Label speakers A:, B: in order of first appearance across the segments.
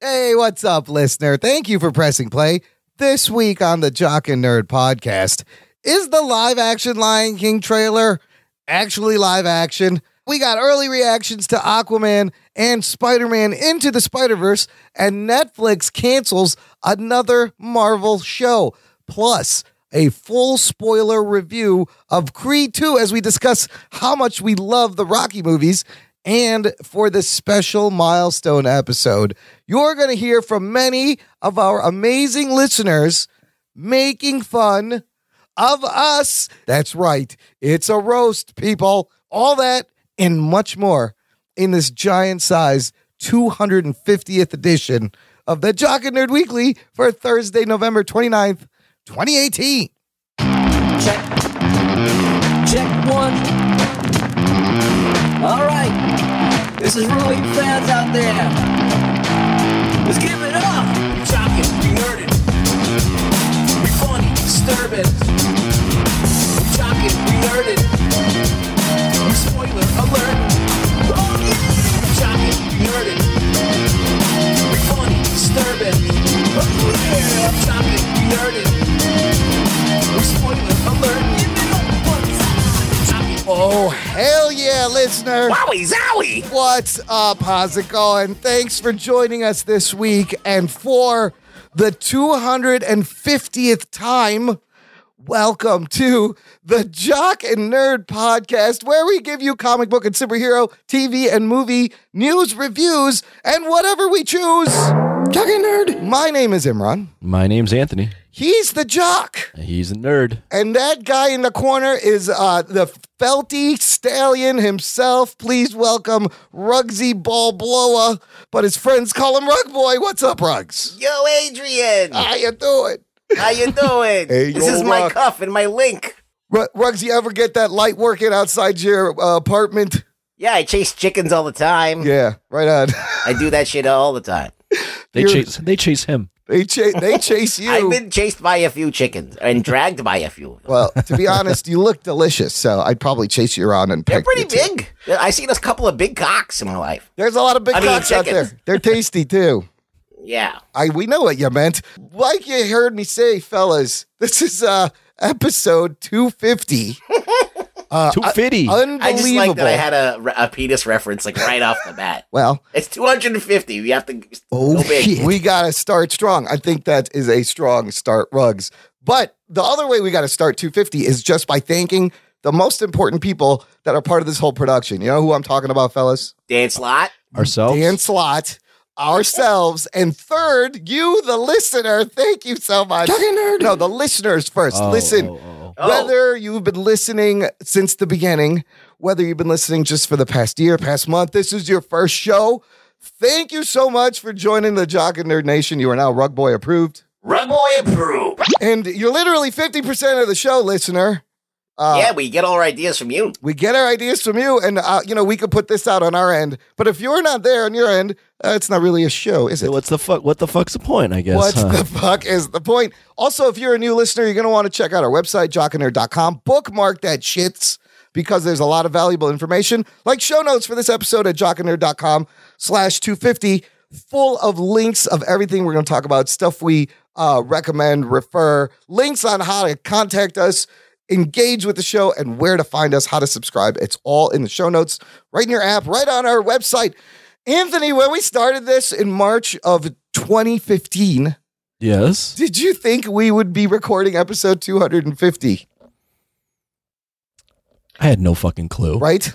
A: Hey, what's up, listener? Thank you for pressing play. This week on the Jock and Nerd podcast, is the live action Lion King trailer actually live action? We got early reactions to Aquaman and Spider Man into the Spider Verse, and Netflix cancels another Marvel show. Plus, a full spoiler review of Creed 2 as we discuss how much we love the Rocky movies and for this special milestone episode, you're going to hear from many of our amazing listeners making fun of us. That's right. It's a roast, people. All that and much more in this giant size 250th edition of the Jock and Nerd Weekly for Thursday, November 29th, 2018.
B: Check. Check one. All right. This is really fans out there. Let's give it up. Shocking. We nerded. We funny. Disturbing. We shocking. We nerded. We spoiler alert. Oh, yeah. Shocking. We nerded. We funny. Disturbing. Oh, yeah. Shocking. We nerded. We spoiler alert. Give it up. What's up? Shocking.
A: Oh, hell yeah, listener.
B: Wowie zowie!
A: What's up? How's it going? Thanks for joining us this week and for the 250th time. Welcome to the Jock and Nerd podcast, where we give you comic book and superhero, TV and movie news, reviews, and whatever we choose. Jock and Nerd. My name is Imran.
C: My name's Anthony.
A: He's the Jock.
C: He's a nerd.
A: And that guy in the corner is uh, the felty stallion himself. Please welcome Rugsy Ball Blower, but his friends call him Rug Boy. What's up, Rugs?
D: Yo, Adrian,
A: How you doing?
D: how you doing?
A: Hey,
D: this
A: yo,
D: is my
A: Rock.
D: cuff and my link.
A: Ru- Rugs, you ever get that light working outside your uh, apartment?
D: Yeah, I chase chickens all the time.
A: Yeah, right on.
D: I do that shit all the time.
C: They
A: You're-
C: chase. They chase him.
A: they, cha- they chase you.
D: I've been chased by a few chickens and dragged by a few.
A: well, to be honest, you look delicious, so I'd probably chase you around and
D: They're
A: peck
D: pretty
A: you, too.
D: big. I've seen a couple of big cocks in my life.
A: There's a lot of big
D: I mean,
A: cocks out
D: chickens.
A: there. They're tasty too.
D: Yeah.
A: I we know what you meant. Like you heard me say, fellas, this is uh episode 250.
C: Too fitty.
A: Uh, Unbelievable.
D: I just like that I had a, re- a penis reference like right off the bat.
A: well,
D: It's 250. We have to go big.
A: we gotta start strong. I think that is a strong start, rugs. But the other way we gotta start 250 is just by thanking the most important people that are part of this whole production. You know who I'm talking about, fellas?
D: Dance lot.
C: Ourselves.
A: Dan Slot, ourselves, and third, you, the listener. Thank you so much. No, the listeners first.
C: Oh,
A: Listen.
C: oh, oh.
D: Oh.
A: Whether you've been listening since the beginning, whether you've been listening just for the past year, past month, this is your first show. Thank you so much for joining the Jock and Nerd Nation. You are now Rug Boy approved.
D: Rug boy approved.
A: And you're literally 50% of the show, listener. Uh,
D: yeah, we get all our ideas from you.
A: We get our ideas from you, and uh, you know we could put this out on our end. But if you're not there on your end, uh, it's not really a show, is it?
C: So what's the fuck? What the fuck's the point? I guess.
A: What
C: huh?
A: the fuck is the point? Also, if you're a new listener, you're going to want to check out our website, jockandnerd.com. Bookmark that shits because there's a lot of valuable information, like show notes for this episode at jockandnerd.com slash 250, full of links of everything we're going to talk about, stuff we uh, recommend, refer, links on how to contact us, engage with the show, and where to find us, how to subscribe. It's all in the show notes, right in your app, right on our website. Anthony, when we started this in March of 2015,
C: yes.
A: did you think we would be recording episode 250?
C: I had no fucking clue.
A: Right?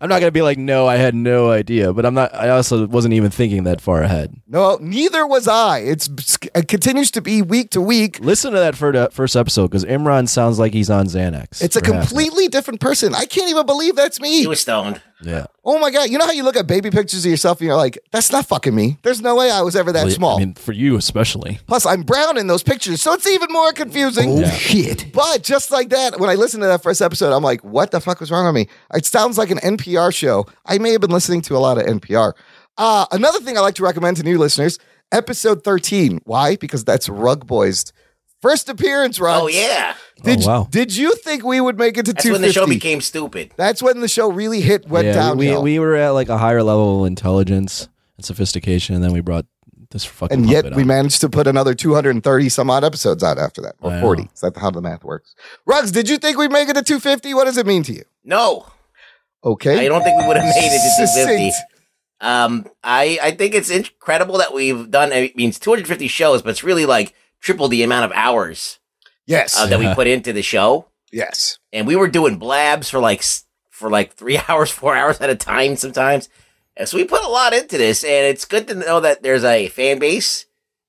C: I'm not gonna be like, no, I had no idea. But I'm not. I also wasn't even thinking that far ahead.
A: no, neither was I. It's it continues to be week to week.
C: Listen to that fir- first episode because Imran sounds like he's on Xanax.
A: It's a
C: for half of it.
A: completely different person. I can't even believe that's
D: He
A: me.
D: was stoned.
C: Yeah.
A: Oh my god! You know how you look at baby pictures of yourself and you're like, "That's not fucking me." There's no way I was ever that
C: Well,
A: small.
C: I mean, for you especially.
A: Plus, I'm brown in those pictures, so it's even more confusing.
C: Yeah.
E: shit.
A: But just like that, when I listened to that first episode, I'm like, what the fuck was wrong with me? It sounds like an NPR show. I may have been listening to a lot of NPR. Uh, another thing I like to recommend to new listeners episode 13. Why? Because that's Rug Boy's first appearance, Rug.
D: Oh, yeah.
A: Did,
C: Oh, wow.
A: did you think we would make it to
D: That's
A: 250?
D: when the show became stupid.
A: That's when the show really hit, went
C: yeah, we-
A: downhill.
C: we, we were at like a higher level of intelligence. and sophistication, and then we brought this fucking.
A: and yet
C: puppet
A: we
C: on.
A: managed to put another 230 some odd episodes out after that or
C: Wow.
A: 40 is that how the math works rugs did you think we'd make it to 250 what does it mean to you
D: No,
A: okay
D: I don't think we would have made it to 250.
A: Succinct.
D: Um, I I think it's incredible that we've done. It means 250 shows, but it's really like triple the amount of hours
A: yes
D: uh, that we
C: Yeah.
D: put into the show.
A: yes
D: And we were doing blabs for like s- for like three hours, four hours at a time sometimes. And so we put a lot into this, and it's good to know that there's a fan base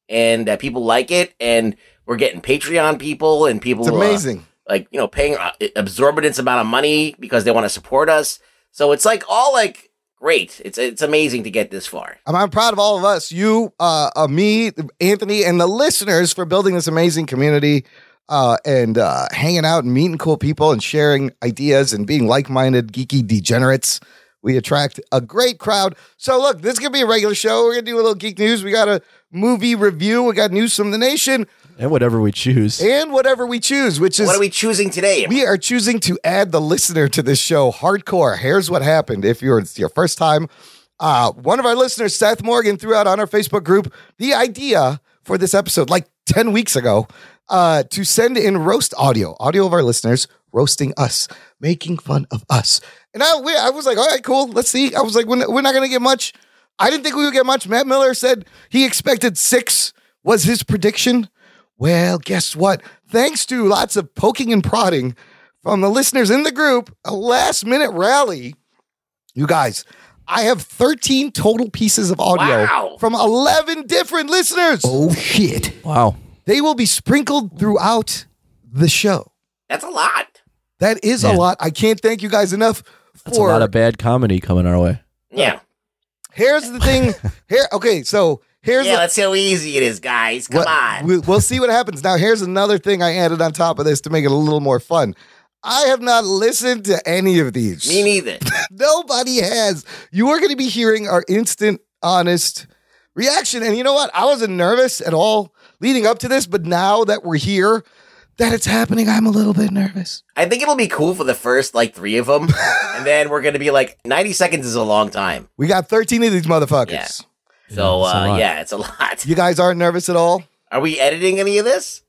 D: and that people like it, and we're getting Patreon people and people.
A: it's
D: uh,
A: amazing
D: like you know paying uh, absorbent amount of money because they want to support us. So it's like all like great. It's it's amazing to get this far.
A: I'm, I'm proud of all of us, you, uh, uh, me, Anthony, and the listeners for building this amazing community uh, and uh, hanging out and meeting cool people and sharing ideas and being like minded, geeky degenerates. We attract a great crowd. So, look, this is going to be a regular show. We're going to do a little geek news. We got a movie review. We got news from the nation
C: and whatever we choose.
A: and whatever we choose, which is
D: What are we choosing today?
A: we are choosing to add the listener to this show hardcore. Here's what happened. If you're it's your first time, uh, one of our listeners, Seth Morgan, threw out on our Facebook group the idea for this episode like 10 weeks ago uh, to send in roast audio, audio of our listeners roasting us, making fun of us. And I, we, I was like, all right, cool. Let's see. I was like, we're not, we're not going to get much. I didn't think we would get much. Matt Miller said he expected six was his prediction. Well, guess what? Thanks to lots of poking and prodding from the listeners in the group, a last minute rally, you guys, I have 13 total pieces of audio
D: Wow.
A: from 11 different listeners. Oh, shit.
C: Wow.
A: They will be sprinkled throughout the show.
D: That's a lot.
A: That is a
C: Man.
A: lot. I can't thank you guys enough
C: That's a lot
A: for
C: of bad comedy coming our way.
D: Yeah,
A: Here's the thing. Here, okay, so here's
D: yeah.
A: the-
D: Let's see how easy it is, guys. Come
A: Well,
D: on.
A: We, will see what happens. Now, here's another thing I added on top of this to make it a little more fun. I have not listened to any of these.
D: Me neither.
A: Nobody has. You are going to be hearing our instant, honest reaction. And you know what? I wasn't nervous at all leading up to this, but now that we're here, that it's happening, I'm a little bit nervous.
D: I think it'll be cool for the first like three of them, and then we're gonna be like ninety seconds is a long time.
A: We got 13 of these motherfuckers.
D: Yeah. So
C: Yeah, it's a
D: uh,
C: lot.
D: yeah, it's a lot.
A: You guys aren't nervous at all?
D: Are we editing any of this?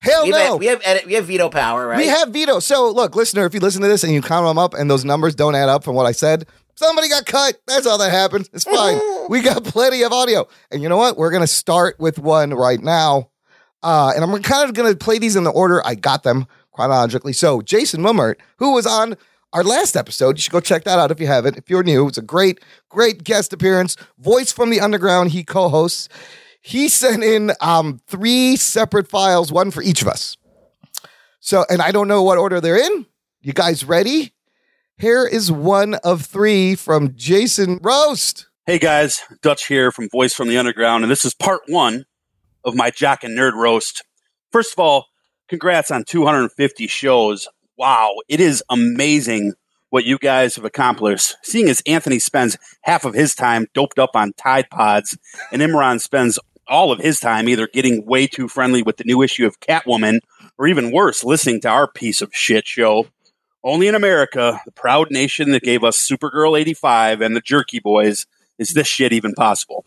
A: Hell
D: we have,
A: no.
D: we have edit. We have veto power, right?
A: We have veto. So look, listener, if you listen to this and you count them up and those numbers don't add up from what I said, somebody got cut. That's all that happened. It's fine. we got plenty of audio. And you know what? We're gonna start with one right now. Uh, and I'm kind of gonna play these in the order I got them chronologically. So Jason Wilmert, who was on our last episode, you should go check that out if you haven't. If you're new, it's a great, great guest appearance. Voice from the underground, he co-hosts. He sent in um, three separate files, one for each of us. So, and I don't know what order they're in. You guys ready? Here is one of three from Jason Roast.
E: Hey guys, Dutch here from Voice from the Underground, and this is part one of my Jock and Nerd Roast. First of all, congrats on 250 shows. Wow, it is amazing what you guys have accomplished. Seeing as Anthony spends half of his time doped up on Tide Pods, and Imran spends all of his time either getting way too friendly with the new issue of Catwoman, or even worse, listening to our piece of shit show. Only in America, the proud nation that gave us Supergirl 85 and the Jerky Boys, is this shit even possible?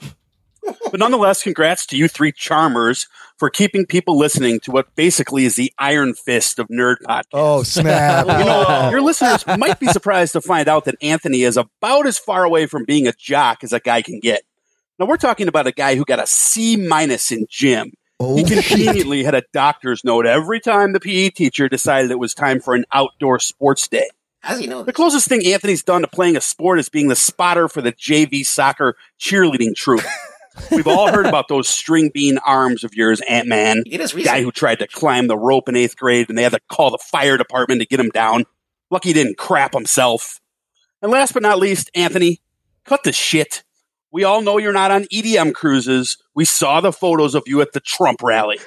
E: but nonetheless, congrats to you three charmers for keeping people listening to what basically is the iron fist of nerd podcast.
A: Oh, snap.
E: You know, your listeners might be surprised to find out that Anthony is about as far away from being a jock as a guy can get. Now we're talking about a guy who got a C minus in gym. he conveniently had a doctor's note every time the PE teacher decided it was time for an outdoor sports day.
D: How does he know?
E: The
D: This?
E: closest thing Anthony's done to playing a sport is being the spotter for the JV soccer cheerleading troop. We've all heard about those string bean arms of yours, Ant Man.
D: He did us
E: Guy
D: recently.
E: who tried to climb the rope in eighth grade and they had to call the fire department to get him down. Lucky he didn't crap himself. And last but not least, Anthony, cut the shit. We all know you're not on EDM cruises. We saw the photos of you at the Trump rally.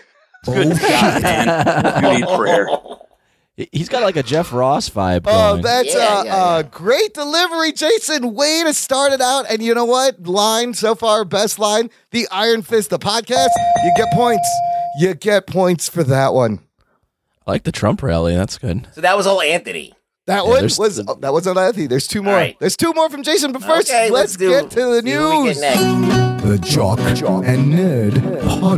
E: Good God, man. You need prayer.
C: He- He's got like a Jeff Ross vibe.
A: Oh,
C: going.
A: that's
D: Yeah,
A: uh,
D: yeah,
A: uh,
D: yeah.
A: great delivery, Jason. Way to start it out. And you know what? Line so far, best line, the Iron Fist, the podcast. You get points. You get points for that one.
C: I like the Trump rally. That's good.
D: So that was all Anthony.
A: That
C: Yeah,
A: one
C: there's-
A: was oh, that was on Anathy. There's two more.
D: right.
A: There's two more from Jason, but first
D: Okay,
A: let's,
D: do-
A: get to the
D: see what we
A: news.
D: get next.
F: The Jock, Jock and Nerd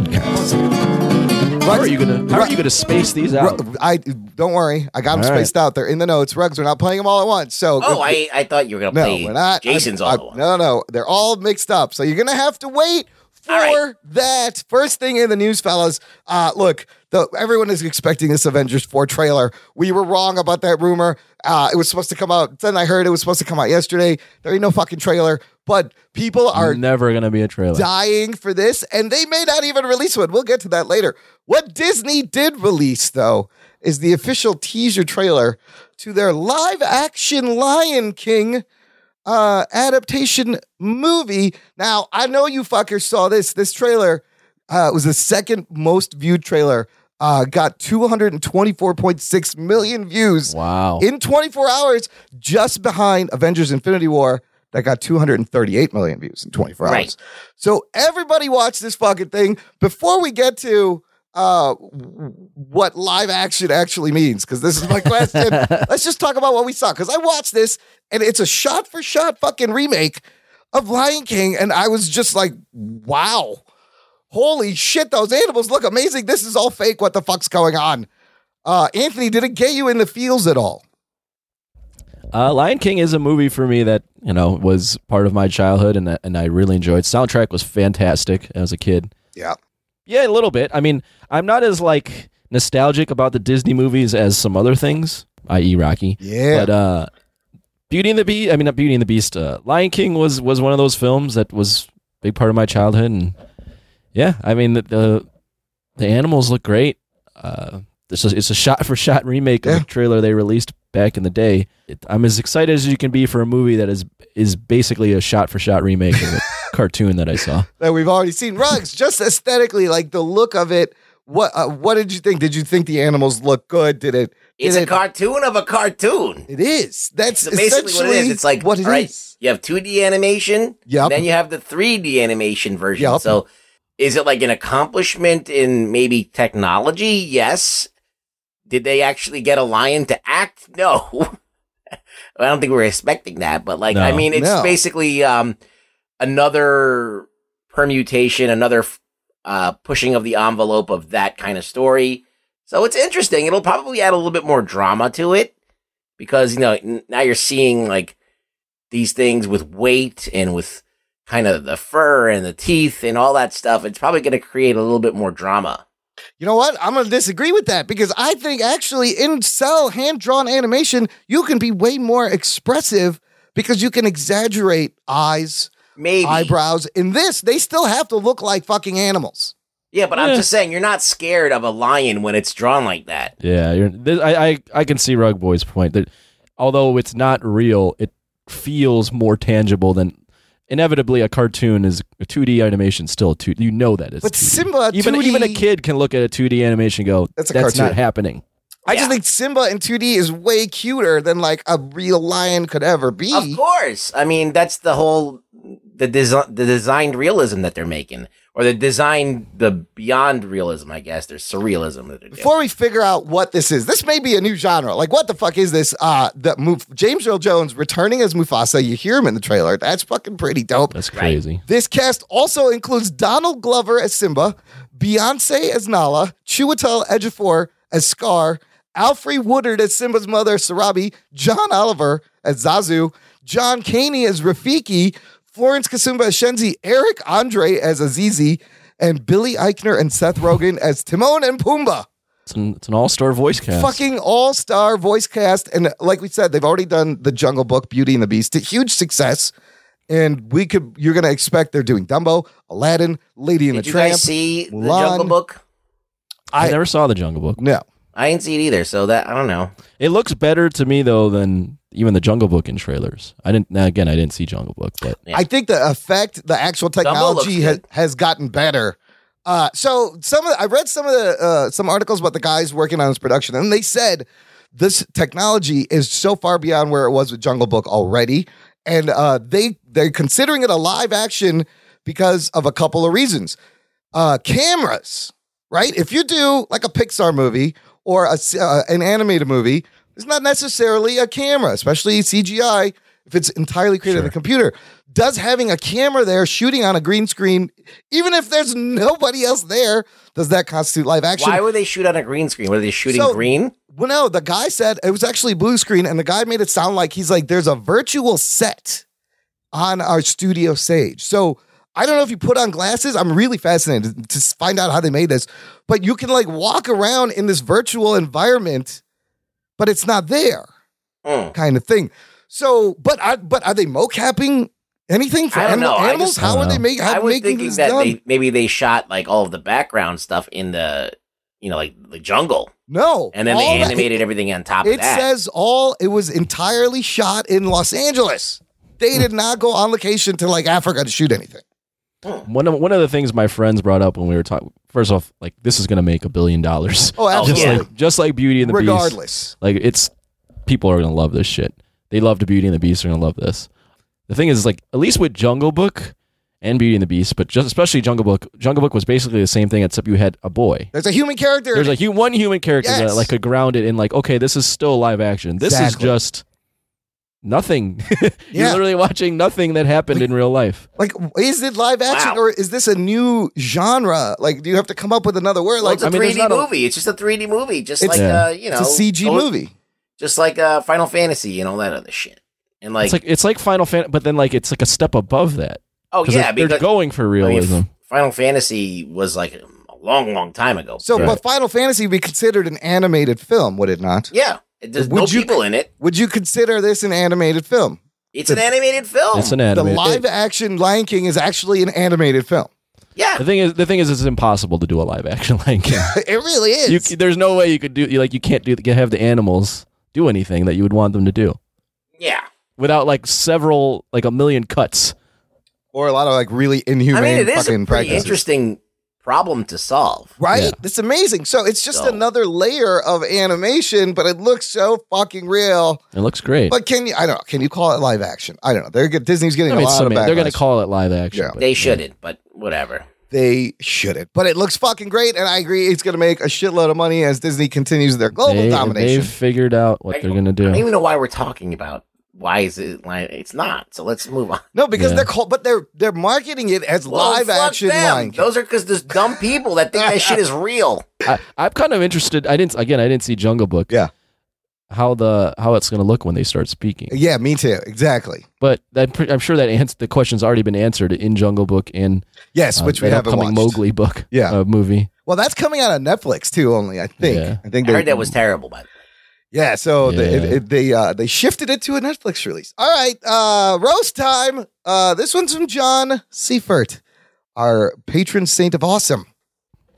F: Podcast.
C: How are you gonna How are you gonna space these out?
A: Ru- I don't worry. I got them
C: All right.
A: spaced out. They're in the notes. Rugs. We're not playing them all at once. So
D: Oh, I, I thought you were gonna
A: no,
D: play
A: we're not.
D: Jason's
A: I-
D: all
A: I-
D: the one.
A: No, no, they're all mixed up. So you're gonna have to wait for
D: All right.
A: that. First thing in the news, fellas. Uh, look, the, everyone is expecting this Avengers 4 trailer. We were wrong about that rumor. Uh, it was supposed to come out. Then I heard it was supposed to come out yesterday. There ain't no fucking trailer. But people are
C: never gonna be a trailer.
A: dying for this, and they may not even release one. We'll get to that later. What Disney did release, though, is the official teaser trailer to their live action Lion King uh, adaptation movie. Now, I know you fuckers saw this. This trailer uh, was the second most viewed trailer. Uh, got 224.6 million views
C: Wow.
A: in 24 hours, just behind Avengers Infinity War, that got 238 million views in 24 hours.
D: Right.
A: So everybody watch this fucking thing before we get to uh w- what live action actually means because this is my question let's just talk about what we saw because i watched this and it's a shot for shot fucking remake of lion king and i was just like wow holy shit those animals look amazing this is all fake what the fuck's going on uh anthony did it get you in the feels at all
C: Uh, Lion King is a movie for me that you know was part of my childhood, and and I really enjoyed. Soundtrack was fantastic as a kid.
A: Yeah.
C: yeah, a little bit. I mean, I'm not as like nostalgic about the Disney movies as some other things, i.e., Rocky.
A: Yeah.
C: But uh, Beauty and the Beast. I mean, not Beauty and the Beast. Uh, Lion King was was one of those films that was a big part of my childhood, and yeah, I mean the the, the animals look great. Uh, it's a, it's a shot for shot remake
A: Yeah.
C: of a trailer they released back in the day. It, I'm as excited as you can be for a movie that is is basically a shot for shot remake of a cartoon that I saw.
A: that we've already seen. Rugs, just aesthetically, like the look of it. What uh, what did you think? Did you think the animals look good? Did it?
D: It's
A: did
D: a
A: it-
D: cartoon of a cartoon.
A: It is. That's
D: So basically what it is. It's like
A: what it is.
D: all right, You have 2D animation,
A: Yep.
D: then you have the 3D animation version.
A: Yep.
D: So is it like an accomplishment in maybe technology? Yes. Did they actually get a lion to act? No. I don't think we were expecting that, but like I
C: No.
D: mean it's
A: No.
D: basically um another permutation, another f- uh pushing of the envelope of that kind of story. So it's interesting. It'll probably add a little bit more drama to it because you know n- now you're seeing like these things with weight and with kind of the fur and the teeth and all that stuff. It's probably going to create a little bit more drama.
A: You know what? I'm going to disagree with that because I think actually in cell hand drawn animation, you can be way more expressive because you can exaggerate eyes,
D: Maybe
A: eyebrows. In this, they still have to look like fucking animals.
D: Yeah, but I'm
C: Yeah.
D: just saying you're not scared of a lion when it's drawn like that.
C: Yeah, you're, th I, I I can see Rug Boy's point that although it's not real, it feels more tangible than inevitably a cartoon is a 2D animation is still a 2D. You know that it's
A: But
C: 2D.
A: Simba,
C: even
A: 2D
C: even a kid can look at a 2D animation and go
A: That's
C: that's,
A: a
C: not
A: cartoon."
C: happening.
A: I just think Simba in 2D is way cuter than like a real lion could ever be.
D: Of course. I mean, that's the whole the design the designed realism that they're making or the design the beyond realism, I guess. There's surrealism that they're doing.
A: Before we figure out what this is, this may be a new genre. Like, what the fuck is this? Uh, the move James Earl Jones returning as Mufasa. You hear him in the trailer. That's fucking pretty dope.
C: That's crazy.
A: This cast also includes Donald Glover as Simba, Beyonce as Nala, Chiwetel Ejiofor as Scar, Alfre Woodard as Simba's mother, Sarabi, John Oliver as Zazu, John Caney as Rafiki, Florence Kasumba as Shenzi, Eric Andre as Azizi, and Billy Eichner and Seth Rogen as Timon and Pumbaa
C: It's an, it's an all-star voice cast.
A: fucking all star voice cast. And like we said, they've already done the Jungle Book, Beauty and the Beast, a huge success. And we could, you're going to expect they're doing Dumbo, Aladdin, Lady and
D: Did
A: the
D: you
A: Tramp.
D: guys see
A: Mulan.
D: the Jungle Book?
C: I,
A: I-
C: never saw the Jungle Book.
A: no,
D: I didn't see it either, so that I don't know.
C: It looks better to me though than even the Jungle Book in trailers. I didn't. Now again, I didn't see Jungle Book, but
D: Yeah.
A: I think the effect, the actual technology
D: looks
A: has,
D: good.
A: has gotten better. Uh, so some of, I read some of the uh, some articles about the guys working on this production, and they said this technology is so far beyond where it was with Jungle Book already, and uh, they they're considering it a live action because of a couple of reasons. Uh, cameras, right? If you do like a Pixar movie or a, s- uh, an animated movie, It's not necessarily a camera, especially CGI, if it's entirely created on a computer. Does having a camera there shooting on a green screen, even if there's nobody else there, does that constitute live action?
D: Why would they shoot on a green screen? Were they shooting
A: So-
D: green?
A: Well, no, the guy said it was actually blue screen, and the guy made it sound like he's like, there's a virtual set on our studio stage. So I don't know if you put on glasses. I'm really fascinated to s- find out how they made this, but you can like walk around in this virtual environment, but it's not there
D: Mm.
A: kind of thing. So, but I, but are they mocapping anything for
D: I don't
A: animal-
D: know. I
A: animals?
D: just-
A: how
C: I
A: would
C: don't
A: they
C: know.
A: make? How
D: I was
A: making
D: thinking
A: this
D: that
A: done?
D: they maybe they shot like all of the background stuff in the you know like the jungle,
A: no,
D: and then
A: All
D: they
A: that-
D: animated everything on top of
A: It
D: that.
A: says all it was entirely shot in Los Angeles. They did not go on location to like Africa to shoot anything.
C: One of one of the things my friends brought up when we were talking. First off, like this is gonna make a billion dollars.
A: Oh,
C: Just
A: absolutely.
D: yeah.
C: like just like Beauty and the Beast.
A: Regardless.
C: Like it's people are gonna love this shit. They love the Beauty and the Beast. They're gonna love this. The thing is, like at least with Jungle Book and Beauty and the Beast, but just especially Jungle Book. Jungle Book was basically the same thing except you had a boy.
A: There's a human character.
C: There's like hu- one human character
A: Yes.
C: that like could ground it in like okay, this is still live action. This
A: Exactly.
C: is just nothing. You're
A: Yeah.
C: literally watching nothing that happened in real life.
A: like is it live action
D: Wow.
A: or is this a new genre? Like do you have to come up with another word?
D: Well,
A: Like
D: it's a
C: I mean, there's
D: 3D
C: not a-
D: movie. It's just a 3D movie, just
A: It's-
D: like
C: Yeah.
D: uh, you know,
A: it's a CG
D: those-
A: movie.
D: just like uh, Final Fantasy and all that other shit. And like,
C: it's like it's like Final Fantasy, but then like it's like a step above that.
D: oh
C: Because
D: yeah,
C: they're, they're
D: because
C: going for
D: I mean,
C: realism.
D: Final Fantasy was like a long, long time ago.
A: So
C: Right.
A: but Final Fantasy would be considered an animated film, would it not?
D: yeah, it, there's
A: Would
D: no
A: you-
D: people in it.
A: Would you consider this an animated film?
D: It's an animated film.
C: it's an
A: The
C: anime.
A: live action Lion King is actually an animated film.
D: yeah,
C: the thing is, the thing is, it's impossible to do a live action Lion King.
A: It really is.
C: you, c- there's no way you could do you like you can't do have the animals do anything that you would want them to do
D: yeah.
C: without like several like a million cuts.
A: or a lot of like really inhumane
D: I mean, it is a
A: fucking
D: pretty
A: practices.
D: interesting problem to solve.
A: Right?
C: Yeah.
A: It's amazing. So it's just
D: So-
A: another layer of animation, but it looks so fucking real.
C: It looks great.
A: But can you? I don't know. Can you call it live action? I don't know. They're get, Disney's getting
C: I mean,
A: a lot
C: some-
A: of backlash.
C: they're going to call it live action.
A: Yeah.
C: but-
D: They shouldn't, but whatever.
A: They shouldn't. But it looks fucking great, and I agree. It's going to make a shitload of money as Disney continues their global
C: They,
A: domination.
C: they've figured out what they're going to
D: I don't
C: do.
D: even know why we're talking about why is it like it's not. So let's move on.
A: No, because
C: Yeah.
A: they're called, but they're they're marketing it as
D: Well,
A: live
D: fuck
A: action.
D: them.
A: Lion King.
D: Those are because there's dumb people that think that shit is real.
C: I, I'm kind of interested. I didn't again. I didn't see Jungle Book.
A: Yeah.
C: How the how it's going to look when they start speaking.
A: Yeah, me too. Exactly.
C: But that, pre- I'm sure that ans- the question's already been answered in Jungle Book and
A: Yes,
C: uh,
A: which we
C: that
A: haven't watched.
C: upcoming Mowgli book.
A: Yeah.
C: uh, movie.
A: Well, that's coming out on Netflix too. Only I think.
C: Yeah.
A: I think
D: I
A: they-
D: heard that was terrible, by the way.
A: Yeah, so They, it,
C: Yeah.
A: it, they uh, they shifted it to a Netflix release. All right, uh, roast time. Uh, this one's from John Seifert, our patron saint of awesome.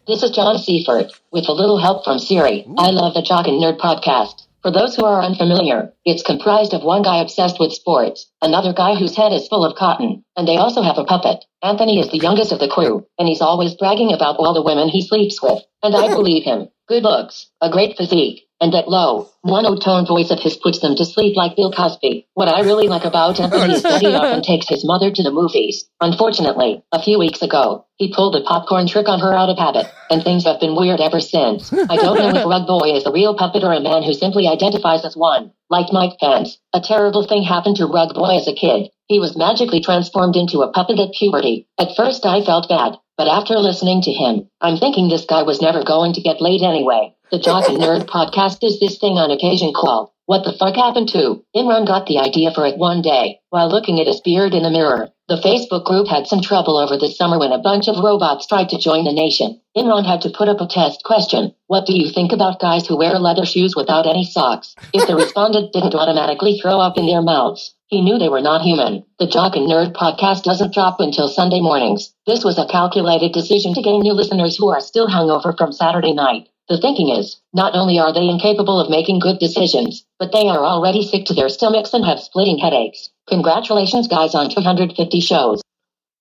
G: This is John Seifert, with a little help from Siri. I love the Jock and Nerd podcast. For those who are unfamiliar, it's comprised of one guy obsessed with sports, another guy whose head is full of cotton, and they also have a puppet. Anthony is the youngest of the crew, and he's always bragging about all the women he sleeps with. And I believe him. Good looks, a great physique, and that low, monotone voice of his puts them to sleep like Bill Cosby. What I really like about Anthony is that he often takes his mother to the movies. Unfortunately, a few weeks ago, he pulled the popcorn trick on her out of habit, and things have been weird ever since. I don't know if Rug Boy is a real puppet or a man who simply identifies as one. Like Mike Pence, a terrible thing happened to Rug Boy as a kid. He was magically transformed into a puppet at puberty. At first, I felt bad, but after listening to him, I'm thinking this guy was never going to get laid anyway. The Jock and Nerd podcast is this thing on occasion called What the Fuck Happened to? Imran got the idea for it one day while looking at his beard in the mirror. The Facebook group had some trouble over the summer when a bunch of robots tried to join the nation. Imran had to put up a test question What do you think about guys who wear leather shoes without any socks? If the respondent didn't automatically throw up in their mouths, he knew they were not human. The Jock and Nerd podcast doesn't drop until Sunday mornings. This was a calculated decision to gain new listeners who are still hungover from Saturday night. The thinking is, not only are they incapable of making good decisions, but they are already sick to their stomachs and have splitting headaches. Congratulations, guys, on 250 shows.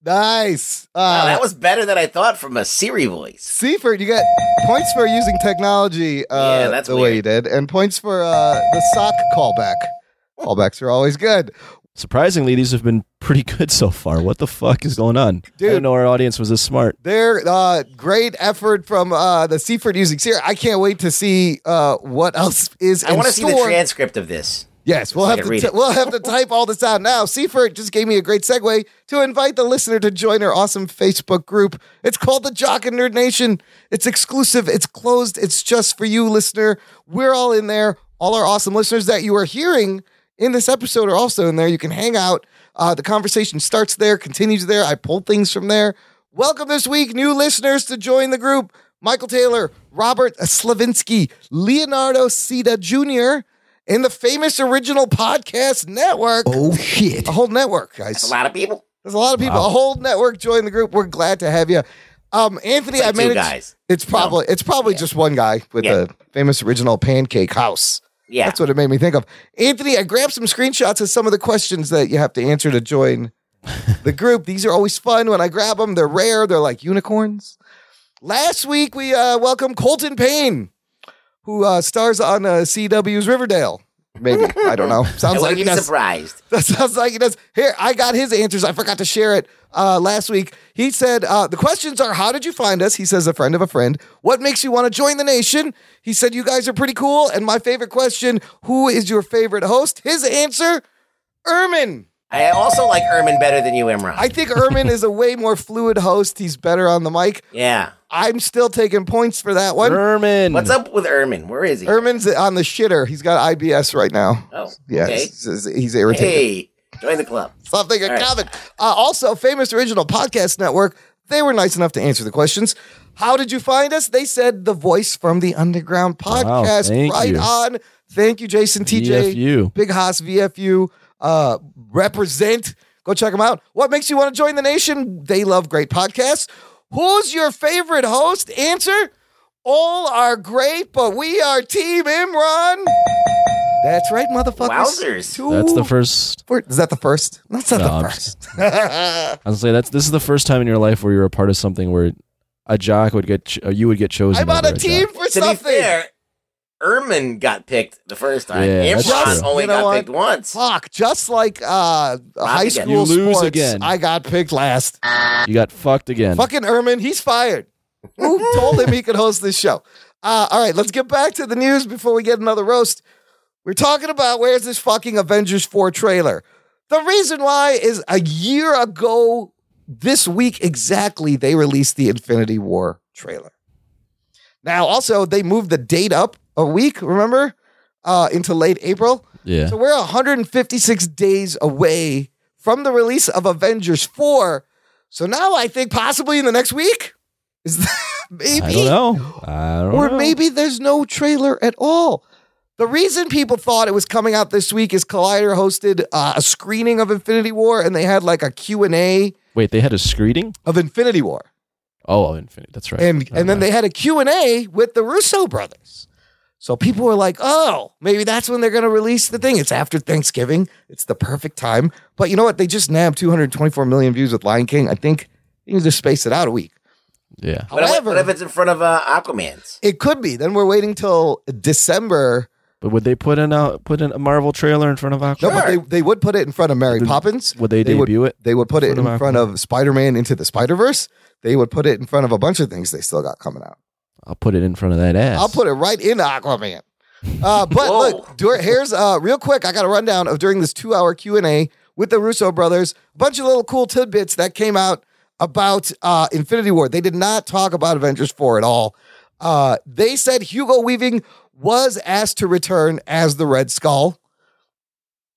A: Nice. Uh,
D: Wow, that was better than I thought from a Siri voice.
A: Seifert, you get points for using technology uh,
D: Yeah, that's
A: the way
D: weird.
A: you did, and points for uh, the sock callback. Callbacks are always good.
C: Surprisingly, these have been pretty good so far. What the fuck is going on? I
A: Dude.
C: didn't know our audience was this smart.
A: There, uh, great effort from uh, the Seaford Music Seer. I can't wait to see uh, what else is.
D: I
A: want to
D: see the transcript of this.
A: Yes, we'll
D: I
A: have
D: can
A: to
D: read
A: t-
D: it.
A: we'll have to type all this out now. Seaford just gave me a great segue to invite the listener to join our awesome Facebook group. It's called the Jock and Nerd Nation. It's exclusive. It's closed. It's just for you, listener. We're all in there. All our awesome listeners that you are hearing in this episode are also in there. You can hang out. Uh, the conversation starts there, continues there. I pull things from there. Welcome this week, new listeners to join the group. Michael Taylor, Robert Slavinsky, Leonardo Sita Jr., and the famous original podcast network.
F: Oh shit.
A: A whole network,
D: It's
A: guys.
D: a lot of people.
A: There's a lot of people. A whole network joined the group. We're glad to have you. Um, Anthony,
D: It's like
A: I managed.
D: two guys.
A: It's probably it's probably just one guy with
D: Yeah.
A: a famous original pancake house.
D: Yeah.
A: That's what it made me think of. Anthony, I grabbed some screenshots of some of the questions that you have to answer to join the group. These are always fun when I grab them. They're rare. They're like unicorns. Last week we uh, welcomed Colton Payne, who uh, stars on uh, CW's Riverdale. Maybe I don't know.
D: I
A: Sounds
D: wouldn't
A: like he
D: be
A: does.
D: surprised.
A: That sounds like he does. Here, I got his answers. I forgot to share it uh, last week. He said, uh, The questions are How did you find us? He says, A friend of a friend. What makes you want to join the nation? He said, You guys are pretty cool. And my favorite question Who is your favorite host? His answer, Ermin.
D: I also like Ermin better than you, Imran.
A: I think Ermin is a way more fluid host. He's better on the mic.
D: yeah.
A: I'm still taking points for that one.
C: Herman.
D: What's up with Ermin? Where is he?
A: Ermin's on the shitter. He's got IBS right now.
D: Oh,
A: Yeah,
D: okay.
A: he's, he's irritated.
D: Hey, join the club.
A: something in
D: All right.
A: common. Uh, also, famous original podcast network. They were nice enough to answer the questions. How did you find us? They said the voice from the underground podcast.
C: thank
A: right
C: you.
A: on. Thank you, Jason, TJ,
C: VFU.
A: Big Haas, VFU. Uh, represent. Go check them out. What makes you want to join the nation? They love great podcasts. Who's your favorite host? Answer. All are great, but we are Team Imran. That's right, motherfuckers.
D: Wowzers.
A: Two
C: That's the first.
A: for- Is that the first? That's not
C: No, I'm
A: the first.
C: I was gonna say that's this is the first time in your life where you're a part of something where a jock would get ch- or you would get chosen.
A: I'm on
C: over
A: a team
C: jock.
A: for
D: To
A: something.
D: be fair, Ermin got picked the first time.
C: Yeah, that's
D: Imran
C: true.
D: only
A: You know
D: got
A: what?
D: picked once.
A: Fuck, just like uh, high
D: again.
A: school
C: You lose
A: sports,
C: again.
A: I got picked last.
C: You got fucked again.
A: Fucking Erman, he's fired. Who told him he could host this show? Uh, all right, let's get back to the news before we get another roast. We're talking about where's this fucking Avengers 4 trailer? The reason why is a year ago, this week exactly, they released the Infinity War trailer. Now, also, they moved the date up a week, remember? Uh, into late April.
C: Yeah.
A: So we're 156 days away from the release of Avengers 4. So now I think possibly in the next week is that maybe
C: I don't know. I don't
A: or
C: know.
A: maybe there's no trailer at all. The reason people thought it was coming out this week is Collider hosted uh, a screening of Infinity War and they had like a Q&A
C: wait, they had a screening.
A: of Infinity War.
C: Oh, Infinity. That's right.
A: And and then they had a Q&A with the Russo brothers. So people were like, "Oh, maybe that's when they're going to release the thing. It's after Thanksgiving. It's the perfect time." But you know what? They just nabbed 224 million views with Lion King. I think you can just space it out a week.
C: they yeah.
D: What if-
A: However,
D: what if it's in front of uh, Aquaman's?
A: it could be. Then we're waiting till December.
C: But would they put in a put in a Marvel trailer in front of Aquaman?
A: No, but they, they would put it in front of Mary
C: Then
A: Poppins.
C: would they
A: would,
C: debut it
A: They would put it
C: front of
A: in front
C: Aquaman?
A: of Spider-Man into the Spider-Verse. They would put it in front of a bunch of things they still got coming out.
C: I'll put it in front of that ass.
A: I'll put it right in Aquaman. Uh, but
D: Whoa.
A: look, dur- here's uh, real quick. I got a rundown of during this two-hour Q and A with the Russo brothers. A bunch of little cool tidbits that came out about uh, Infinity War. They did not talk about Avengers Four at all. Uh, they said Hugo Weaving was asked to return as the Red Skull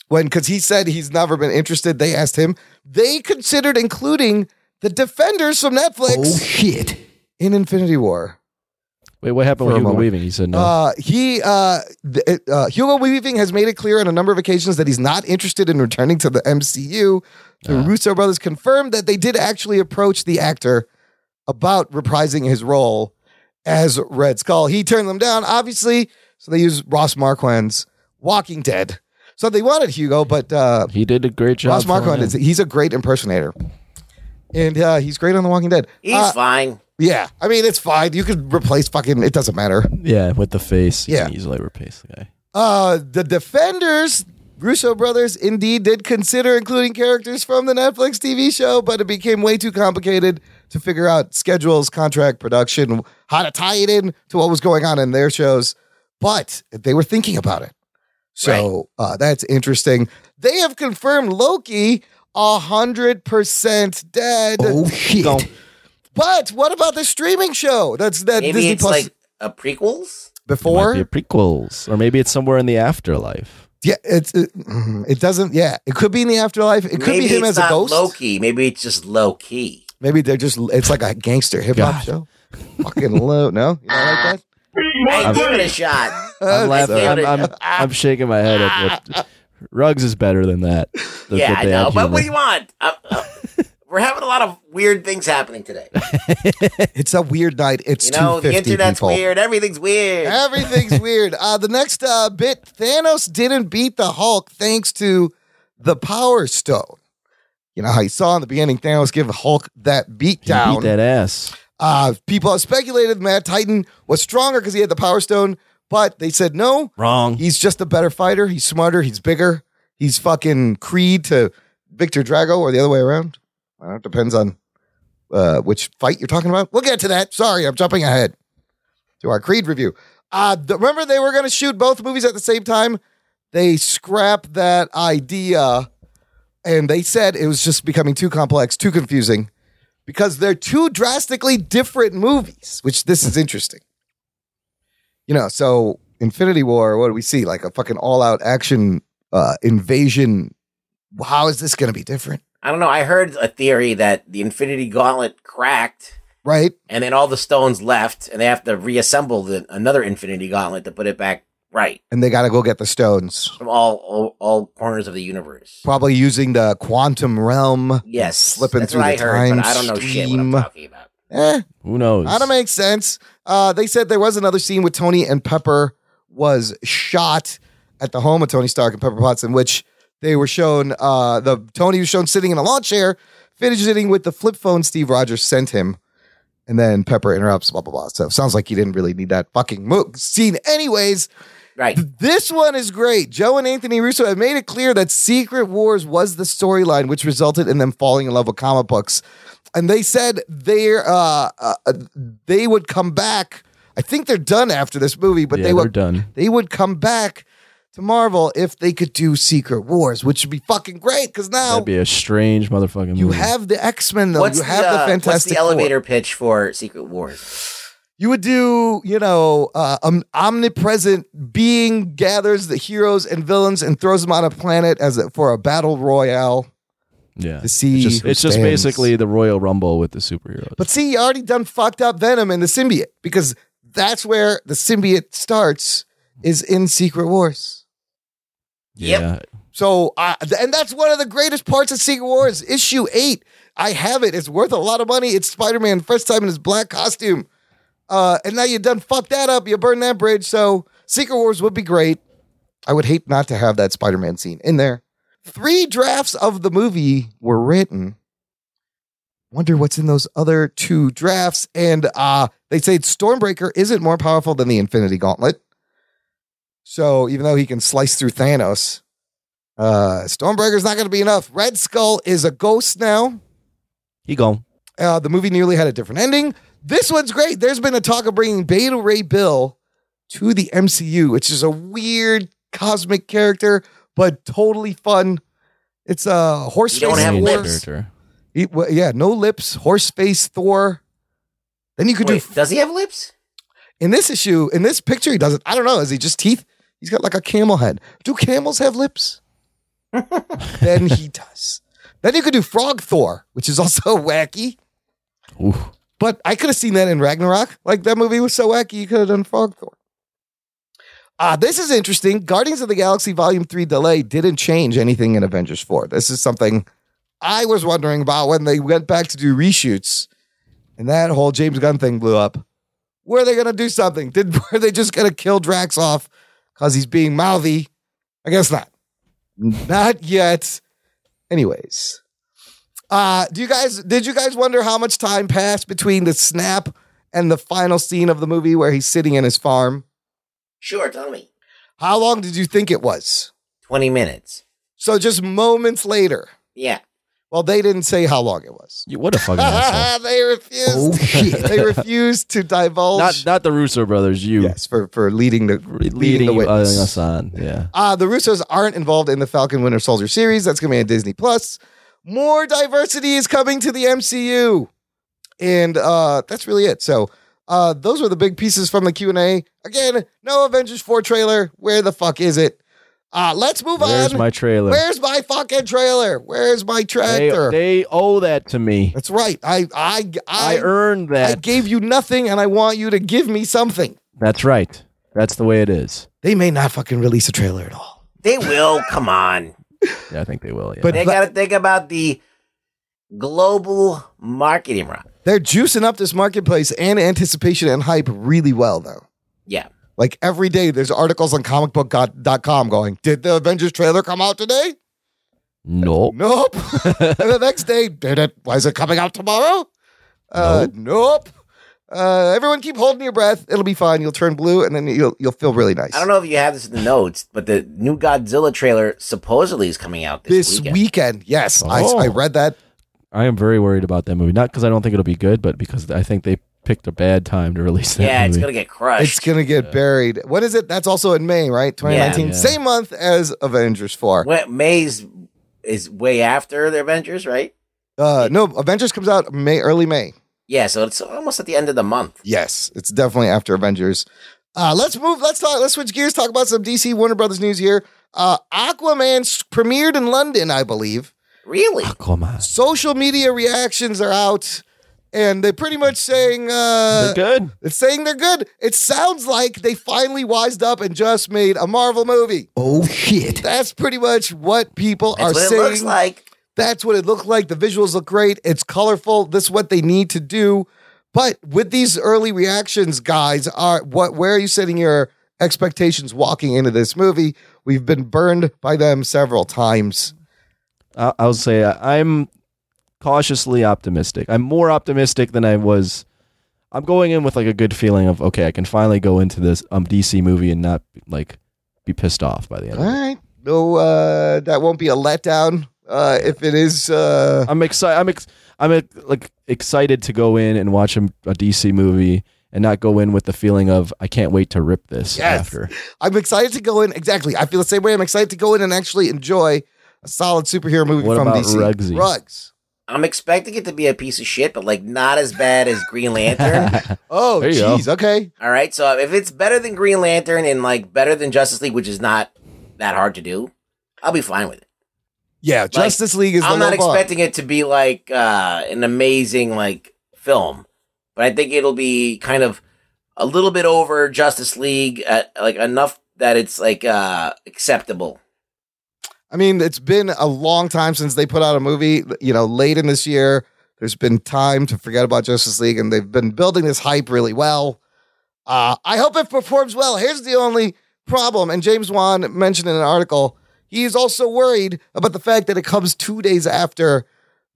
A: when because he said he's never been interested. They asked him. They considered including the Defenders from Netflix
F: Oh shit.
A: in Infinity War.
C: Wait, what happened
A: for
C: with
A: a
C: Hugo
A: moment.
C: Weaving? He said no.
A: Uh, he uh, th- uh, Hugo Weaving has made it clear on a number of occasions that he's not interested in returning to the MCU. The Russo brothers confirmed that they did actually approach the actor about reprising his role as Red Skull. He turned them down, obviously. So they used Ross Marquand's Walking Dead. So they wanted Hugo, but uh,
C: he did a great job.
A: Ross
C: filling
A: Marquand
C: in.
A: is he's a great impersonator, and uh, he's great on The Walking Dead.
D: He's
A: Uh,
D: fine.
A: yeah, I mean it's fine. You could replace fucking. It doesn't matter.
C: yeah with the face. You
A: Yeah.
C: can easily replace the guy.
A: Uh, the defenders Russo brothers indeed did consider including characters from the Netflix TV show, but it became way too complicated to figure out schedules, contract, production, how to tie it in to what was going on in their shows. But they were thinking about it. So uh, that's interesting. They have confirmed Loki 100% dead.
F: Oh shit!
C: Don't.
A: But what about the streaming show? That's that
D: Maybe
A: Disney
D: it's
A: Plus
D: like a prequels.
A: before?
C: It might be prequels, or maybe it's somewhere in the afterlife.
A: Yeah, it's it, mm-hmm. it doesn't. Yeah, it could be in the afterlife. It could
D: Maybe
A: be him
D: it's
A: as a
D: not
A: ghost.
D: Low-key. Maybe it's just low-key.
A: Maybe they're just. It's like a gangster hip hop
C: God.
A: show. Fucking low. No, you don't like
D: I give it a shot.
A: that.
C: I'm, laughing.
D: so-
C: I'm, I'm, I'm shaking my head at what. Rugs is better than that. That-
D: yeah,
C: that
D: I
C: they
D: know.
C: add
D: But what
C: humor.
D: do you want? Uh, uh, we're having a lot of weird things happening today.
A: it's a weird night. It's
D: You know, the
A: 250
D: internet's
A: people.
D: weird. Everything's weird.
A: Everything's weird. Uh, the next uh, bit, Thanos didn't beat the Hulk thanks to the Power Stone. You know how you saw in the beginning, Thanos give Hulk that
C: He beat
A: beatdown.
C: that ass.
A: Uh, people have speculated Matt Titan was stronger because he had the Power Stone, but they said no.
C: Wrong.
A: He's just a better fighter. He's smarter. He's bigger. He's fucking Creed to Victor Drago or the other way around. I don't know. Depends on uh, which fight you're talking about. We'll get to that. Sorry, I'm jumping ahead to our Creed review. Uh, th- remember, they were going to shoot both movies at the same time. They scrapped that idea and they said it was just becoming too complex, too confusing because they're two drastically different movies, which this is interesting. You know, so Infinity War, what do we see? Like a fucking all out action uh, invasion. How is this going to be different?
D: I don't know. I heard a theory that the Infinity Gauntlet cracked,
A: Right?
D: and then all the stones left, and they have to reassemble the, another Infinity Gauntlet to put it back right
A: And they got to go get the stones,
D: from all all, all corners of the universe.
A: probably using the quantum realm.
D: Yes,
A: Slipping
D: that's
A: through
D: what
A: the
D: I heard,
A: time
D: but I don't know shit what I'm
A: stream.
D: talking about.
A: Eh,
C: Who knows?
A: That'll make sense. Uh, they said there was another scene with Tony and Pepper was shot at the home of Tony Stark and Pepper Potts, in which they were shown uh, the Tony was shown sitting in a lawn chair, fidgeting with the flip phone Steve Rogers sent him, and then Pepper interrupts. Blah blah blah. So it sounds like he didn't really need that fucking mo- scene, anyways.
D: Right.
A: This one is great. Joe and Anthony Russo have made it clear that Secret Wars was the storyline, which resulted in them falling in love with comic books. And they said they uh, uh, they would come back. I think they're done after this movie, but
C: Yeah,
A: they
C: they're
A: would
C: done.
A: they would come back to Marvel if they could do Secret Wars, which would be fucking great because now
C: That'd be a strange motherfucking
A: you
C: movie.
A: have the X Men though.
D: What's
A: you
D: the,
A: have
D: uh,
A: the
D: what's
A: Fantastic
D: the
A: Four.
D: elevator pitch for Secret Wars?
A: You would do, you know, uh, um, omnipresent being gathers the heroes and villains and throws them on a planet as a, for a battle royale
C: yeah.
A: to see.
C: It's just,
A: who
C: it's just
A: stands.
C: basically the Royal Rumble with the superheroes.
A: But see, you already done fucked up Venom and the symbiote because that's where the symbiote starts is in Secret Wars.
D: Yep.
C: yeah.
A: So, uh, th- and that's one of the greatest parts of Secret Wars, issue eight. I have it. It's worth a lot of money. It's Spider Man, first time in his black costume. Uh, and now you done fucked that up. You burned that bridge. So, Secret Wars would be great. I would hate not to have that Spider Man scene in there. Three drafts of the movie were written. Wonder what's in those other two drafts. And uh, they say Stormbreaker isn't more powerful than the Infinity Gauntlet. So, even though he can slice through Thanos, uh, Stormbreaker's not going to be enough. Red Skull is a ghost now.
C: He gone.
A: Uh, the movie nearly had a different ending. This one's great. There's been a talk of bringing Beta Ray Bill to the MCU, which is a weird cosmic character, but totally fun. It's a uh, horse
D: You don't
A: face
D: have
A: Thor.
D: lips.
C: Character.
A: He- well, yeah, no lips, horse face Thor. Then you could
D: Wait,
A: do
D: does he have lips?
A: in this issue, in this picture, he doesn't. I don't know. Is he just teeth? He's got like a camel head. Do camels have lips? then he does. Then you could do Frog Thor, which is also wacky.
C: Ooh.
A: But I could have seen that in Ragnarok. Like that movie was so wacky, you could have done Frog Thor. Ah, this is interesting. Guardians of the Galaxy Volume 3 delay didn't change anything in Avengers 4. This is something I was wondering about when they went back to do reshoots and that whole James Gunn thing blew up. Were they going to do something? Did were they just going to kill Drax off cuz he's being mouthy? I guess not. Not yet. Anyways. Uh, do you guys did you guys wonder how much time passed between the snap and the final scene of the movie where he's sitting in his farm?
D: Sure, tell me.
A: How long did you think it was?
D: 20 minutes.
A: So just moments later,
D: Yeah.
A: well, they didn't say how long it was.
C: You, what a fucking asshole.
A: they refused.
F: Oh shit!
A: They refused to divulge.
C: Not not the Russo brothers. You
A: yes, for for leading the
C: re-
A: leading,
C: leading,
A: the
C: uh,
A: witness.
C: us on. Yeah.
A: Uh, the Russos aren't involved in the Falcon Winter Soldier series. That's going to be on Disney Plus. More diversity is coming to the MCU, and uh, that's really it. So uh, those were the big pieces from the Q and A. Again, no Avengers Four trailer. Where the fuck is it? Uh, let's move
C: Where's
A: on.
C: my trailer?
A: Where's my fucking trailer? Where's my
C: they,
A: tractor?
C: they owe that to me.
A: that's right. I I
C: I,
A: I,
C: earned
A: I
C: that.
A: gave you nothing, and I want you to give me something.
C: That's right. That's the way it is.
A: They may not fucking release a trailer at all.
D: They will. Come on.
C: Yeah, I think they will. Yeah.
A: But-
D: They got to think about the global marketing route.
A: They're juicing up this marketplace and anticipation and hype really well, though.
D: Yeah.
A: Like every day, there's articles on comicbook.com going, Did the Avengers trailer come out today?
C: no.
A: Nope. and the next day, Did it? Why is it coming out tomorrow? Uh, nope. Uh, everyone keep holding your breath. It'll be fine. You'll turn blue and then you'll, you'll feel really nice.
D: I don't know if you have this in the notes, but the new Godzilla trailer supposedly is coming out this,
A: This
D: weekend.
A: weekend, yes, I,
C: Oh.
A: I read that.
C: I am very worried about that movie. Not because I don't think it'll be good, but because I think they picked a bad time to release that
D: Yeah, it's
C: movie.
D: gonna get crushed.
A: It's going to get buried. What is it? That's also in May, right? 2019.
C: Yeah.
A: Same month as Avengers 4.
D: Wh- May's is way after the Avengers, right?
A: Uh, no, Avengers comes out May, early May.
D: Yeah, so it's almost at the end of the month.
A: Yes, it's definitely after Avengers. Uh, let's move. Let's talk. Let's switch gears. Talk about some DC Warner Brothers news here. Uh, Aquaman s- premiered in London, I believe.
D: Really?
C: Aquaman.
A: Social media reactions are out, and they're pretty much saying
C: They're
A: uh,
C: good.
A: it's saying they're good. It sounds like they finally wised up and just made a Marvel movie.
F: Oh shit!
A: That's pretty much what people
D: That's
A: are
D: what
A: saying.
D: it looks like.
A: That's what it looked like. The visuals look great. It's colorful. This is what they need to do. But with these early reactions, guys, are what where are you setting your expectations walking into this movie? We've been burned by them several times.
C: I- I'll say I- I'm cautiously optimistic. I'm more optimistic than I was. I'm going in with like a good feeling of okay, I can finally go into this um DC movie and not like be pissed off by the end.
A: All
C: of it.
A: right. No, uh, that won't be a letdown. Uh, if it is uh,
C: I'm excited. I'm ex- I'm ex- like excited to go in and watch a, a DC movie and not go in with the feeling of I can't wait to rip this
A: Yes.
C: after.
A: I'm excited to go in. Exactly. I feel the same way. I'm excited to go in and actually enjoy a solid superhero movie
C: What
A: from
C: about
A: DC.
C: Rugsy?
A: Rugs.
D: I'm expecting it to be a piece of shit, but like not as bad as Green Lantern.
A: Oh,
C: There you go.
A: jeez. Okay.
D: All right, so if it's better than Green Lantern and like better than Justice League, which is not that hard to do, I'll be fine with it.
A: Yeah. Justice League is
D: I'm
A: the
D: not
A: low bar.
D: expecting it to be like uh, an amazing like film, but I think it'll be kind of a little bit over Justice League, uh like enough that it's like uh, acceptable.
A: I mean, it's been a long time since they put out a movie. You know, late in this year, there's been time to forget about Justice League, and they've been building this hype really well. Uh, I hope it performs well. Here's the only problem, and James Wan mentioned in an article, he is also worried about the fact that it comes two days after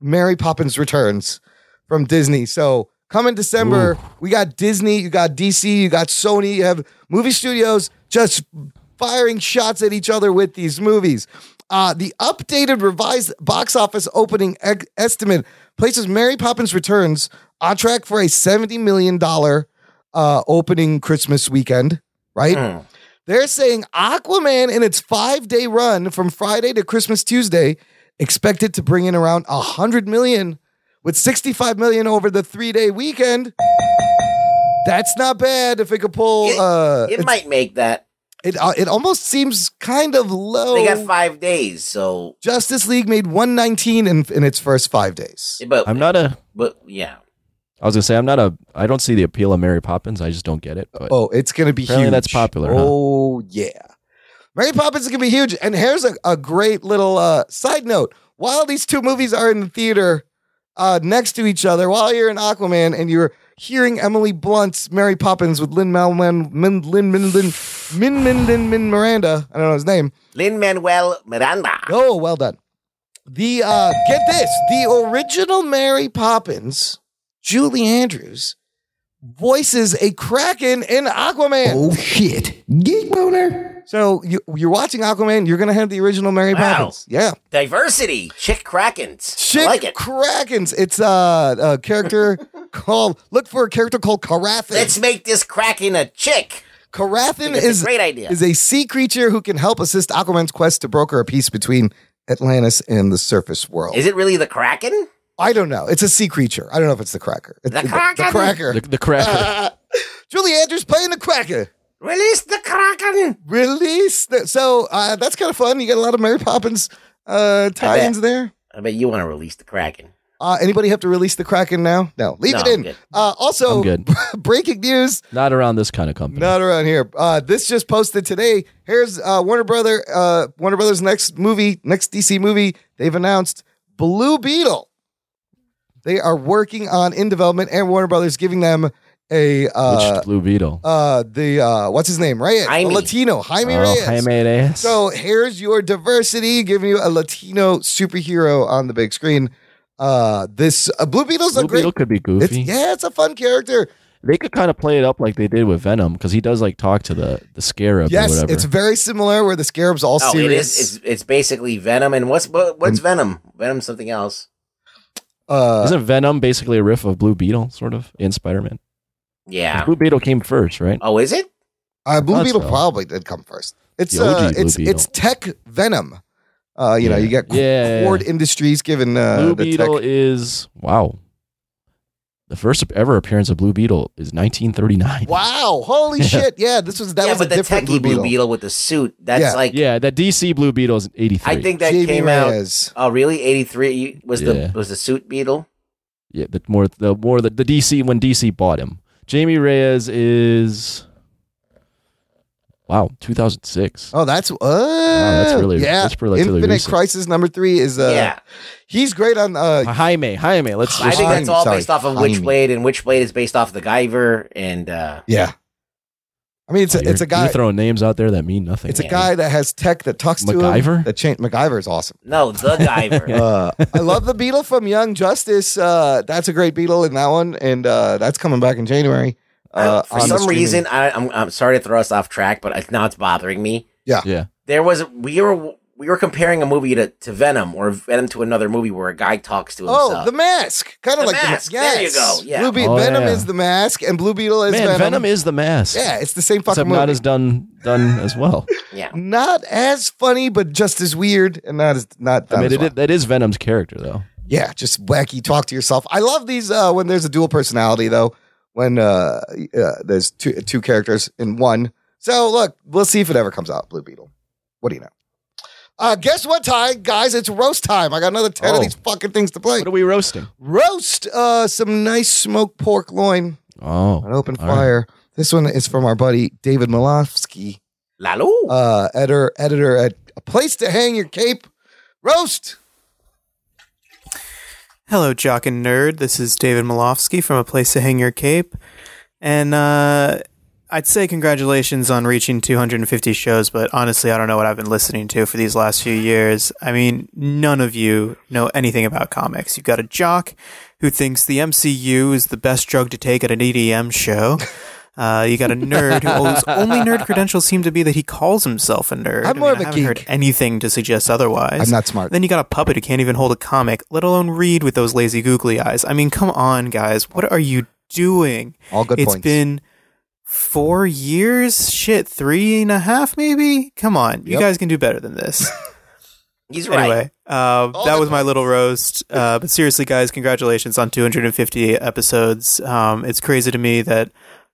A: Mary Poppins Returns from Disney. So, come in December, we got Disney, you got DC, you got Sony, you have movie studios just firing shots at each other with these movies. Uh, the updated revised box office opening ex- estimate places Mary Poppins Returns on track for a $70 million uh, opening Christmas weekend, right?
D: Mm.
A: They're saying Aquaman in its five day run from Friday to Christmas Tuesday expected to bring in around 100 million with 65 million over the three day weekend. That's not bad if it could pull.
D: It-
A: uh,
D: It
A: it's-
D: might make that.
A: it uh, it almost seems kind of low.
D: They got five days, so
A: Justice League made 119 in in its first five days.
D: but
C: I'm not a.
D: but yeah,
C: I was gonna say I'm not a. I don't see the appeal of Mary Poppins. I just don't get it. But
A: Oh, it's gonna be
C: Apparently
A: huge.
C: that's popular, huh?
A: Oh yeah, Mary Poppins is gonna be huge. And here's a, a great little uh, side note: while these two movies are in the theater uh, next to each other, while you're in Aquaman and you're hearing Emily Blunt's Mary Poppins with Lin Manuel Min Lin Min Lin Min Min Lin Min Miranda, I don't know his name.
D: Lin Manuel Miranda.
A: Oh, well done. The uh get this, the original Mary Poppins, Julie Andrews, voices a Kraken in Aquaman.
F: Oh shit! Geek boner!
A: So you, you're watching Aquaman. You're gonna have the original Mary
D: Wow.
A: Poppins. Yeah,
D: Diversity. Chick Krakens.
A: Chick
D: I like it.
A: Krakens. It's uh, a character called. Look for a character called Karathin.
D: Let's make this Kraken a chick.
A: Karathin
D: It's a
A: is
D: great idea.
A: is a sea creature who can help assist Aquaman's quest to broker a peace between Atlantis and the surface world.
D: Is it really the Kraken?
A: I don't know. It's a sea creature. I don't know if it's the cracker. It's
D: The Kraken?
A: The cracker.
C: The, the cracker.
A: Julie Andrews playing the cracker.
D: Release the Kraken.
A: Release. The, so uh, that's kind of fun. You got a lot of Mary Poppins uh, tie-ins there.
D: I bet you want to release the Kraken.
A: Uh, anybody have to release the Kraken now? No, leave
D: No,
A: it
D: I'm
A: in.
D: good.
A: Uh, also,
C: I'm good.
A: breaking news
C: Not around this kind of company.
A: Not around here. Uh, this just posted today. Here's uh, Warner Brother. Uh, Warner Brothers' next movie, next DC movie. They've announced Blue Beetle. They are working on in development, and Warner Brothers giving them a uh,
C: Which Blue Beetle.
A: uh, the uh, what's his name Reyes, a
D: Jaime.
A: Latino Jaime
C: oh,
A: Reyes.
C: Jaime Reyes.
A: So here's your diversity, giving you a Latino superhero on the big screen. Uh, this uh, Blue Beetle's
C: Blue
A: a great.
C: Beetle could be
A: It's,
C: goofy.
A: yeah, it's a fun character.
C: They could kind of play it up like they did with Venom because he does like talk to the the scarab or
A: Yes,
C: whatever.
A: it's very similar. Where the scarab's all
D: Oh,
A: serious.
D: it is. It's, it's basically Venom. And what's what, what's Venom? Venom something else.
A: uh,
C: Isn't Venom basically a riff of Blue Beetle, sort of, in Spider Man?
D: Yeah.
C: Blue Beetle came first, right?
D: Oh, is it?
A: uh, Blue
C: thought
A: Beetle
C: so.
A: probably did come first. It's
C: The OG
A: uh,
C: Blue
A: it's
C: Beetle.
A: it's tech Venom. Uh, you know,
C: Yeah.
A: you got
C: Yeah.
A: Cord Industries given uh,
C: Blue
A: the
C: Beetle
A: tech.
C: is wow. The first ever appearance of Blue Beetle is 1939.
A: Wow! Holy shit! Yeah, this was that
D: yeah,
A: was a
D: but the
A: different
D: techie Blue Beetle. with the suit. That's
A: Yeah.
D: like.
C: Yeah, that DC Blue Beetle is 83.
D: I think that
A: Jamie
D: came out.
A: Reyes.
D: Oh, really? Eighty three was
C: Yeah.
D: the was the suit Beetle.
C: yeah, the more the more the, the DC when DC bought him. Jamie Reyes is wow 2006.
A: Oh, that's uh,
C: that's really-
A: yeah.
C: that's relatively
A: Infinite
C: recent.
A: Crisis number three is uh,
D: yeah,
A: he's great on uh,
C: Jaime, Jaime, let's
D: I
C: just
D: think
A: Jaime,
D: that's all
A: sorry,
D: based off of
A: Jaime.
D: Witchblade, and Witchblade is based off the Guyver, and uh,
A: yeah. I mean, it's a,
C: You're-
A: it's a
C: You're
A: guy.
C: throwing names out there that mean nothing.
A: It's a guy that has tech that talks to him.
C: MacGyver?
A: That cha- MacGyver's awesome.
D: no, the Guyver.
A: uh, I love the Beetle from Young Justice. Uh, that's a great Beetle in that one, and uh, that's coming back in January. Uh,
D: I- for
A: on the
D: some
A: streaming.
D: reason, I, I'm I'm sorry to throw us off track, but it's, now it's bothering me.
C: yeah.
D: There was we were we were comparing a movie to, to Venom or Venom to another movie where a guy talks to himself.
A: Oh, the mask, kind of
D: The
A: like
D: Mask.
A: the mask.
D: There you go. Yeah.
A: Blue Be-
C: Oh,
A: Venom
C: yeah.
A: is the mask, and Blue Beetle is
C: Man,
A: Venom.
C: Venom. is the mask.
A: yeah, it's the same fucking
C: except
A: movie.
C: not as done done as well.
D: yeah,
A: Not as funny, but just as weird, and not as not.
C: I
A: done
C: mean,
A: as
C: it,
A: well.
C: it, that is Venom's character though.
A: yeah, just wacky. Talk to yourself. I love these uh, when there's a dual personality though. When uh, uh, there's two two characters in one. So look, we'll see if it ever comes out. Blue Beetle. What do you know? Uh, guess what time, guys? It's roast time. I got another ten of
C: Oh.
A: these fucking things to play.
C: What are we roasting?
A: Roast uh, some nice smoked pork loin on
C: Oh,
A: open
C: All right.
A: fire. This one is from our buddy David Malofsky,
D: Lalu.
A: uh, editor editor at A Place to Hang Your Cape. Roast.
H: Hello, Jock and Nerd. This is David Malofsky from A Place to Hang Your Cape. And uh, I'd say congratulations on reaching 250 shows, but honestly, I don't know what I've been listening to for these last few years. I mean, none of you know anything about comics. You've got a jock who thinks the MCU is the best drug to take at an EDM show. Uh, you got a nerd who- whose only nerd credentials seem to be that he calls himself a nerd.
A: I'm more of a
H: I haven't heard
A: geek.
H: anything to suggest otherwise.
A: I'm not smart.
H: Then you got a puppet who can't even hold a comic, let alone read with those lazy googly eyes. I mean, come on, guys. What are you doing?
A: All good
H: It's
A: points.
H: been four years? Shit, three and a half maybe? Come on. You
A: Yep.
H: guys can do better than this.
D: He's right.
H: anyway, uh,
A: All
H: that
A: good
H: was my little roast. Uh, but seriously, guys, congratulations on 250 episodes. Um, it's crazy to me that.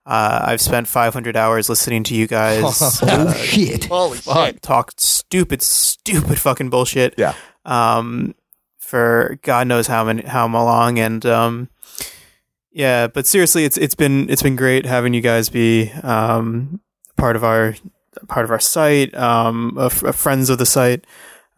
H: Uh, I've spent 500 hours listening to you guys
A: Oh,
H: uh,
A: shit. Holy shit.
H: talk stupid, stupid fucking bullshit.
A: Yeah.
H: Um, for God knows how many, how long, and um, yeah. But seriously, it's it's been it's been great having you guys be um part of our part of our site, um, of of friends of the site,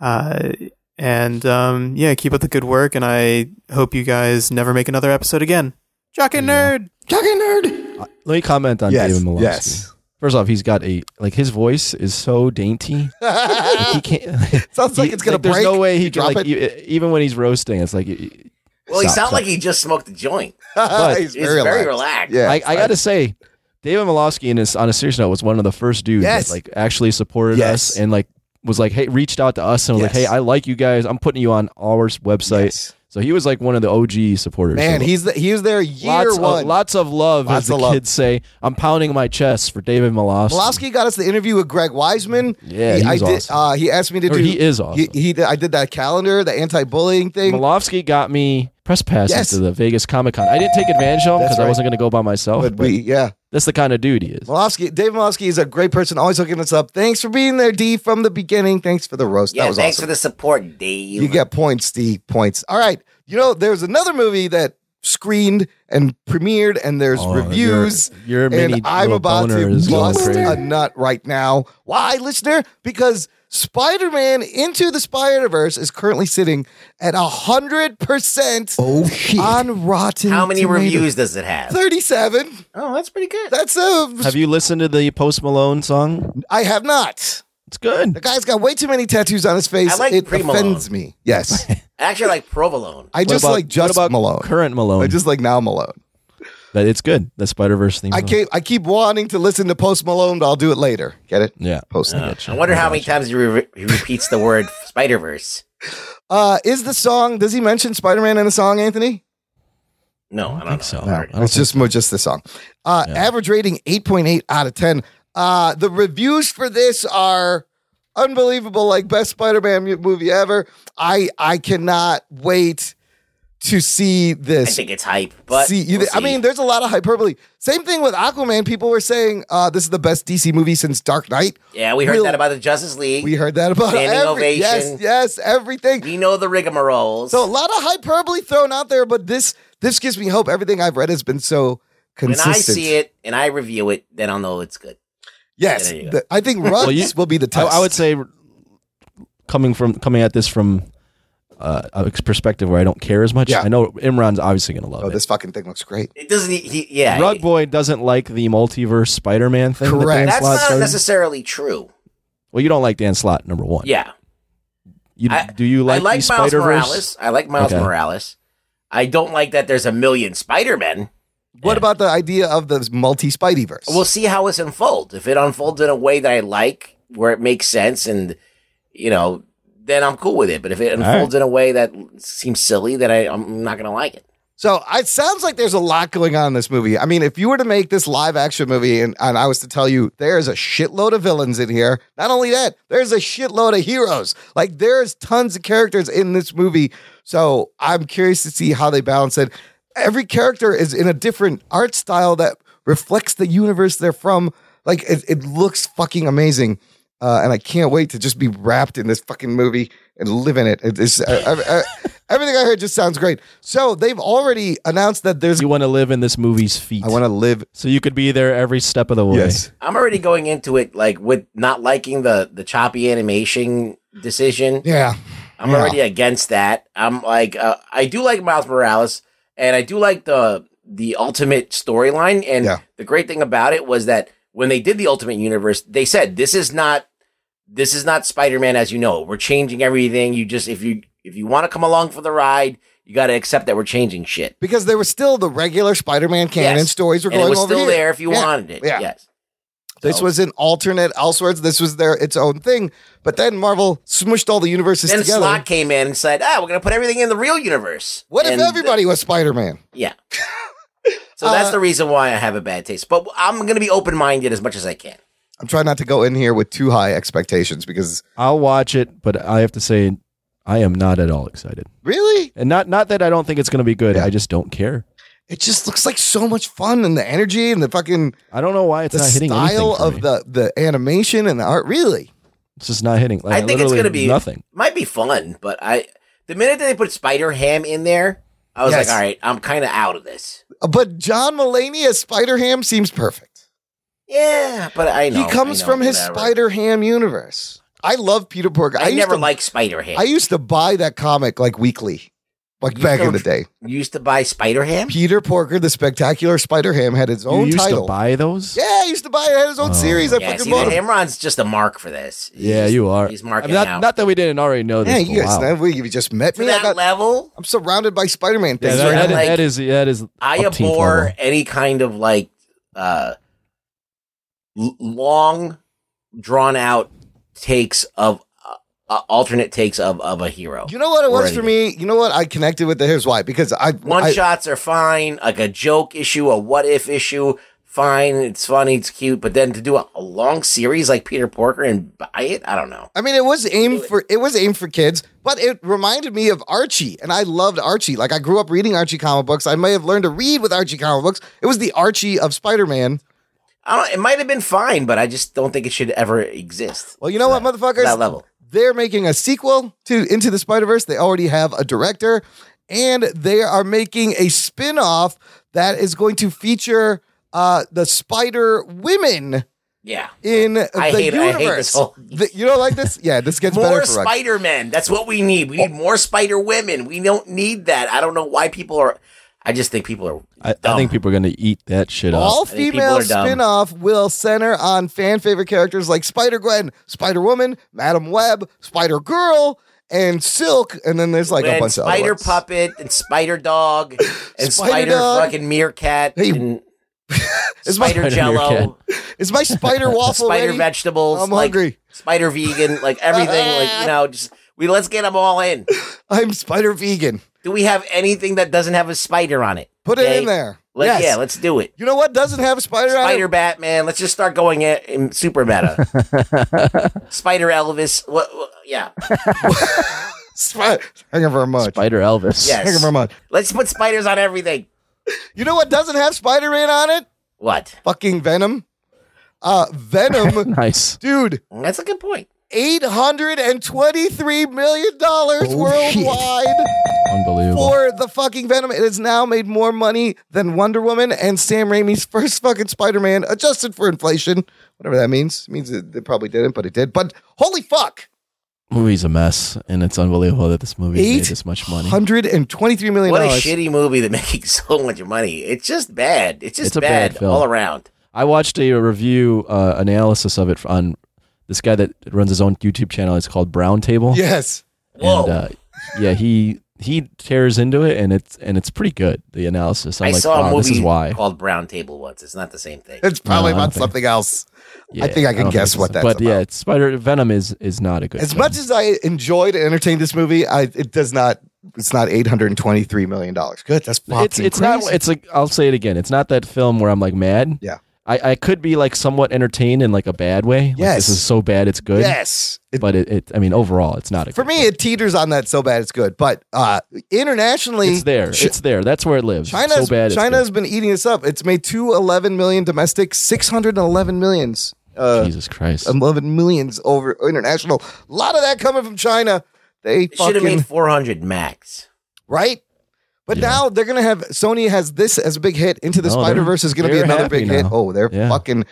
H: uh. And um, yeah, keep up the good work, and I hope you guys never make another episode again. Jock and nerd.
C: let me comment on
A: Yes,
C: David Malofsky.
A: yes.
C: First off, he's got a like his voice is so dainty. Like, he can't.
A: Sounds like
C: he-
A: it's gonna
C: there's
A: break.
C: no way he
A: You
C: can
A: drop
C: like
A: it.
C: e- even when he's roasting. It's like e-
D: Well, he
C: Stop,
D: sounds
C: stop.
D: like he just smoked a joint.
A: He's
D: He's very relaxed.
A: Yeah,
C: I, I got to say, David Malofsky, in his, on a serious note, was one of the first dudes
A: Yes.
C: that like actually supported
A: Yes.
C: us and like was like, hey, reached out to us and was like,
A: Yes.
C: hey, I like you guys. I'm putting you on our website.
A: Yes.
C: So he was like one of the OG supporters.
A: Man,
C: So
A: he's the, he was there year
C: lots
A: one.
C: Of, lots of love,
A: Lots
C: as the
A: of love.
C: kids say. I'm pounding my chest for David Malofsky.
A: Malofsky got us the interview with Greg Wiseman.
C: Yeah,
A: he,
C: he
A: I
C: was
A: did.
C: awesome.
A: Uh, he asked me to
C: Or
A: do.
C: he is awesome.
A: He, he- I did that calendar, the anti-bullying thing.
C: Malofsky got me press passes
A: Yes.
C: to the Vegas Comic Con. I didn't take advantage of him
A: That's
C: because
A: right.
C: I wasn't going to go by myself.
A: but
C: But,
A: we, yeah,
C: that's the kind of dude he is.
A: Malofsky, Dave Malofsky is a great person, always hooking us up. Thanks for being there, D, from the beginning. Thanks for the roast.
D: Yeah,
A: that was
D: thanks
A: awesome.
D: for the support, Dave.
A: You get points, D, points. All right. You know, there's another movie that screened and premiered, and there's
C: Oh,
A: reviews.
C: your- your mini
A: and I'm
C: little
A: about
C: boner
A: to
C: is going
A: bust
C: crazy.
A: a nut right now. Why, listener? Because Spider Man Into the Spider Verse is currently sitting at 100%
F: Oh shit!
A: on Rotten
D: How many
A: Tomatoes.
D: reviews does it have?
A: 37.
D: Oh, that's pretty good.
A: That's a.
C: Have you listened to the Post Malone song?
A: I have not.
C: It's good.
A: The guy's got way too many tattoos on his face.
D: I like
A: it
D: Pre-Malone.
A: offends me. Yes.
D: Actually, I like provolone.
A: I just
C: about-
A: like just
C: what about
A: Malone.
C: current Malone?
A: I just like now Malone.
C: But it's good. The Spider Verse theme.
A: I
C: song.
A: keep I keep wanting to listen to Post Malone, but I'll do it later. Get it?
C: Yeah.
A: Post. Malone.
D: Uh, I wonder how many times he, re- he repeats the word Spider Verse.
A: Uh, is the song? Does he mention Spider Man in the song, Anthony?
D: No, I don't
C: think
D: know.
C: so.
D: All right.
C: I don't
A: It's just more just the song. Uh, Average rating eight point eight out of ten. Uh, the reviews for this are unbelievable. Like best Spider Man movie ever. I I cannot wait to see
D: I
A: this.
D: think it's hype, but
A: see, you,
D: we'll
A: I mean, there's a lot of hyperbole. Same thing with Aquaman. People were saying uh, this is the best DC movie since Dark Knight.
D: yeah, we heard
A: we'll-
D: that about the Justice League.
A: We
D: We,
A: heard that about
D: Standing
A: every,
D: ovation.
A: yes, yes, everything.
D: know the rigmaroles.
A: So a lot of hyperbole thrown out there, but this this gives me hope. Everything I've read has been so
D: when
A: consistent.
D: I see it and I review it, then I'll know it's good.
A: yes,
D: There you go.
A: the- I think Ruts
C: you-
A: will be the
C: I,
A: test.
C: I would say coming from coming at this from uh, a perspective where I don't care as much.
A: Yeah.
C: I know Imran's obviously going to love
A: oh,
C: it.
A: this fucking thing looks great.
D: It doesn't. e-, He, he- yeah,
C: Rug
D: it-
C: Boy doesn't like the multiverse Spider-Man thing. that Dan
A: Correct.
D: That's
C: Slott
D: not
C: started.
D: necessarily true.
C: well, you don't like Dan Slott, number one.
D: Yeah,
C: You,
D: I-
C: do you like,
D: I like
C: the
D: Miles
C: Spider-Verse?
D: Morales. I like Miles
C: Okay.
D: Morales. I don't like that there's a million Spider Men.
A: What about the idea of the multi Spideyverse?
D: We'll see how this unfolds. If it unfolds in a way that I like, where it makes sense, and you know, then I'm cool with it. But if it
C: right.
D: unfolds in a way that seems silly, then I, I'm not gonna like it.
A: so it sounds like there's a lot going on in this movie. I mean, if you were to make this live action movie, and, and I was to tell you there's a shitload of villains in here. Not only that, there's a shitload of heroes. Like there's tons of characters in this movie. So I'm curious to see how they balance it. every character is in a different art style that reflects the universe they're from. Like it, it looks fucking amazing, uh, and I can't wait to just be wrapped in this fucking movie and live in it. It's, I, I, I, uh, everything I heard just sounds great. So they've already announced that there's.
C: You want to live in this movie's feet.
A: I want to live.
C: so you could be there every step of the way.
D: I'm already going into it like with not liking the the choppy animation decision.
A: Yeah.
D: I'm
A: Yeah.
D: already against that. I'm like, uh, I do like Miles Morales, and I do like the the Ultimate storyline. And
A: Yeah.
D: the great thing about it was that when they did the Ultimate Universe, they said this is not this is not Spider Man as you know. We're changing everything. You just if you if you want to come along for the ride, you got to accept that we're changing shit.
A: Because there were still the regular Spider-Man canon
D: Yes.
A: stories were
D: And
A: going
D: it was
A: over
D: still
A: here.
D: there if you
A: Yeah.
D: wanted it.
A: Yeah.
D: Yes.
A: This
D: So-
A: was an alternate Elseworlds. This was their its own thing. But then Marvel smushed all the universes
D: Then
A: together.
D: Slot came in and said, "Ah, we're gonna put everything in the real universe."
A: what if
D: And th-
A: everybody was Spider-Man?
D: Yeah. So that's
A: Uh,
D: the reason why I have a bad taste. But I'm going to be open minded as much as I can.
A: I'm trying not to go in here with too high expectations because
C: I'll watch it, but I have to say, I am not at all excited.
A: really,
C: And not not that I don't think it's going to be good.
A: Yeah.
C: I just don't care.
A: it just looks like so much fun and the energy and the fucking
C: I don't know why it's
A: the
C: not hitting
A: style
C: anything for
A: of
C: me.
A: the the animation and the art. Really,
C: It's just not hitting. Like,
D: I think it's
C: literally
D: going to be
C: nothing.
D: Might be fun, but I the minute that they put Spider Ham in there, I was
A: Yes.
D: like, all right, I'm kind of out of this.
A: but John Mulaney as Spider Ham seems perfect.
D: Yeah, but I know
A: he comes
D: I know,
A: from his
D: whatever.
A: Spider Ham universe. I love Peter Porker.
D: I,
A: used
D: never
A: to,
D: liked Spider Ham.
A: I used to buy that comic like weekly, like
D: You
A: back in
D: don't-
A: the day.
D: used to buy Spider Ham.
A: Peter Porker, the Spectacular Spider Ham, had his
C: You
A: own
C: used
A: title.
C: to buy those.
A: yeah, I used to buy it. It had his own
C: Oh.
A: series. I
D: Yeah,
A: fucking
D: see,
A: bought
D: the
A: it.
D: Amron's just a mark for this. He's
C: Yeah,
D: just-
C: you are.
D: He's
C: I
D: marking
C: mean, not,
D: out
C: not that we didn't already know this.
A: Yeah,
C: but
A: you guys,
C: wow.
A: know, we- you just met
D: to
A: me. I
D: that
A: got,
D: level.
A: I'm surrounded by Spider Man
C: Yeah,
A: things.
C: that,
A: right
C: that-
A: now.
D: like-
C: that is that is
D: I
C: upteenth
D: abhor
C: level.
D: any kind of like uh l- long, drawn out takes of uh, uh, alternate takes of of a hero.
A: You know what it
D: Or
A: was for me? You know what? I connected with the here's why. Because I
D: One
A: I,
D: shots are fine, like a joke issue, a what if issue, fine. It's funny, it's cute, but then to do a, a long series like Peter Porker and buy it, I don't know.
A: I mean, it was aimed for it was aimed for kids, but it reminded me of Archie, and I loved Archie. Like I grew up reading Archie comic books. I may have learned to read with Archie comic books. It was the Archie of Spider Man.
D: I don't. It might have been fine, but I just don't think it should ever exist.
A: Well, you know what, motherfuckers?
D: that level.
A: They're making a sequel to Into the Spider Verse. They already have a director, and they are making a spin off that is going to feature uh, the Spider Women
D: Yeah.
A: in
D: I
A: the
D: hate- I
A: universe.
D: hate this whole-
A: The- you don't like this? Yeah, this gets
D: more
A: better for Rocky.
D: Spider Men. That's what we need. We need more Spider Women. We don't need that. I don't know why people are. I just think people are.
C: I, I
D: Dumb.
C: think people are going to eat that shit
A: All
C: up.
D: I think people are
A: female
D: dumb.
A: spin off will center on fan favorite characters like Spider Gwen, Spider Woman, Madam Web, Spider Girl, and Silk. And then there's like a
D: and
A: bunch of other
D: Spider
A: ones.
D: Puppet and Spider Dog and Spider,
A: Dog.
D: fucking Meerkat
A: Hey,
D: and
A: Is my,
D: Spider
C: Spider
D: Jello,
C: Meerkat.
A: is my Spider Waffle
D: Spider
A: ready?
D: Vegetables,
A: I'm
D: like
A: hungry.
D: Spider Vegan, like everything, like you know, just we let's get them all in.
A: I'm Spider Vegan.
D: Do we have anything that doesn't have a spider on it?
A: Put
D: Okay?
A: it in there.
D: Let-
A: yes.
D: Yeah, let's do it.
A: you know what doesn't have a spider, on it?
D: Spider Batman. Let's just start going at, in super meta. spider Elvis. What, what? Yeah.
A: Spi- Thank you very much.
C: Spider Elvis.
D: Yes.
A: Thank you very much.
D: Let's put spiders on everything.
A: You know what doesn't have Spider Man on it?
D: What?
A: Fucking Venom. Uh, Venom,
C: Nice.
A: dude.
D: That's a good point.
A: $823 million
C: Oh,
A: worldwide
C: Unbelievable.
A: for the fucking Venom. It has now made more money than Wonder Woman and Sam Raimi's first fucking Spider Man, adjusted for inflation. Whatever that means. It means it, it probably didn't, but it did. But holy fuck.
C: Movie's a mess, and it's unbelievable that this movie made this much money.
A: $823 million.
D: What a shitty movie that making so much money. It's just bad. It's just
C: It's a
D: bad,
C: bad film.
D: all around.
C: I watched a review uh, analysis of it on this guy that runs his own YouTube channel. It's called Brown Table.
A: Yes.
D: Whoa.
C: And, uh, yeah, he he tears into it, and it's and it's pretty good. The analysis. I'm
D: I
C: like,
D: saw
C: wow,
D: a movie
C: this is why.
D: called Brown Table once. It's not the same thing.
A: It's probably
C: No, I don't
A: about
C: think-
A: something else.
C: Yeah,
A: think I can
C: don't
A: guess
C: it's-
A: what that's
C: But yeah,
A: about.
C: it's Spider Venom is is not a good.
A: As
C: film.
A: much as I enjoyed and entertained this movie, I it does not. It's not eight hundred and twenty three million dollars. Good, that's fucking
C: it's it's
A: crazy.
C: not it's like I'll say it again. It's not that film where I'm like mad.
A: Yeah.
C: I, I could be like somewhat entertained in like a bad way. Like,
A: Yes.
C: this is so bad it's good.
A: yes, It-
C: But it, it I mean overall it's not a
A: for
C: good
A: me
C: film.
A: it teeters on that so bad it's good. But uh internationally,
C: it's there.
A: Chi-
C: it's there. That's where it lives.
A: China's
C: so bad.
A: China's
C: it's
A: been eating us up. It's made two eleven million domestic, six hundred and eleven millions.
C: good.
A: Uh,
C: Jesus Christ.
A: 11 millions over international. A lot of that coming from China. They
D: it should have
A: fucking
D: made 400 max.
A: right? But
C: Yeah.
A: now they're gonna have Sony has this as a big hit. Into the
C: No,
A: Spider Verse is gonna be
C: they're
A: another
C: happy
A: big hit.
C: now.
A: Oh, they're
C: Yeah.
A: fucking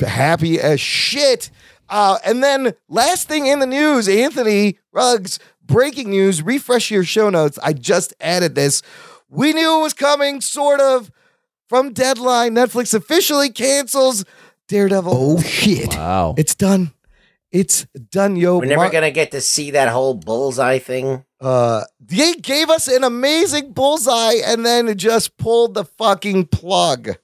A: happy as shit. Uh, and then last thing in the news, Anthony Ruggs, breaking news. Refresh your show notes. I just added this. We knew it was coming, sort of. From Deadline, Netflix officially cancels Daredevil. Oh shit!
C: wow.
A: It's done. It's done, yo.
D: We're never
A: Mar-
D: going to get to see that whole bullseye thing.
A: uh, they gave us an amazing bullseye and then just pulled the fucking plug.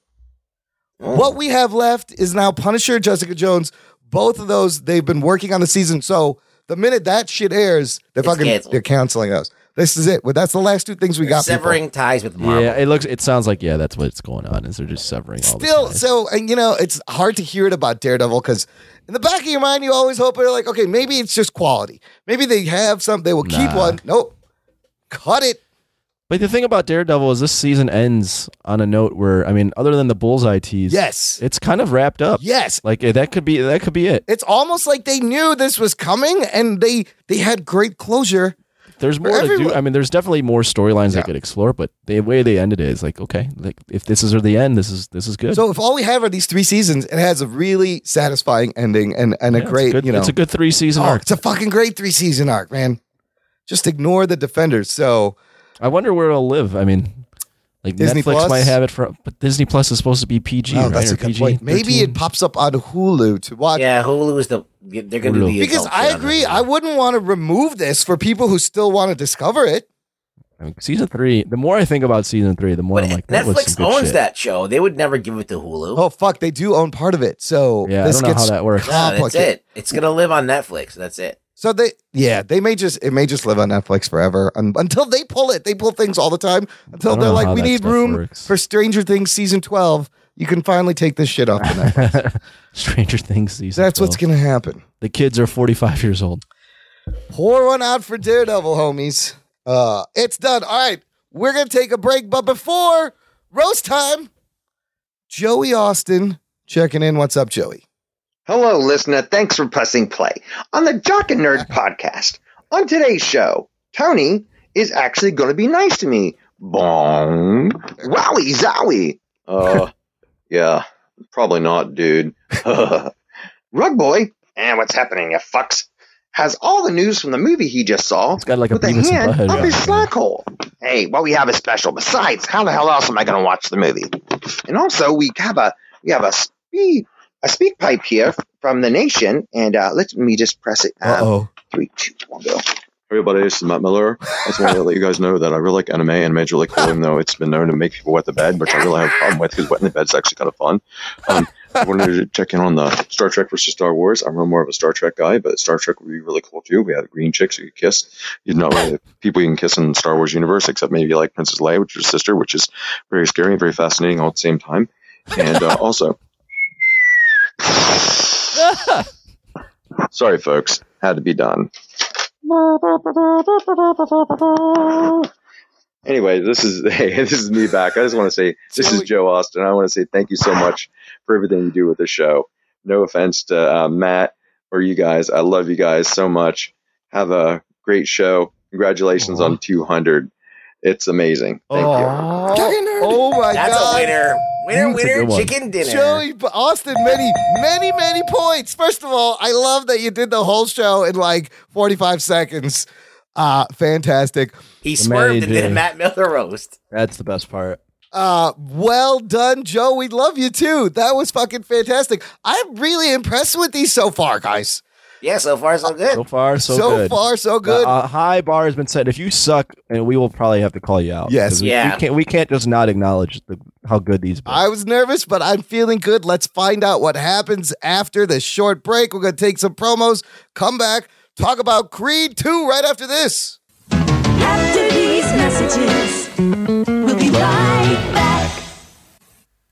D: Oh.
A: What we have left is now Punisher, Jessica Jones. Both of those they've been working on the season. So the minute that shit airs, they're
D: It's
A: fucking
D: canceled.
A: they're canceling us. This is it. Well, that's the last two things we got. people.
D: Severing ties with Marvel.
C: Yeah, it looks it sounds like yeah, that's what's going on. Is they're just severing all the
A: Still,
C: ties.
A: so and you know, it's hard to hear it about Daredevil because in the back of your mind, you always hope they're like, okay, maybe it's just quality. Maybe they have some. They will keep
C: Nah.
A: one. Nope, cut it.
C: But the thing about Daredevil is this season ends on a note where I mean, other than the bullseye tease,
A: Yes,
C: it's kind of wrapped up.
A: yes.
C: Like eh, that could be that could be it.
A: it's almost like they knew this was coming and they they had great closure
C: There's
A: For
C: more to
A: everyone.
C: do. I mean, there's definitely more storylines
A: Yeah.
C: they could explore, but the way they ended it is like, okay, like if this is the end, this is this is good.
A: so if all we have are these three seasons it has a really satisfying ending and and
C: Yeah,
A: a great
C: it's good,
A: you know
C: it's a good three season
A: Oh,
C: arc.
A: it's a fucking great three season arc man just ignore the defenders so
C: I wonder where it'll live. I mean, like
A: Disney
C: Netflix
A: Plus?
C: might have it for, but Disney Plus is supposed to be PG,
A: wow,
C: right?
A: that's
C: or
A: a good
C: PG
A: point maybe
C: 13?
A: it pops up on hulu to watch
D: Yeah, Hulu is the. They're going to
C: Hulu.
D: be
A: because i agree i wouldn't want to remove this for people who still want to discover it
C: I mean, season three. The more I think about season three, the more
D: But
C: I'm like, that was
D: Netflix
C: some good
D: owns
C: shit.
D: that show. They would never give it to Hulu.
A: Oh fuck, they do own part of it. So
C: Yeah,
A: this
C: I don't know
A: gets
C: how that works.
D: Yeah, that's
A: complicated.
D: it. It's gonna live on Netflix. That's it.
A: So they, yeah, they may just it may just live on Netflix forever un- until they pull it. They pull things all the time until
C: don't
A: they're
C: know
A: like,
C: how
A: we
C: that
A: need
C: stuff
A: room
C: works."
A: for Stranger Things season twelve. You can finally take this shit off the net.
C: Stranger Things season.
A: That's what's
C: 12.
A: gonna happen.
C: the kids are 45 years old.
A: Pour one out for Daredevil, homies. Uh, it's done. All right, we're gonna take a break, but before roast time, Joey Austin checking in. What's up, Joey?
I: Hello, listener. Thanks for pressing play on the Jock and Nerd podcast. On today's show, Tony is actually going to be nice to me. Bong. Wowie zowie. Uh, yeah, probably not, dude. Rug Boy, and what's happening, you fucks, has all the news from the movie he just saw
C: It's got like a
I: with a
C: Beavis and
I: hand
C: Butthead.
I: up his
C: reference.
I: slack hole. Hey, well, we have a special. Besides, how the hell else am I going to watch the movie? And also, we have a we have a speak a speak pipe here from the nation, and uh, let me just press it.
A: Uh
I: Um,
A: oh.
I: three, two, one, go.
J: Everybody, this is Matt Miller. I just want to let you guys know that I really like anime and Major League Home, though it's been known to make people wet the bed, which I really have a problem with because wetting the bed's actually kind of fun. Um, I wanted to check in on the Star Trek versus Star Wars. I'm more of a Star Trek guy, but Star Trek would be really cool too. We had green chicks you could kiss. You're not really people you can kiss in the Star Wars universe, except maybe like Princess Leia, which is her sister, which is very scary and very fascinating all at the same time. And uh, also, sorry, folks, had to be done. Anyway, this is hey, this is me back. I just want to say this is Joe Austin. I want to say thank you so much for everything you do with the show. No offense to uh, Matt or you guys. I love you guys so much. Have a great show. Congratulations on 200. It's amazing. Thank you.
A: Oh, oh my
D: That's
A: god.
D: a winner. Winner,
C: That's a good
D: winner,
C: one.
D: chicken dinner.
A: Joey B- Austin, many, many, many points. First of all, I love that you did the whole show in like 45 seconds. Uh, fantastic.
D: He swerved and did a
C: Amazing.
D: Matt Miller roast.
C: That's the best part.
A: Uh, well done, Joe. We love you too. That was fucking fantastic. I'm really impressed with these so far, guys.
D: Yeah, so far so
C: So
D: good.
C: far, so, good. Uh,
A: far, so good.
C: A high bar has been set. If you suck, and we will probably have to call you out.
A: Yes.
C: 'Cause we,
D: Yeah.
C: We can't. We can't just not acknowledge the, how good these. Been.
A: I was nervous, but I'm feeling good. Let's find out what happens after this short break. We're going to take some promos, come back, talk about Creed 2 right after this.
K: After these messages, we'll be right back.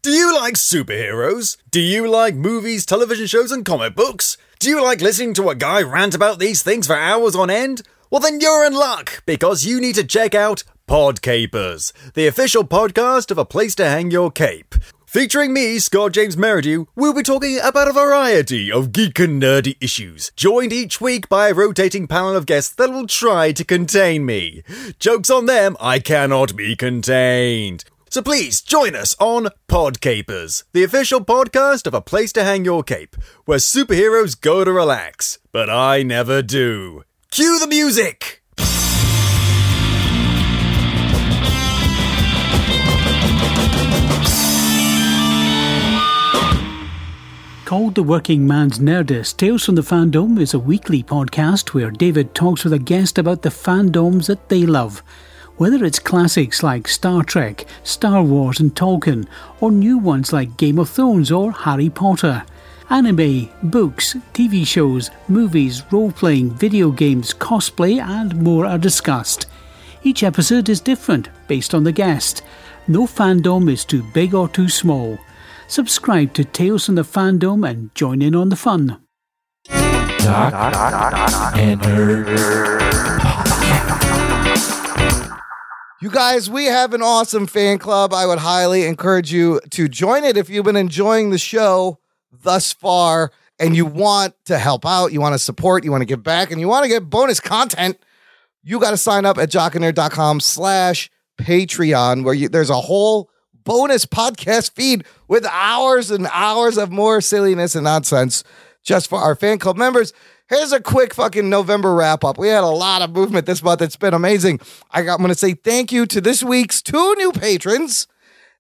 L: Do you like superheroes? Do you like movies, television shows, and comic books? Do you like listening to a guy rant about these things for hours on end? Well, then you're in luck because you need to check out Podcapers, the official podcast of A Place to Hang Your Cape. Featuring me, Scott James Meridew, we'll be talking about a variety of geek and nerdy issues, joined each week by a rotating panel of guests that will try to contain me. Jokes on them, I cannot be contained. So please join us on Podcapers, the official podcast of A Place to Hang Your Cape, where superheroes go to relax, but I never do. Cue the music!
K: Called The Working Man's Nerdist, Tales from the Fandom is a weekly podcast where David talks with a guest about the fandoms that they love. Whether it's classics like Star Trek, Star Wars, and Tolkien, or new ones like Game of Thrones or Harry Potter. Anime, books, TV shows, movies, role playing, video games, cosplay, and more are discussed. Each episode is different based on the guest. No fandom is too big or too small. Subscribe to Tales from the Fandom and join in on the fun.
A: You guys, we have an awesome fan club. I would highly encourage you to join it if you've been enjoying the show thus far and you want to help out, you want to support, you want to give back, and you want to get bonus content. You got to sign up at jockinerd.com slash Patreon, where you, there's a whole bonus podcast feed with hours and hours of more silliness and nonsense just for our fan club members. Here's a quick fucking November wrap up. We had a lot of movement this month. It's been amazing. I got, I'm going to say thank you to this week's two new patrons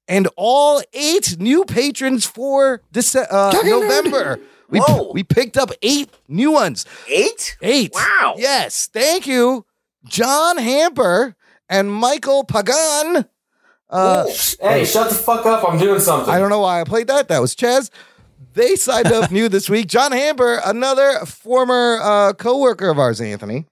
A: and all eight new patrons for this uh, November. We,
D: Whoa.
A: we picked up eight new ones.
D: Eight?
A: Eight.
D: Wow.
A: Yes. Thank you, John Hamper and Michael Pagan.
M: Hey, shut the fuck up. I'm doing something.
A: Uh, I don't know why I played that. That was Chaz. They signed up new this week. John Hamber, another former uh, co-worker of ours, Anthony.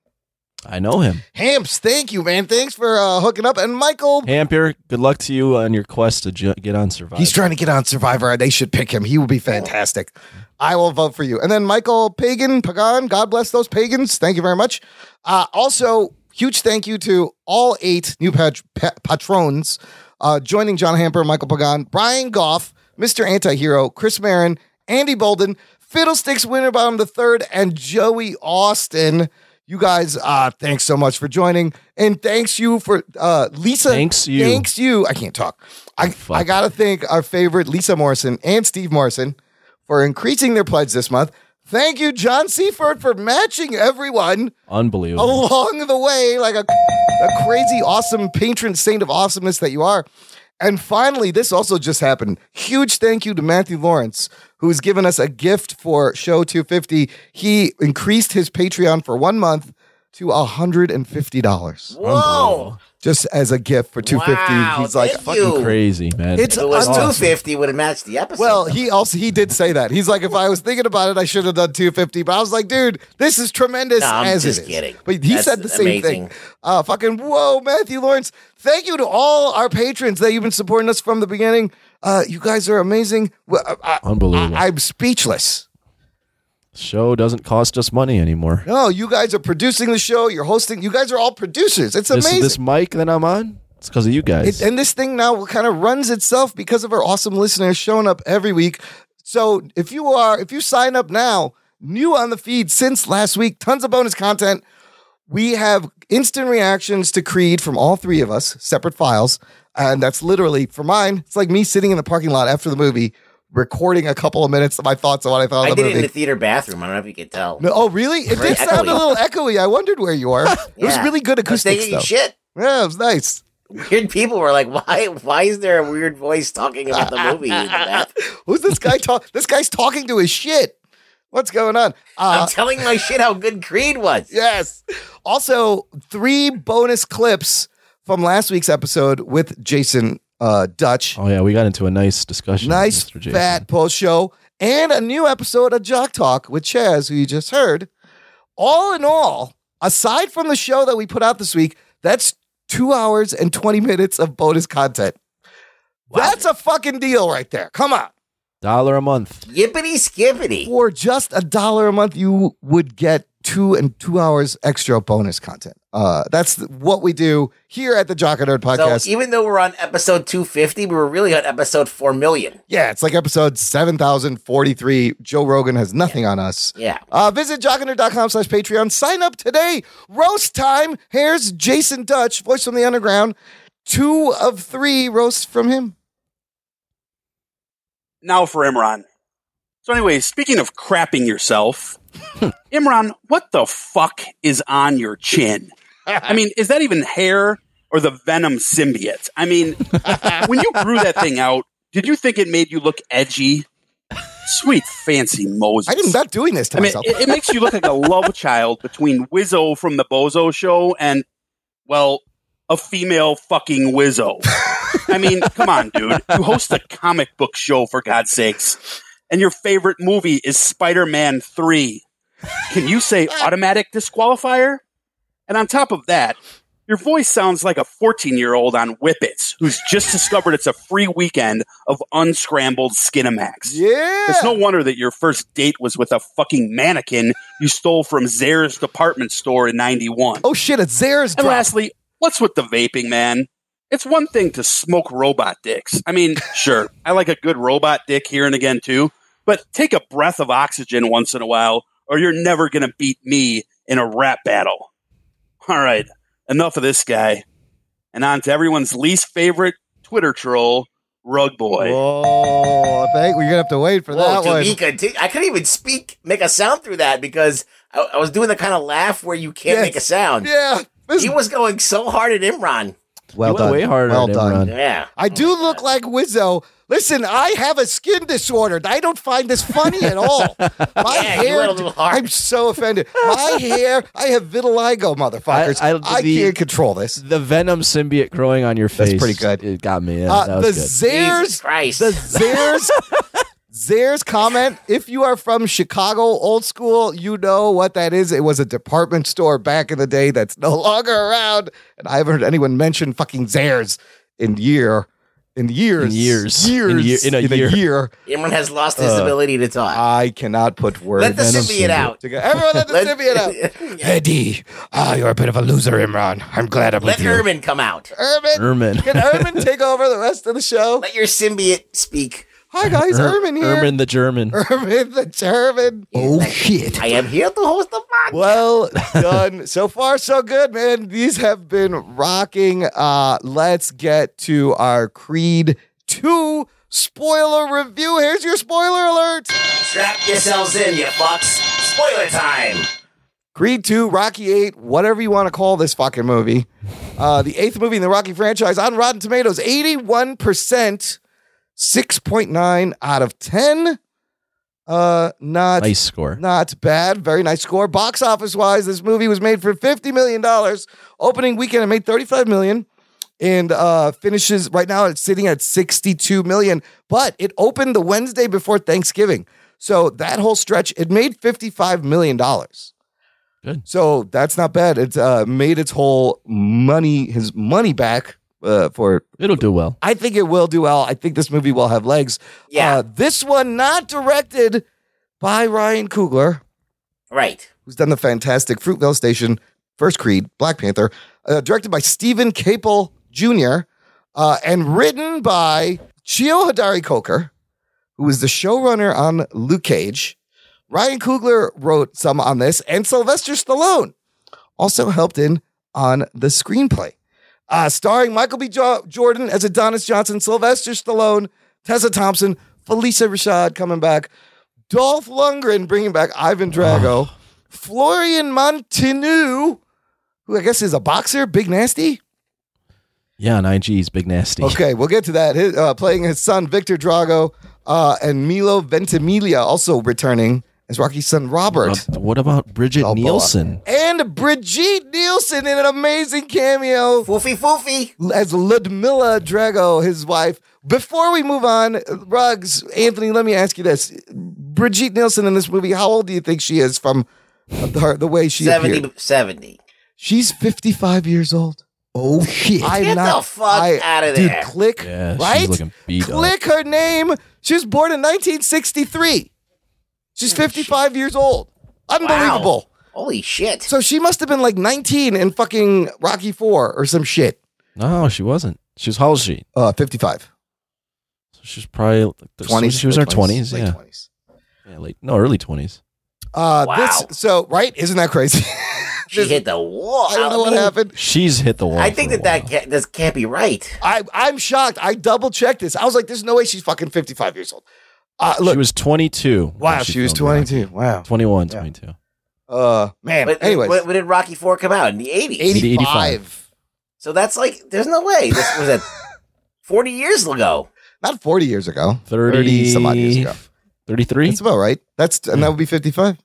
C: I know him.
A: Hamps, thank you, man. Thanks for uh, hooking up. And Michael,
C: Hampier, good luck to you on your quest to ju- get on Survivor.
A: he's trying to get on Survivor. They should pick him. He will be fantastic. I will vote for you. And then Michael Pagan, Pagan, God bless those pagans. Thank you very much. Uh, also, huge thank you to all eight new pat- pa- patrons uh, joining John Hamper, Michael Pagan, Brian Goff, Mr. Antihero, Chris Marin, Andy Bolden, Fiddlesticks Winterbottom the Third, and Joey Austin. You guys, uh, thanks so much for joining, and thanks you for uh, Lisa. Thanks
C: you.
A: Thanks you. I can't talk. I I gotta thank our favorite Lisa Morrison and Steve Morrison for increasing their pledge this month. Thank you, John Seaford, for matching everyone
C: Unbelievable.
A: along the way like a, a crazy awesome patron saint of awesomeness that you are and finally this also just happened huge thank you to matthew lawrence who's given us a gift for show 250 he increased his patreon for one month to $150
D: Whoa.
A: just as a gift for 250
D: Wow,
A: he's like
D: thank you.
C: Crazy man.
A: It's
D: If it was
A: awesome.
D: 250 would have matched the episode.
A: well, he also he did say that. He's like, if I was thinking about it, I should have done 250. But I was like, dude, this is tremendous
D: No, I'm
A: as
D: just
A: it is.
D: kidding.
A: But he
D: That's
A: said the same
D: amazing.
A: thing. Uh, fucking whoa, Matthew Lawrence. Thank you to all our patrons that you've been supporting us from the beginning. Uh, you guys are amazing. Well, I,
C: Unbelievable.
A: I, I'm speechless.
C: Show doesn't cost us money anymore.
A: No, you guys are producing the show. You're hosting. You guys are all producers. It's
C: This,
A: amazing.
C: this mic that I'm on, it's because of you guys.
A: It, and this thing now kind of runs itself because of our awesome listeners showing up every week. So if you are, if you sign up now, new on the feed since last week, tons of bonus content. We have instant reactions to Creed from all three of us, separate files. And that's literally for mine. It's like me sitting in the parking lot after the movie, recording a couple of minutes of my thoughts on what I thought
D: I
A: of the
D: did it
A: Oh, movie.
D: in the theater bathroom. I don't know if you could tell.
A: No, oh, really? It
D: Very
A: did sound a
D: echoey.
A: little echoey. I wondered where you are. It was
D: Yeah.
A: really good
D: I was
A: acoustics,
D: thinking
A: though.
D: shit.
A: Yeah, it was nice.
D: Weird people were like, "Why? Why is there a weird voice talking about the movie?" in the bathroom?
A: Who's this guy talk? this guy's talking to his shit. What's going on? Uh,
D: I'm telling my shit how good Creed was.
A: yes. Also, three bonus clips from last week's episode with Jason uh, Dutch.
C: oh yeah, we got into a nice discussion. with
A: Nice
C: Mr. Jason.
A: fat post show and a new episode of Jock Talk with Chaz, who you just heard. All in all, aside from the show that we put out this week, that's two hours and 20 minutes of bonus content. That's a fucking deal right there. Come on.
C: dollar a month.
D: Yippity skippity.
A: For just a dollar a month, you would get two and two hours extra bonus content. Uh, that's th- what we do here at the Jock and Nerd podcast.
D: So even though we're on episode 250, we were really on episode 4 million.
A: yeah, it's like episode 7043. Joe Rogan has nothing on us.
D: Yeah.
A: Uh, visit jockandnerd.com slash Patreon. Sign up today. Roast time. Here's Jason Dutch, voice from the underground. Two of three roasts from him.
E: Now for Imran. So, anyway, speaking of crapping yourself, Imran, what the fuck is on your chin? I mean, is that even hair or the Venom symbiote? I mean, when you grew that thing out, did you think it made you look edgy? Sweet fancy Moses.
A: I didn't stop doing this to
E: I mean,
A: myself.
E: it, it makes you look like a love child between Wizzo from the Bozo Show and, well, a female fucking Wizzo. I mean, come on, dude. You host a comic book show for God's sakes, and your favorite movie is Spider-Man Three. Can you say automatic disqualifier? And on top of that, your voice sounds like a 14-year-old on Whippets who's just discovered it's a free weekend of unscrambled Skinamax.
A: yeah.
E: It's no wonder that your first date was with a fucking mannequin you stole from Zare's department store in 91.
A: oh, shit. It's Zare's
E: and
A: drop.
E: lastly, what's with the vaping, man? It's one thing to smoke robot dicks. I mean, sure, I like a good robot dick here and again too, but take a breath of oxygen once in a while or you're never going to beat me in a rap battle. All right, enough of this guy. And on to everyone's least favorite Twitter troll, Rug Boy.
A: Oh, I think we're going to have to wait for
D: Whoa,
A: that
D: dude,
A: one.
D: he conti- I couldn't even speak, make a sound through that because I, I was doing the kind of laugh where you can't
A: Yes.
D: make a sound.
A: Yeah.
D: He was going so hard at Imran.
A: Well
C: went
A: done.
C: way harder
A: well
C: at
A: done.
C: Imran.
D: Yeah. Oh
A: I do look like Wizzo. Listen, I have a skin disorder. I don't find this funny at all. My
D: Yeah, you
A: hair.
D: went a little hard.
A: I'm so offended. My hair. I have vitiligo, motherfuckers. I, can't control this.
C: The venom symbiote growing on your face. That's pretty good. It got me. Yeah,
A: Uh,
C: that
A: the
C: was good.
A: Zares, the Zares, Zares comment. If you are from Chicago, old school, you know what that is. It was a department store back in the day that's no longer around, and I haven't heard anyone mention fucking Zares in year, in years,
C: In years.
A: years,
C: In year- in a year. Uh,
D: Everyone has lost his ability to talk.
A: I cannot put words.
D: Let the symbiote out.
A: together. Everyone, let the symbiote out. Eddie, ah, you're a bit of a loser, Imran. I'm glad I'm
D: Let
A: with you.
D: Herman come out.
A: Ermin,
C: Ermin.
A: can Ermin take over the rest of the show?
D: Let your symbiote speak.
A: Hi guys,
C: Er-
A: Ermin here.
C: Ermin the German.
A: Ermin the German.
C: Oh shit.
D: I am here to host the podcast.
A: Well done. So far, so good, man. These have been rocking. Uh, let's get to our Creed 2 spoiler review. Here's your spoiler alert.
D: Strap yourselves in, you fucks. Spoiler time.
A: Creed 2, Rocky 8, whatever you want to call this fucking movie. Uh, the eighth movie in the Rocky franchise on Rotten Tomatoes, 81%, 6.9 out of 10. Uh, not
C: Nice score.
A: Not bad. Very nice score. Box office wise, this movie was made for $50 million. Opening weekend, it made $35 million and uh, finishes right now. It's sitting at 62 million, but it opened the Wednesday before Thanksgiving. So that whole stretch, it made 55 million dollars.
C: Good.
A: So that's not bad. It's uh, made its whole money, his money back uh, for.
C: It'll do well.
A: I think it will do well. I think this movie will have legs. Yeah. Uh, this one not directed by Ryan Coogler
D: Right.
A: who's done the fantastic Fruitvale Station, First Creed, Black Panther, uh, directed by Stephen Capel Jr., uh, and written by Chio Hadari Coker, who is the showrunner on Luke Cage. Ryan Coogler wrote some on this, and Sylvester Stallone also helped in on the screenplay. Uh, starring Michael B. Jo- Jordan as Adonis Johnson, Sylvester Stallone, Tessa Thompson, Felicia Rashad coming back, Dolph Lundgren bringing back Ivan Drago, Florian Montanu, who I guess is a boxer, big nasty.
C: Yeah, on IG's big nasty.
A: Okay, we'll get to that. His, uh, playing his son Victor Drago uh, and Milo Ventimiglia also returning as Rocky's son Robert.
C: Uh, what about Bridget Nielsen?
A: and Brigitte Nielsen in an amazing cameo.
D: Foofy foofy.
A: As Ludmilla Drago, his wife. Before we move on, Ruggs, Anthony, let me ask you this. Brigitte Nielsen in this movie, how old do you think she is from the, the way she
D: 70.
A: appeared?
D: 70.
A: She's 55 years old. Oh, shit. I'm
D: Get the
A: not,
D: fuck
A: I-
D: outta
A: dude,
D: there.
A: click,
C: Yeah, she's
A: right?
C: looking beat up.
A: click her name. She was born in 1963. She's 55 years old. Unbelievable.
D: Holy shit.
A: So she must have been like 19 in fucking Rocky 4 or some shit.
C: No, she wasn't. She was how old is she?
A: Uh, 55.
C: So she's probably
A: 20s,
C: She was in her
A: late 20s,
C: twenties.
A: late
C: Yeah.
A: 20s.
C: yeah, late no early twenties.
A: Uh,
D: Wow.
A: this, so, right? Isn't that crazy?
D: She hit the wall.
A: I don't know what
D: mean,
A: happened.
C: She's hit the wall.
D: I think
C: for a
D: that that can't, this can't be right.
A: I, I'm shocked. I double checked this. I was like, there's no way she's fucking 55 years old. Uh,
C: while.
A: look,
C: she was twenty two.
A: Wow, she was 22. Wow.
C: 21, 22.
A: uh, man.
D: But
A: anyways,
D: when, when did Rocky Four come out in the eighties?
A: 85.
D: So that's like there's no way this was at forty years ago.
A: Not 40 years ago.
C: 30,
A: some odd years ago.
C: 33?
A: That's about right. That's and that would be 55.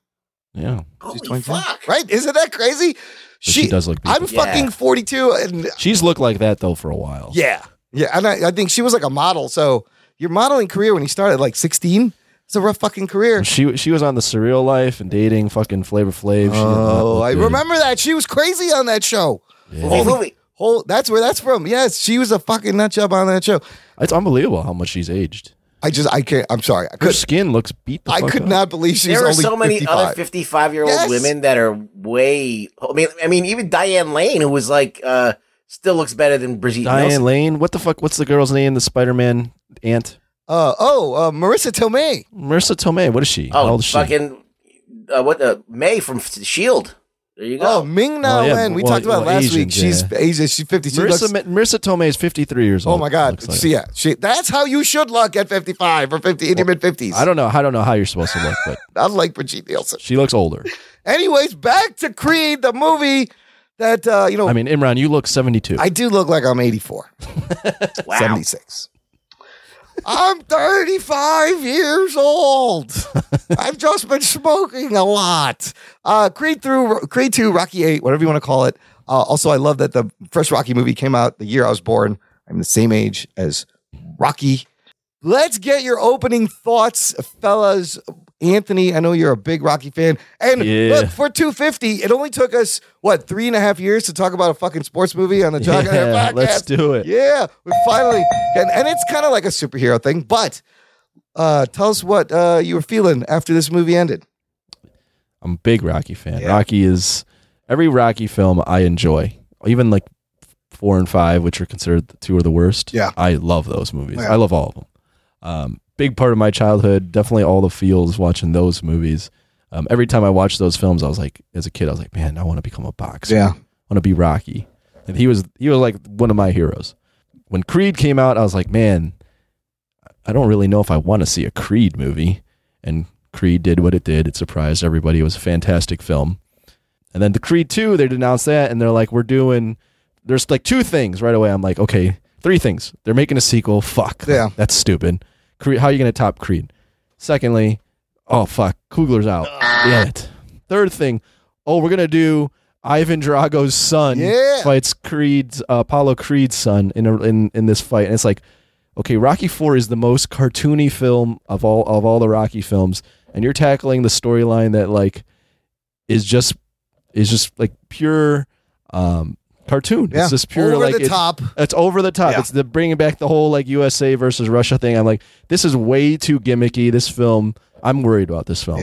C: Yeah.
D: Holy
A: 25.
D: fuck!
A: Right? Isn't that crazy?
C: she does look
A: I'm
C: beautiful.
A: fucking
D: Yeah.
A: 42 and
C: She's looked like that though for a while.
A: Yeah. Yeah. And I, I think she was like a model. So your modeling career when you started like 16, it's a rough fucking career.
C: She she was on the Surreal Life and dating fucking Flavor Flav. She uh, did not
A: Oh,
C: look
A: I
C: good.
A: remember that. She was crazy on that show.
D: Holy movie.
A: Whole, that's where that's from. Yes, she was a fucking nut job on that show.
C: It's unbelievable how much she's aged.
A: I just I can't I'm sorry. I
C: Her
A: could
C: skin looks beat. The
A: I
C: fuck
A: could
C: up.
A: not believe she
D: there are
A: was only
D: so many
A: 55.
D: other 55 year old
A: Yes.
D: women that are way. I mean, I mean, even Diane Lane, who was like, uh, still looks better than Brigitte
C: Diane
D: Nielsen.
C: Lane. What the fuck? What's the girl's name? The Spider Man aunt.
A: Uh, oh, uh, Marissa Tomei.
C: Marissa Tomei. What is she? how
D: Oh,
C: old is she?
D: fucking uh, what? Uh, May from F- Shield. There you
A: Oh,
D: go.
A: Ming Na
C: Oh, yeah,
A: Wen. We
C: well,
A: talked about
C: well,
A: last week.
C: Asians,
A: She's
C: yeah.
A: Asian. She's 50. She looks,
C: Marissa, Ma- Marissa Tomei is 53 years
A: oh
C: old.
A: my God.
C: looks like.
A: So, yeah, she, that's how you should look at 55 or 50, in your mid 50s.
C: I don't know. I don't know how you're supposed to look, but
A: Not like Brigitte Nielsen.
C: she looks older.
A: Anyways, back to Creed, the movie that uh, you know
C: I
A: I,
C: mean, Imran, you look 72.
A: do look like I'm 84,
D: wow.
A: 76. I'm 35 years old. I've just been smoking a lot. Uh, Creed through Creed 2, Rocky 8, whatever you want to call it. Uh, also, I love that the first Rocky movie came out the year I was born. I'm the same age as Rocky. Let's get your opening thoughts, fellas. Anthony, I know you're a big Rocky fan. And
C: Yeah.
A: look, for 250, it only took us, what, three and a half years to talk about a fucking sports movie on the Jock and Nerd
C: Yeah,
A: podcast?
C: let's do it.
A: Yeah, we finally, and, and it's kind of like a superhero thing, but uh, tell us what uh, you were feeling after this movie ended.
C: I'm a big Rocky fan. Rocky is every Rocky film I enjoy, even like four and five, which are considered the two of the worst. Yeah, I love those movies.
A: Yeah.
C: I love all of them. Um, big part of my childhood, definitely all the feels watching those movies. Um, every time I watched those films, I was like, as a kid, I was like, man, I want to become a boxer.
A: Yeah.
C: I want to be Rocky. And he was he was like one of my heroes. When Creed came out, I was like, man, I don't really know if I want to see a Creed movie. And Creed did what it did. It surprised everybody. It was a fantastic film. And then the Creed 2, they denounced that and they're like, we're doing, there's like two things right away. I'm like, okay, three things. They're making a sequel. Fuck. Yeah. That's stupid. Creed, how are you going to top Creed? Secondly, oh, fuck. Kugler's out. Damn it. Third thing, oh, we're going to do Ivan Drago's son
A: Yeah.
C: fights Creed's, uh, Apollo Creed's son in, a, in, in this fight. And it's like, okay, Rocky 4 is the most cartoony film of all, of all the Rocky films. And you're tackling the storyline that like, is just is just like pure um cartoon.
A: Yeah.
C: It's just pure
A: Over
C: like
A: the
C: it's-
A: top.
C: It's over the top. It's the bringing back the whole like USA versus Russia thing. I'm like, this is way too gimmicky. This film, I'm worried about this film.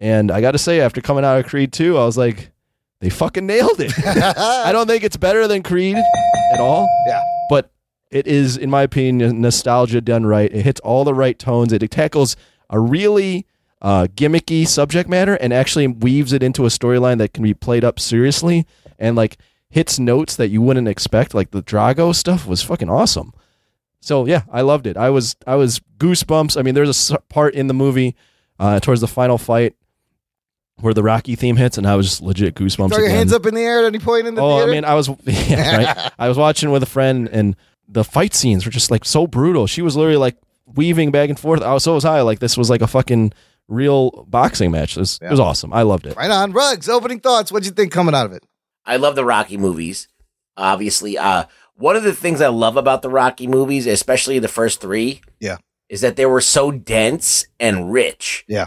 C: And I got to say, after coming out of Creed 2, I was like, they fucking nailed it. I don't think it's better than Creed at all.
A: Yeah.
C: But it is, in my opinion, nostalgia done right. It hits all the right tones. It tackles a really uh, gimmicky subject matter and actually weaves it into a storyline that can be played up seriously and like hits notes that you wouldn't expect. Like the Drago stuff was fucking awesome. So yeah, I loved it. I was I was goosebumps. I mean, there's a s- part in the movie uh, towards the final fight where the Rocky theme hits, and I was just legit goosebumps.
A: Throw your
C: again.
A: hands up in the air at any point in the
C: Oh,
A: theater.
C: I mean, I was yeah, right. I was watching with a friend, and the fight scenes were just like so brutal. She was literally like weaving back and forth. I was so was I. Like this was like a fucking real boxing match. It was, it was awesome. I loved it.
A: right on. Rugs, opening thoughts. What'd you think coming out of it?
D: I love the Rocky movies. Obviously, uh, one of the things I love about the Rocky movies, especially the first three,
A: Yeah.
D: is that they were so dense and rich.
A: Yeah.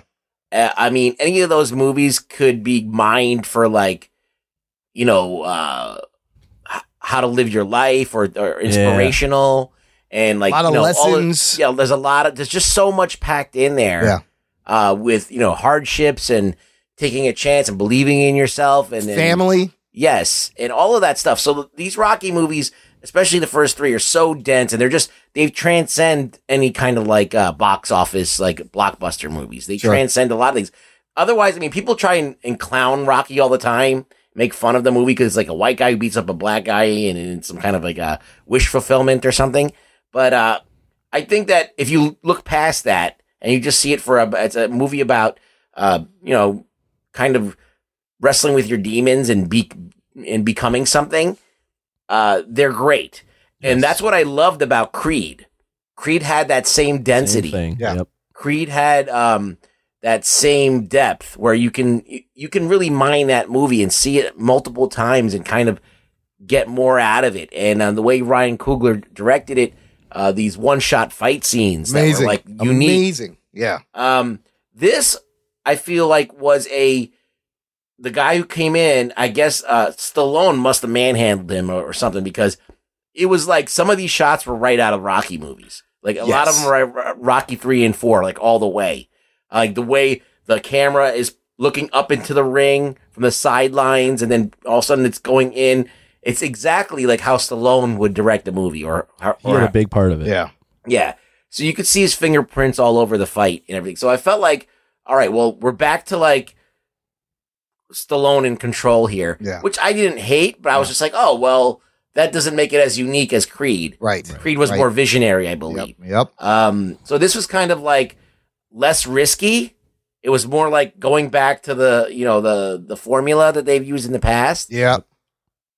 D: Uh, I mean, any of those movies could be mined for like, you know, uh, h- how to live your life or, or inspirational and like
A: Lot
D: you
A: of
D: know, all
A: lessons.
D: yeah, there's a lot of there's just so much packed in there.
A: Yeah.
D: Uh, with you know hardships and taking a chance and believing in yourself and then-
A: Family.
D: Yes, and all of that stuff. So these Rocky movies, especially the first three, are so dense, and they're just they transcend any kind of like uh, box office like blockbuster movies. They
A: Sure.
D: transcend a lot of things. Otherwise, I mean, people try and, and clown Rocky all the time, make fun of the movie because it's like a white guy who beats up a black guy, and, it's some kind of like a wish fulfillment or something. But uh, I think that if you look past that and you just see it for a, it's a movie about uh, you know, kind of wrestling with your demons and be and becoming something, uh, they're great. And that's what I loved about Creed. Creed had that same density.
C: thing. Yeah. Yep.
D: Creed had um, that same depth where you can you, you can really mine that movie and see it multiple times and kind of get more out of it. And uh, the way Ryan Coogler directed it, uh, these one shot fight scenes that
A: Amazing.
D: were like unique.
A: Amazing. Yeah.
D: Um, this I feel like was a the guy who came in. I guess uh, Stallone must have manhandled him or, or something because it was like some of these shots were right out of Rocky movies. Like a lot of
A: Yes.
D: them are uh, Rocky three and four, like all the way. Like the way the camera is looking up into the ring from the sidelines, and then all of a sudden it's going in. It's exactly like how Stallone would direct a movie, or, or,
C: He had
D: or
C: a big part of it.
A: Yeah.
D: yeah. So you could see his fingerprints all over the fight and everything. So I felt like, all right, well, we're back to like Stallone in control here,
A: Yeah.
D: which I didn't hate, but I was just like, oh, well, that doesn't make it as unique as Creed.
A: Right.
D: Creed was
A: Right.
D: more visionary, I believe.
A: Yep.
D: Um, so this was kind of like less risky. It was more like going back to the, you know, the the formula that they've used in the past.
A: Yeah.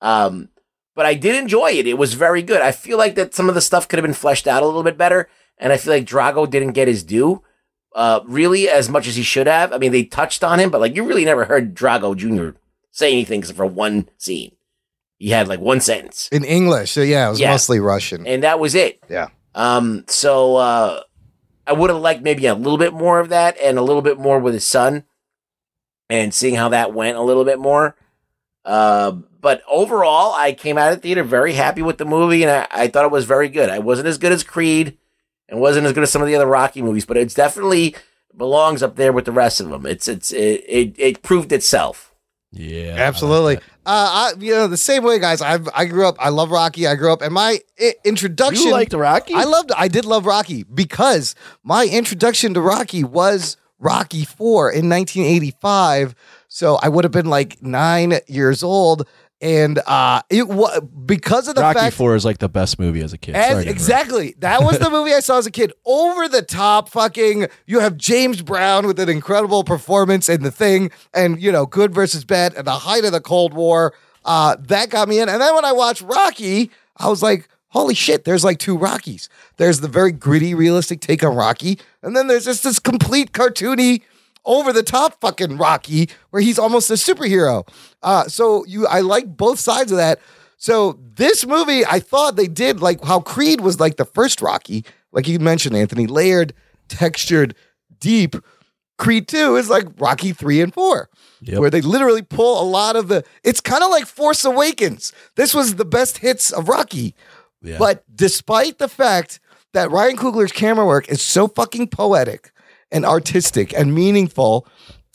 D: Um, but I did enjoy it. It was very good. I feel like that some of the stuff could have been fleshed out a little bit better. and I feel like Drago didn't get his due, uh, really as much as he should have. I mean, they touched on him, but like you really never heard Drago Jr. say anything except for one scene. He had like one sentence,
A: in English. So yeah, it was
D: Yeah.
A: mostly Russian.
D: and that was it.
A: Yeah.
D: Um, so uh, I would have liked maybe a little bit more of that and a little bit more with his son and seeing how that went a little bit more. Uh, but overall, I came out of the theater very happy with the movie and I, I thought it was very good. I wasn't as good as Creed and wasn't as good as some of the other Rocky movies, but it's definitely belongs up there with the rest of them. It's, it's, it, it, it proved itself.
C: Yeah.
A: Absolutely. Uh, I, you know, the same way, guys. I I grew up. I love Rocky. I grew up, and my i- introduction.
C: You liked Rocky?
A: I loved. I did love Rocky because my introduction to Rocky was Rocky Four in 1985. So I would have been like nine years old, and uh, it was because of the
C: Rocky
A: fact.
C: Four is like the best movie as a kid.
A: As-
C: Sorry to interrupt.
A: exactly. That was the movie I saw as a kid. Over the top, fucking. You have James Brown with an incredible performance in The Thing, and you know, good versus bad, and the height of the Cold War. Uh, that got me in. And then when I watched Rocky, I was like, holy shit, there's like two Rockies. There's the very gritty, realistic take on Rocky, and then there's just this complete cartoony over the top fucking Rocky where he's almost a superhero. Uh, so you, I like both sides of that. So this movie, I thought they did like how Creed was like the first Rocky, like you mentioned, Anthony, layered, textured, deep. Creed 2 is like Rocky 3 and 4, where they literally pull a lot of the. It's kind of like Force Awakens. This was the best hits of Rocky. But despite the fact that Ryan Coogler's camera work is so fucking poetic and artistic and meaningful,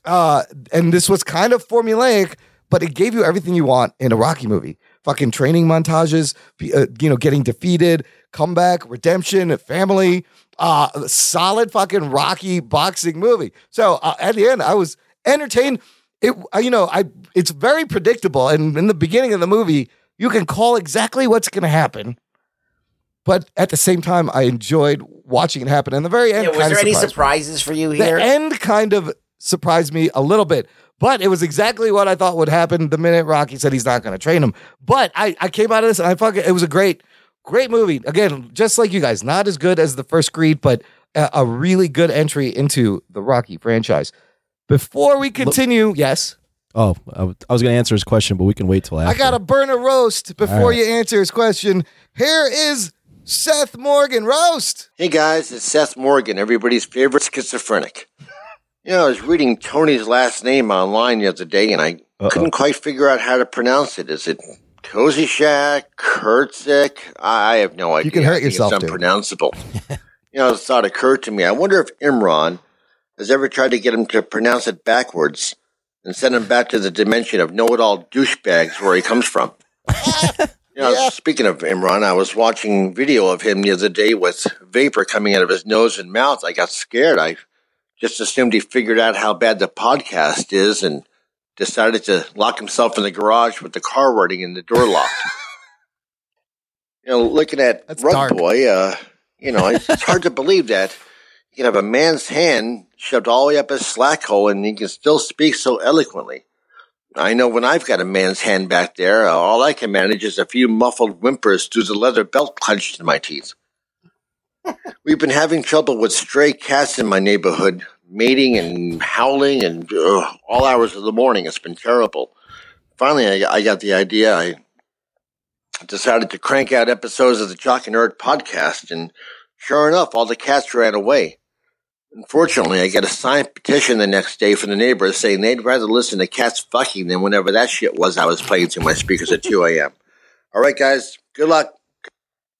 A: uh, and this was kind of formulaic, but it gave you everything you want in a Rocky movie. Fucking training montages, be- uh, you know, getting defeated, comeback, redemption, family, uh, solid fucking Rocky boxing movie. So uh, at the end, I was entertained. It, uh, you know, I it's very predictable, and in the beginning of the movie, you can call exactly what's going to happen. But at the same time, I enjoyed watching it happen. And the very end,
D: Yeah, was
A: kinda
D: there any
A: surprised me.
D: surprises for you here?
A: The end kind of surprised me a little bit, but it was exactly what I thought would happen the minute Rocky said he's not going to train him. But I, I came out of this and I fucking, it was a great, great movie. Again, just like you guys, not as good as the first Creed, but a, a really good entry into the Rocky franchise. Before we continue, yes,
C: Oh, I w- I was going to answer his question, but we can wait till after.
A: I got to burn a roast
C: All
A: before
C: right.
A: you answer his question. Here is Seth Morgan roast.
N: Hey guys, it's Seth Morgan, everybody's favorite schizophrenic. You know, I was reading Tony's last name online the other day and I couldn't quite figure out how to pronounce it. Is it Cozy Shack, Kurtzik? I I have no idea.
A: You can hurt
N: I think
A: yourself,
N: It's
A: dude.
N: unpronounceable. you know, this thought occurred to me. I wonder if Imran has ever tried to get him to pronounce it backwards and send him back to the dimension of know it all douchebags where he comes from. You know, Speaking of Imran, I was watching video of him the other day with vapor coming out of his nose and mouth. I got scared. I just assumed he figured out how bad the podcast is and decided to lock himself in the garage with the car running and the door locked. you know, looking at Rug Boy, uh, you know, it's, it's hard to believe that you can have a man's hand shoved all the way up his slack hole and he can still speak so eloquently. I know when I've got a man's hand back there, uh, all I can manage is a few muffled whimpers through the leather belt clenched in my teeth. We've been having trouble with stray cats in my neighborhood, mating and howling, and ugh, all hours of the morning. It's been terrible. Finally, I, I got the idea. I decided to crank out episodes of the Jock and Nerd podcast, and sure enough, all the cats ran away. Unfortunately, I got a signed petition the next day from the neighbors saying they'd rather listen to cats fucking than whenever that shit was I was playing through my speakers at 2 a.m. All right, guys, good luck.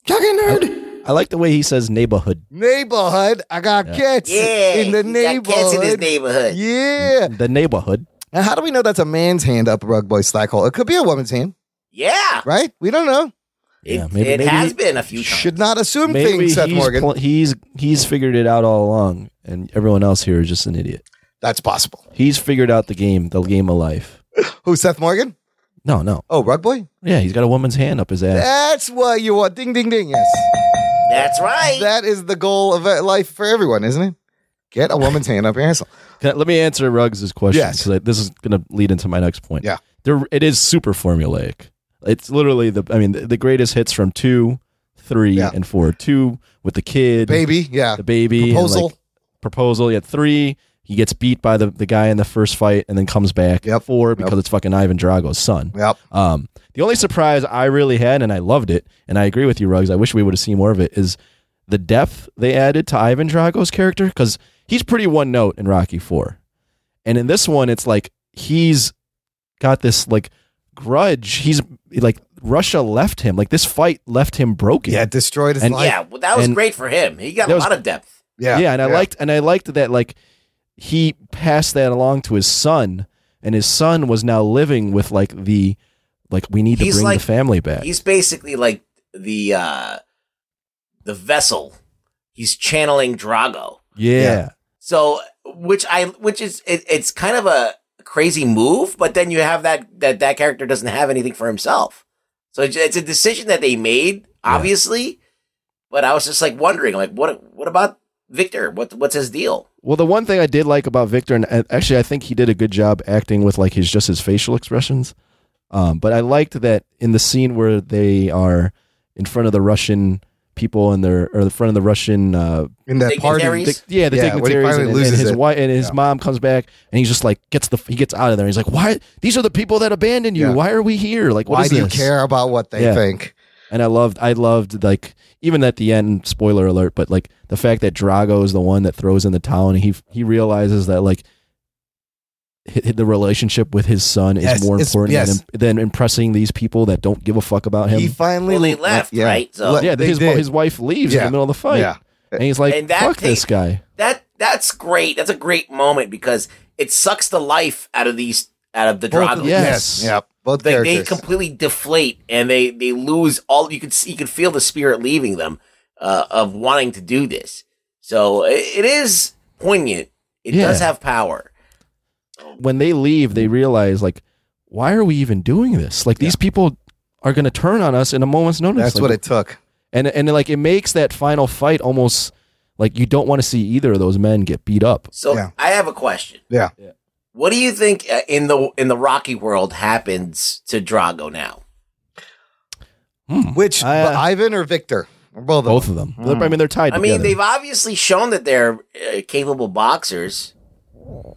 C: I like the way he says neighborhood.
A: Neighborhood, I got
C: Yeah.
A: cats
D: Yeah,
A: in the
D: he got
A: neighborhood.
D: cats in his neighborhood.
A: Yeah.
C: The neighborhood.
A: Now, how do we know that's a man's hand up rug boy slack hole? It could be a woman's hand,
D: yeah.
A: right? We don't know.
D: It,
C: maybe-
D: it
C: maybe-
D: has been a few times.
A: Should not assume
C: Maybe
A: things, Seth
C: he's
A: Morgan.
C: pl- he's he's figured it out all along, and everyone else here is just an idiot.
A: That's possible.
C: He's figured out the game, the game of life.
A: Who, Seth Morgan?
C: No, no.
A: Oh, rug boy?
C: Yeah, he's got a woman's hand up his ass.
A: That's what you want. Ding, ding, ding. Yes.
D: That's right.
A: That is the goal of uh, life for everyone, isn't it? Get a woman's hand up your asshole.
C: Can I- Let me answer Ruggs' question.
A: Yes.
C: 'cause I- this is going to lead into my next point.
A: Yeah.
C: There, it is super formulaic. It's literally the, I mean, the, the greatest hits from two, three, and four. Two with the kid,
A: Baby, yeah.
C: the baby, and,
A: Proposal.
C: like, proposal. He had three. He gets beat by the, the guy in the first fight and then comes back. Yep. Four because it's fucking Ivan Drago's son.
A: Yep.
C: Um, the only surprise I really had, and I loved it, and I agree with you, Ruggs. I wish we would have seen more of it. Is the depth they added to Ivan Drago's character because he's pretty one note in Rocky Four, and in this one it's like he's got this like grudge. He's like Russia left him. Like this fight left him broken. Yeah,
A: destroyed
D: And yeah, well, that was great for him. He got
C: that
D: a
C: was-
D: lot of depth.
A: Yeah,
C: yeah, and I
D: yeah.
C: liked and I liked that like he passed that along to his son, and his son was now living with like the like we need to
D: He's
C: bring
D: like-
C: the family back.
D: He's basically like the uh the vessel. He's channeling Drago.
C: Yeah.
D: So, which I, which is, it, it's kind of a crazy move, but then you have that, that, that character doesn't have anything for himself. So it's, it's a decision that they made, obviously, but I was just like wondering, like, what, what about Victor? What, what's his deal?
C: Well, the one thing I did like about Victor, and and actually I think he did a good job acting with like his just his facial expressions. Um, but I liked that in the scene where they are in front of the Russian people and they're or in front of the Russian uh,
A: In that party. Dignitaries?
C: yeah, the
A: Yeah, when he
C: dignitaries,
A: finally
C: and, and
A: loses
C: his
A: it.
C: wife and his mom comes back and he's just like gets the he gets out of there. He's like, why? These are the people that abandoned you.
A: Yeah.
C: Why are we here? Like, what
A: Why
C: is
A: do you
C: this?"
A: care about what they
C: Yeah.
A: think?
C: And I loved, I loved like even at the end. Spoiler alert, but like the fact that Drago is the one that throws in the towel, and he he realizes that like hi- hi- the relationship with his son is
A: Yes,
C: more
A: it's-
C: important
A: yes.
C: than, than impressing these people that don't give a fuck about him.
A: He finally
D: Well, they left,
A: yeah.
D: right? So-
A: Le-
C: yeah,
A: they
C: his
A: did.
C: his wife leaves in
A: Yeah.
C: the middle of the fight,
A: Yeah.
C: and he's like,
D: And that
C: "Fuck this
D: take-
C: guy."
D: That, that's great. That's a great moment because it sucks the life out of these, out of the
A: Both
D: Drago.
A: of- yes. Yeah.
D: Like
A: Both
D: they
A: characters.
D: completely deflate and they they lose all. You could see, you could feel the spirit leaving them uh, of wanting to do this. So i it is poignant. It
C: Yeah.
D: does have power.
C: When they leave, they realize like, "Why are we even doing this? Like these people are going to turn on us in a moment's notice."
A: That's
C: Like,
A: what it took.
C: and and like it makes that final fight almost like you don't want to see either of those men get beat up.
D: So I have a question.
A: Yeah.
D: What do you think uh, in the in the Rocky world happens to Drago now?
A: Which Ivan or Victor? Or both of
C: Hmm. uh, both them. of them. I mean, they're tied.
D: Hmm. I mean, they've obviously shown that they're uh, capable boxers.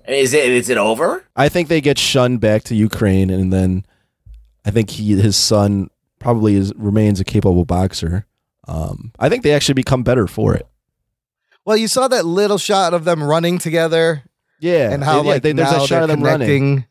D: I mean, Is it is it over?
C: I think they get shunned back to Ukraine, and then I think he his son probably is remains a capable boxer. Um, I think they actually become better for it.
A: Well, you saw that little shot of them running together.
C: Yeah,
A: And how
C: Yeah,
A: like
C: they-
A: now
C: there's that shot
A: they're
C: of them running.
A: connecting.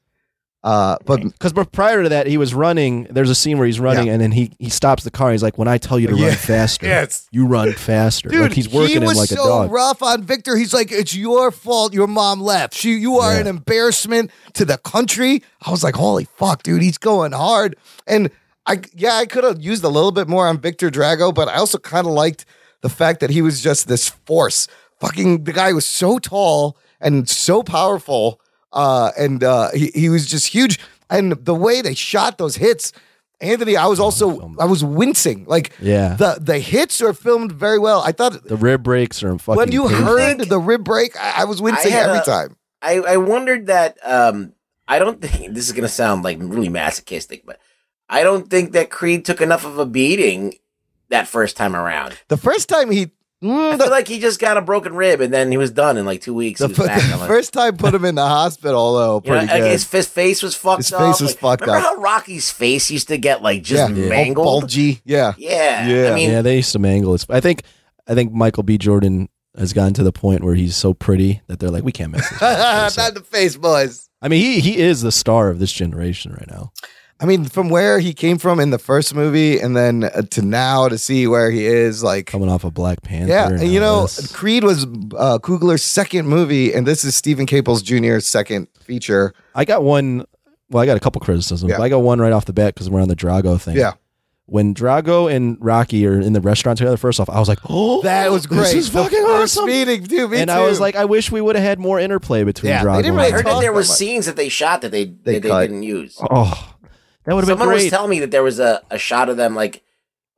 A: Uh, but
C: Because prior to that, he was running. There's a scene where he's running, and then he, he stops the car. He's like, "When I tell you to run faster,
A: Yes.
C: you run faster."
A: Dude,
C: like he's working
A: he was
C: him like
A: so
C: a dog.
A: rough on Victor. He's like, "It's your fault. Your mom left. She, you are an embarrassment to the country." I was like, "Holy fuck, dude, he's going hard." And I, yeah, I could have used a little bit more on Victor Drago, but I also kind of liked the fact that he was just this force. Fucking the guy was so tall and so powerful, uh, and uh, he he was just huge. And the way they shot those hits. Anthony, I was
C: Oh,
A: also I was wincing. Like
C: Yeah.
A: the the hits are filmed very well. I thought
C: The rib breaks are fucking.
A: when you
C: painful.
A: heard the rib break, I, I was wincing
D: had
A: every
D: a-
A: time.
D: I, I wondered that um I don't think this is gonna sound like really masochistic, but I don't think that Creed took enough of a beating that first time around.
A: The first time he, mm,
D: I
A: the,
D: feel like he just got a broken rib and then he was done in like two weeks.
A: the
D: he was
A: fir-
D: back.
A: the
D: I'm like,
A: first time put him in the hospital though,
D: you know,
A: pretty
D: like,
A: good.
D: his, his face was fucked
A: His
D: up.
A: face was
D: Like,
A: fucked
D: remember
A: up.
D: how Rocky's face used to get like just
A: yeah,
D: mangled?
A: All bulgy. Yeah,
D: Yeah, I mean,
C: yeah, they used to mangle his. I think, I think Michael B. Jordan has gotten to the point where he's so pretty that they're like, we can't mess. This. up."
A: not the face, boys.
C: I mean, he he is the star of this generation right now.
A: I mean, from where he came from in the first movie, and then uh, to now to see where he is, like
C: coming off of Black Panther.
A: Yeah, and
C: and
A: you
C: all
A: know,
C: this.
A: Creed was uh, Kugler's second movie, and this is Stephen Capel's Jr.'s second feature.
C: I got one. Well, I got a couple criticisms.
A: Yeah.
C: But I got one right off the bat because we're on the Drago thing.
A: Yeah.
C: When Drago and Rocky are in the restaurant together, first off, I was like, "Oh,
A: That was great.
C: This is
A: The
C: fucking
A: first
C: awesome!"
A: meeting, dude, me
C: and I was
A: too.
C: like, "I wish we would have had more interplay between
A: Yeah, they
C: Drago."
D: I
A: didn't really
C: and
D: heard
C: Rocky.
D: that there were
A: that much.
D: scenes that they shot that they
A: They
D: that they
A: cut.
D: didn't use.
C: Oh, that would have been
D: Someone was
C: great.
D: telling me that there was a, a shot of them like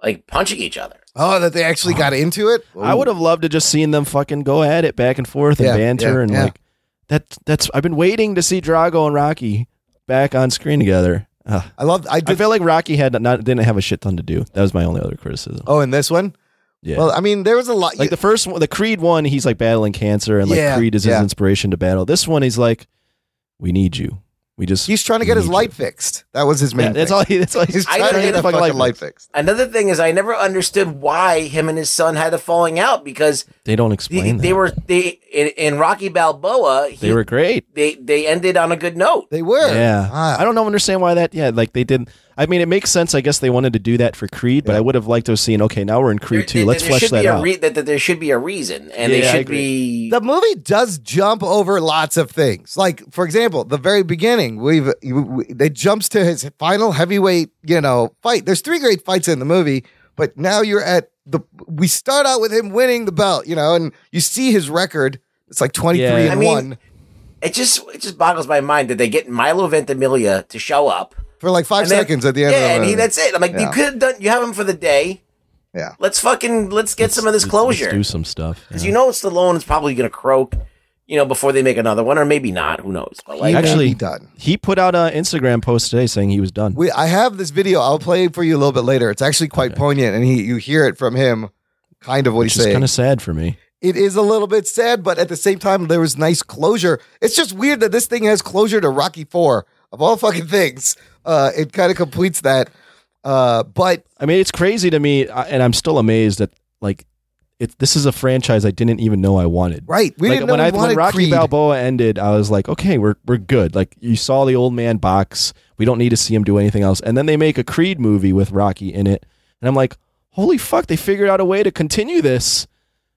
D: like punching each other.
A: Oh, that they actually got into it.
C: I would have loved to just seen them fucking go at it back and forth and
A: Yeah,
C: banter
A: yeah,
C: and
A: yeah.
C: like that. That's I've been waiting to see Drago and Rocky back on screen together. Ugh.
A: I loved. I,
C: I feel like Rocky had not didn't have a shit ton to do. That was my only other criticism.
A: Oh, in this one,
C: Yeah.
A: Well, I mean, there was a lot.
C: Like the first one, the Creed one, he's like battling cancer, and like
A: Yeah,
C: Creed is
A: yeah.
C: his inspiration to battle. This one, he's like, we need you. We just
A: He's trying to get his light fixed. That was his main.
C: Yeah, that's
A: thing.
C: all he- that's all he's
A: trying
D: I
A: to get
D: don't-
A: the fucking light, fixed.
D: Another thing is, I never understood why him and his son had the falling out because
C: They don't
D: the-
C: explain
D: they
C: that.
D: were they in, in Rocky Balboa. He,
C: They were great.
D: They they ended on a good note.
A: They were.
C: Yeah. I don't know understand why that. Yeah, like they didn't. I mean, it makes sense. I guess they wanted to do that for Creed, but I would have liked to have seen. Okay, now we're in Creed two. Let's
D: there
C: flesh
D: should
C: that
D: be
C: out.
D: A re- that, that there should be a reason, and
C: Yeah,
D: they
C: I
D: should
C: agree.
D: be.
A: The movie does jump over lots of things. Like, for example, the very beginning, we've you- we, it jumps to his final heavyweight, you know, fight. There's three great fights in the movie, but now you're at the. We start out with him winning the belt, you know, and you see his record. It's like 23 and
D: I mean,
A: one
D: It just it just boggles my mind that they get Milo Ventimiglia to show up
A: for like five
D: and then-
A: seconds at the end.
D: Yeah,
A: of the
D: and he,
A: movie.
D: that's it. I'm like,
A: Yeah.
D: you could have done. You have him for the day.
A: Yeah.
D: Let's fucking let's get some of this
C: Let's
D: closure
C: do some stuff.
D: because you know Stallone is probably gonna croak, you know, before they make another one or maybe not. Who knows? But like,
C: Actually,
A: done.
C: He put out an Instagram post today saying he was done.
A: We, I have this video. I'll play it for you a little bit later. It's actually quite poignant, and he you hear it from him, kind of what
C: which
A: he's
C: is
A: saying.
C: kind of sad for me.
A: it is a little bit sad, but at the same time, there was nice closure. It's just weird that this thing has closure to Rocky Four of all fucking things. Uh, it kind of completes that. Uh, but
C: I mean, it's crazy to me, I- and I'm still amazed that like it. This is a franchise I didn't even know I wanted.
A: Right, we
C: like,
A: didn't know
C: when
A: we
C: I when
A: wanted
C: Rocky
A: Creed.
C: Balboa ended, I was like, okay, we're we're good. Like you saw the old man box. We don't need to see him do anything else. And then they make a Creed movie with Rocky in it, and I'm like, holy fuck, they figured out a way to continue this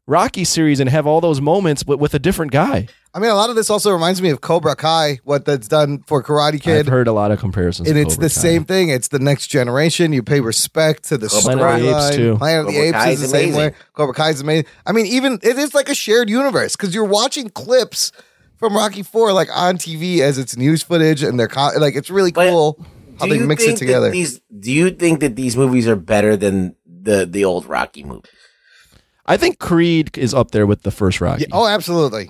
C: Rocky series and have all those moments, but with a different guy.
A: I mean, a lot of this also reminds me of Cobra Kai, what that's done for Karate Kid.
C: I've heard a lot of comparisons,
A: and
C: of
A: it's
C: Cobra
A: the
C: Kai.
A: same thing. It's the next generation. You pay respect to the
C: Cobra Planet of the Apes,
A: storyline.
C: too.
A: Planet of the
C: Cobra
A: Apes
C: Kai
A: is the
C: is
A: same
C: amazing.
A: way. Cobra Kai is amazing. I mean, even it is like a shared universe because you're watching clips from Rocky Four like on TV as it's news footage, and they're co- like it's really cool how
D: do
A: they
D: you
A: mix
D: think that
A: it together.
D: These, do you think that these movies are better than the the old Rocky movie?
C: I think Creed is up there with the first Rocky.
A: Yeah, oh, absolutely.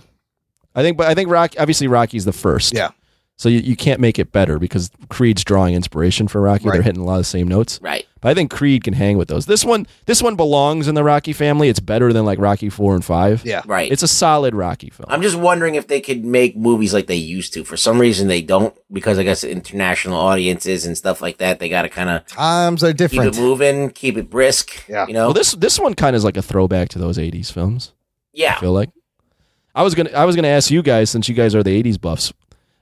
C: I think, but I think Rocky. Obviously, Rocky's the first.
A: Yeah.
C: So you, you can't make it better because Creed's drawing inspiration from Rocky. They're hitting a lot of the same notes.
D: Right.
C: But I think Creed can hang with those. This one, this one belongs in the Rocky family. It's better than like Rocky four and five.
A: Yeah.
D: Right.
C: It's a solid Rocky film.
D: I'm just wondering if they could make movies like they used to. For some reason, they don't because I guess international audiences and stuff like that. They got to kind of
A: Times are
D: keep it
A: different.
D: moving, keep it brisk. Yeah, you know.
C: Well, this this one kind of is like a throwback to those '80s films.
D: Yeah.
C: I feel like I was gonna I was gonna ask you guys since you guys are the '80s buffs,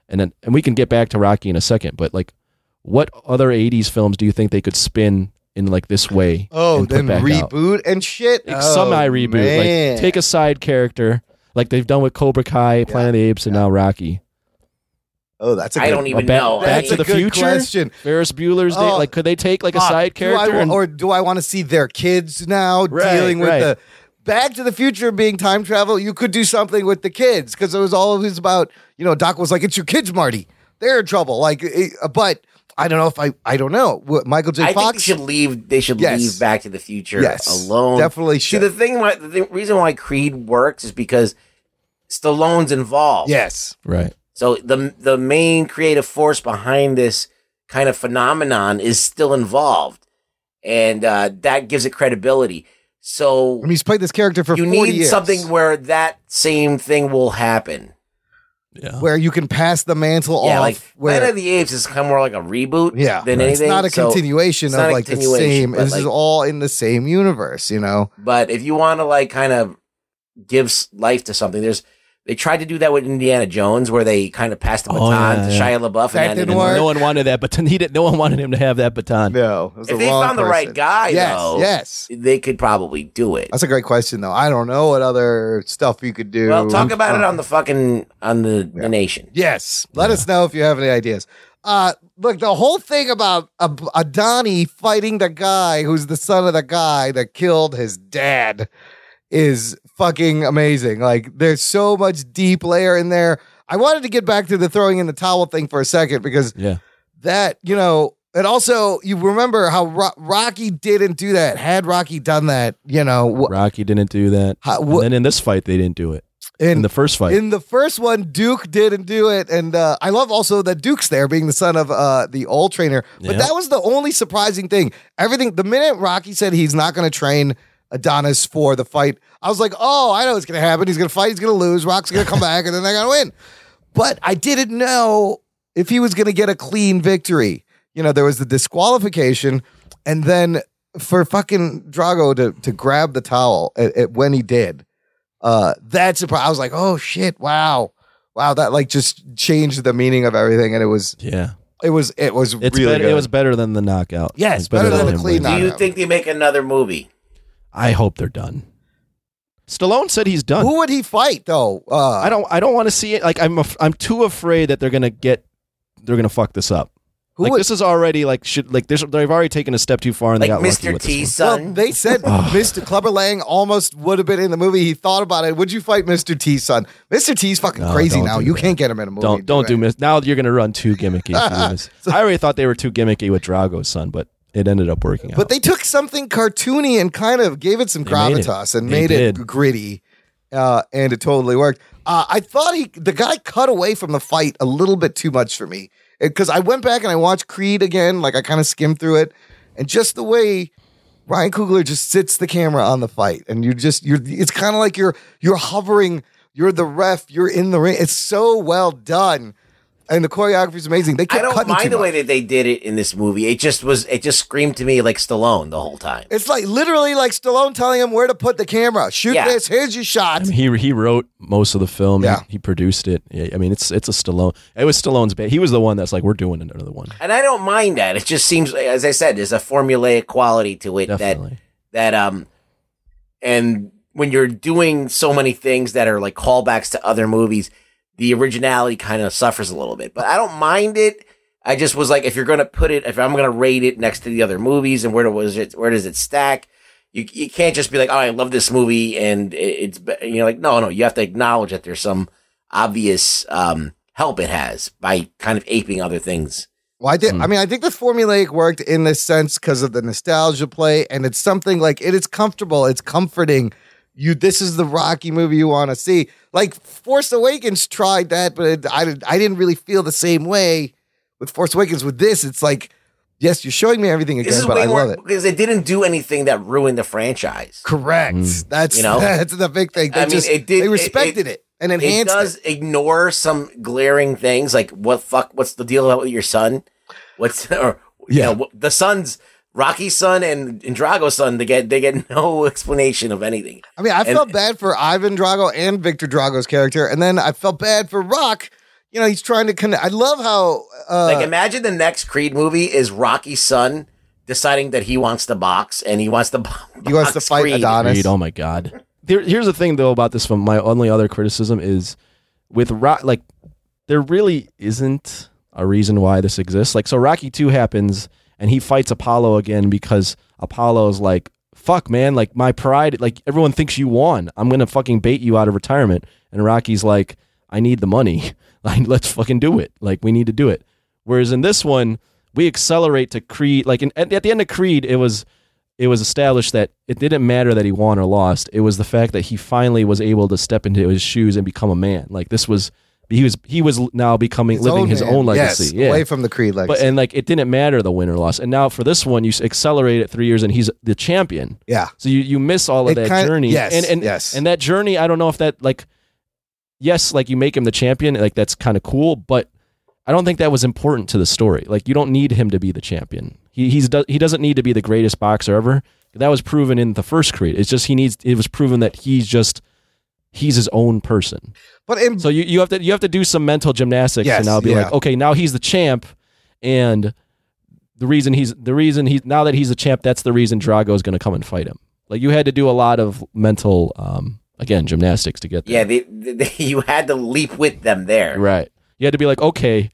C: and then and we can get back to Rocky in a second. But like, what other '80s films do you think they could spin in like this way?
A: Oh,
C: and put
A: then
C: back out?
A: reboot and shit.
C: like some
A: Oh,
C: I reboot.
A: man.
C: Like take a side character, like they've done with Cobra Kai, Planet of the Apes, and now Rocky.
A: oh, that's a
D: I
A: good,
D: don't even
C: Ba-
D: know.
C: Back
A: That's
C: to
A: a
C: the
A: good
C: Future.
A: question.
C: Ferris Bueller's Day.
A: Oh,
C: Like, could they take like a
A: Fuck,
C: side
A: do I
C: character?
A: wa-
C: and-
A: or do I want to see their kids now
C: Right,
A: dealing with
C: right.
A: the Back to the Future being time travel? You could do something with the kids because it was always about you know Doc was like, "It's your kids, Marty. They're in trouble." Like, it- but I don't know if I I don't know. What, Michael J.
D: I think
A: Fox
D: they should leave. They should
A: Yes.
D: leave Back to the Future
A: Yes.
D: alone.
A: Definitely
D: See, the thing, why, the thing- reason why Creed works is because Stallone's involved.
A: Yes,
C: right.
D: So the the main creative force behind this kind of phenomenon is still involved, and uh, that gives it credibility. So
A: I mean, he's played this character for
D: you
A: 40
D: need
A: years.
D: something where that same thing will happen.
A: where you can pass the mantle
D: yeah,
A: off.
D: like
A: where
D: Planet of the Apes is kind of more like a reboot.
A: yeah,
D: than
A: it's
D: anything.
A: not a
D: So
A: continuation
D: it's
A: of
D: not a
A: like the
D: continuation,
A: same.
D: but,
A: This
D: like-
A: is all in the same universe, you know.
D: But if you want to like kind of give s- life to something, there's they tried to do that with Indiana Jones, where they kind of passed the
C: Oh,
D: baton
C: yeah,
D: to
C: yeah.
D: Shia LaBeouf,
A: That
D: and
A: didn't
D: then
A: work.
C: No one wanted that, but he didn't, no one wanted him to have that baton.
A: No, it was
D: if they
A: wrong
D: found the right
A: person.
D: guy,
A: Yes,
D: though,
A: yes.
D: they could probably do it.
A: That's a great question, though. I don't know what other stuff you could do. Uh,
D: Well, talk about it on the fucking on the, the nation.
A: Yes, let us know if you have any ideas. Uh, look, the whole thing about a, a Donnie fighting the guy who's the son of the guy that killed his dad is fucking amazing. Like, there's so much deep layer in there. I wanted to get back to the throwing in the towel thing for a second because
C: Yeah.
A: that you know and also you remember how Ro- rocky didn't do that had rocky done that you know wh-
C: Rocky didn't do that.
A: Uh, How-
C: and
A: what-
C: then in this fight, they didn't do it.
A: In-
C: in the first fight,
A: in the first one duke didn't do it and uh, i love also that duke's there being the son of uh, the old trainer but
C: Yeah.
A: that was the only surprising thing everything the minute rocky said he's not going to train Adonis for the fight. I was like, oh, I know what's going to happen. He's going to fight. He's going to lose. Rock's going to come back, and then they're going to win. But I didn't know if he was going to get a clean victory. You know, there was the disqualification, and then for fucking Drago to to grab the towel at, at- when he did, uh, that's a pro- I was like, oh shit, wow, wow, that like just changed the meaning of everything, and it was
C: yeah,
A: it was it was
C: It's
A: really
C: better,
A: good.
C: it was better than the knockout.
A: Yes,
C: It's
A: better than the
C: him
A: clean
C: winning.
D: Do you think they make another movie?
C: I hope they're done. Stallone said he's done.
A: Who would he fight though? Uh,
C: I don't. I don't want to see it. Like I'm. Af- I'm too afraid that they're gonna get. They're gonna fuck this up. like this is already like should like this, they've already taken a step too far and they got lucky with this one.
A: Well, they said Mr. Clubber Lang almost would have been in the movie. He thought about it. Would you fight Mr. T's son? Mr. T's fucking
C: No,
A: crazy
C: don't
A: now.
C: do
A: You
C: that.
A: can't get him in a movie.
C: Don't don't do miss. Now you're gonna run too gimmicky. if you do Miz. I already thought they were too gimmicky with Drago's son, but it ended up working out.
A: But they took something cartoony and kind of gave it some
C: made it.
A: gravitas and
C: They
A: made it
C: did.
A: gritty, uh, and it totally worked. Uh, I thought he, the guy, cut away from the fight a little bit too much for me because I went back and I watched Creed again. Like I kind of skimmed through it, and just the way Ryan Coogler just sits the camera on the fight, and you just you're. It's kind of like you're you're hovering. You're the ref. You're in the ring. It's so well done, and the choreography is amazing. They kept
D: I don't
A: cutting too
D: mind the
A: much.
D: way that they did it in this movie. It just was. It just screamed to me like Stallone the whole time.
A: It's like literally like Stallone telling him where to put the camera. Shoot
D: Yeah.
A: this. Here's your shot.
C: he he wrote most of the film. Yeah. He, produced it. Yeah, I mean, it's it's a Stallone. It was Stallone's. Ba- he was the one that's like, we're doing another one.
D: and I don't mind that. It just seems, as I said, there's a formulaic quality to it that that um, and when you're doing so many things that are like callbacks to other movies, the originality kind of suffers a little bit. But I don't mind it. I just was like, if you're gonna put it, if I'm gonna rate it next to the other movies, and where do- was it? Where does it stack? You, you can't just be like, oh, I love this movie, and it, it's be-" you know like no no, you have to acknowledge that there's some obvious um, help it has by kind of aping other things.
A: Well, I did. I mean, I think the formulaic worked in this sense because of the nostalgia play, and it's something like it is comfortable. It's comforting. You, this is the Rocky movie you want to see. Like Force Awakens tried that, but it, I did- I didn't really feel the same way with Force Awakens. With this, it's like, yes, you're showing me everything
D: This
A: again,
D: is
A: but
D: way
A: I
D: more
A: love it.
D: because they didn't do anything that ruined the franchise.
A: Correct. That's
D: You know?
A: that's the big thing. They
D: I mean,
A: just-
D: it did.
A: They respected it, and enhanced
D: It
A: it.
D: does ignore some glaring things, like what fuck? What's the deal with your son? What's or you know what- the son's Rocky's son and, and Drago's son? They get they get no explanation of anything.
A: I mean, I
D: And-
A: felt bad for Ivan Drago and Victor Drago's character, and then I felt bad for Rock. You know, he's trying to connect. I love how uh,
D: like imagine the next Creed movie is Rocky's son deciding that he wants to box and he wants to bo- box
A: he wants to fight
D: Creed.
A: Adonis.
C: Creed, oh my god. There, here's the thing though about this film. My only other criticism is with Rock. Like there really isn't a reason why this exists. Like so, Rocky Two happens and he fights Apollo again because Apollo's like, "Fuck, man! Like my pride. Like everyone thinks you won. I'm gonna fucking bait you out of retirement." And Rocky's like, "I need the money. Like let's fucking do it. Like we need to do it." Whereas in this one, we accelerate to Creed. Like in, at, at the end of Creed, it was it was established that it didn't matter that he won or lost. It was the fact that he finally was able to step into his shoes and become a man. Like this was he was he was now becoming
A: His
C: living
A: own
C: his
A: man.
C: own
A: Yes,
C: legacy. yeah.
A: away from the Creed legacy.
C: But and like it didn't matter the win or loss. And now for this one, you s- accelerate it three years, and he's the champion.
A: Yeah.
C: So you, you miss all of
A: It
C: that
A: kind-
C: journey.
A: yes,
C: And and
A: yes.
C: and that journey, I don't know if that like yes, like you make him the champion, like that's kind of cool, but I don't think that was important to the story. Like you don't need him to be the champion. He he's do, he doesn't need to be the greatest boxer ever. That was proven in the first Creed. It's just he needs it was proven that he's just he's his own person.
A: But
C: so you, you have to you have to do some mental gymnastics
A: Yes,
C: and now be
A: yeah.
C: like, okay, now he's the champ and the reason he's the reason he's now that he's a champ, that's the reason Drago is going to come and fight him. Like you had to do a lot of mental, um, again, gymnastics to get there.
D: Yeah, they, they, you had to leap with them there.
C: Right. You had to be like, okay,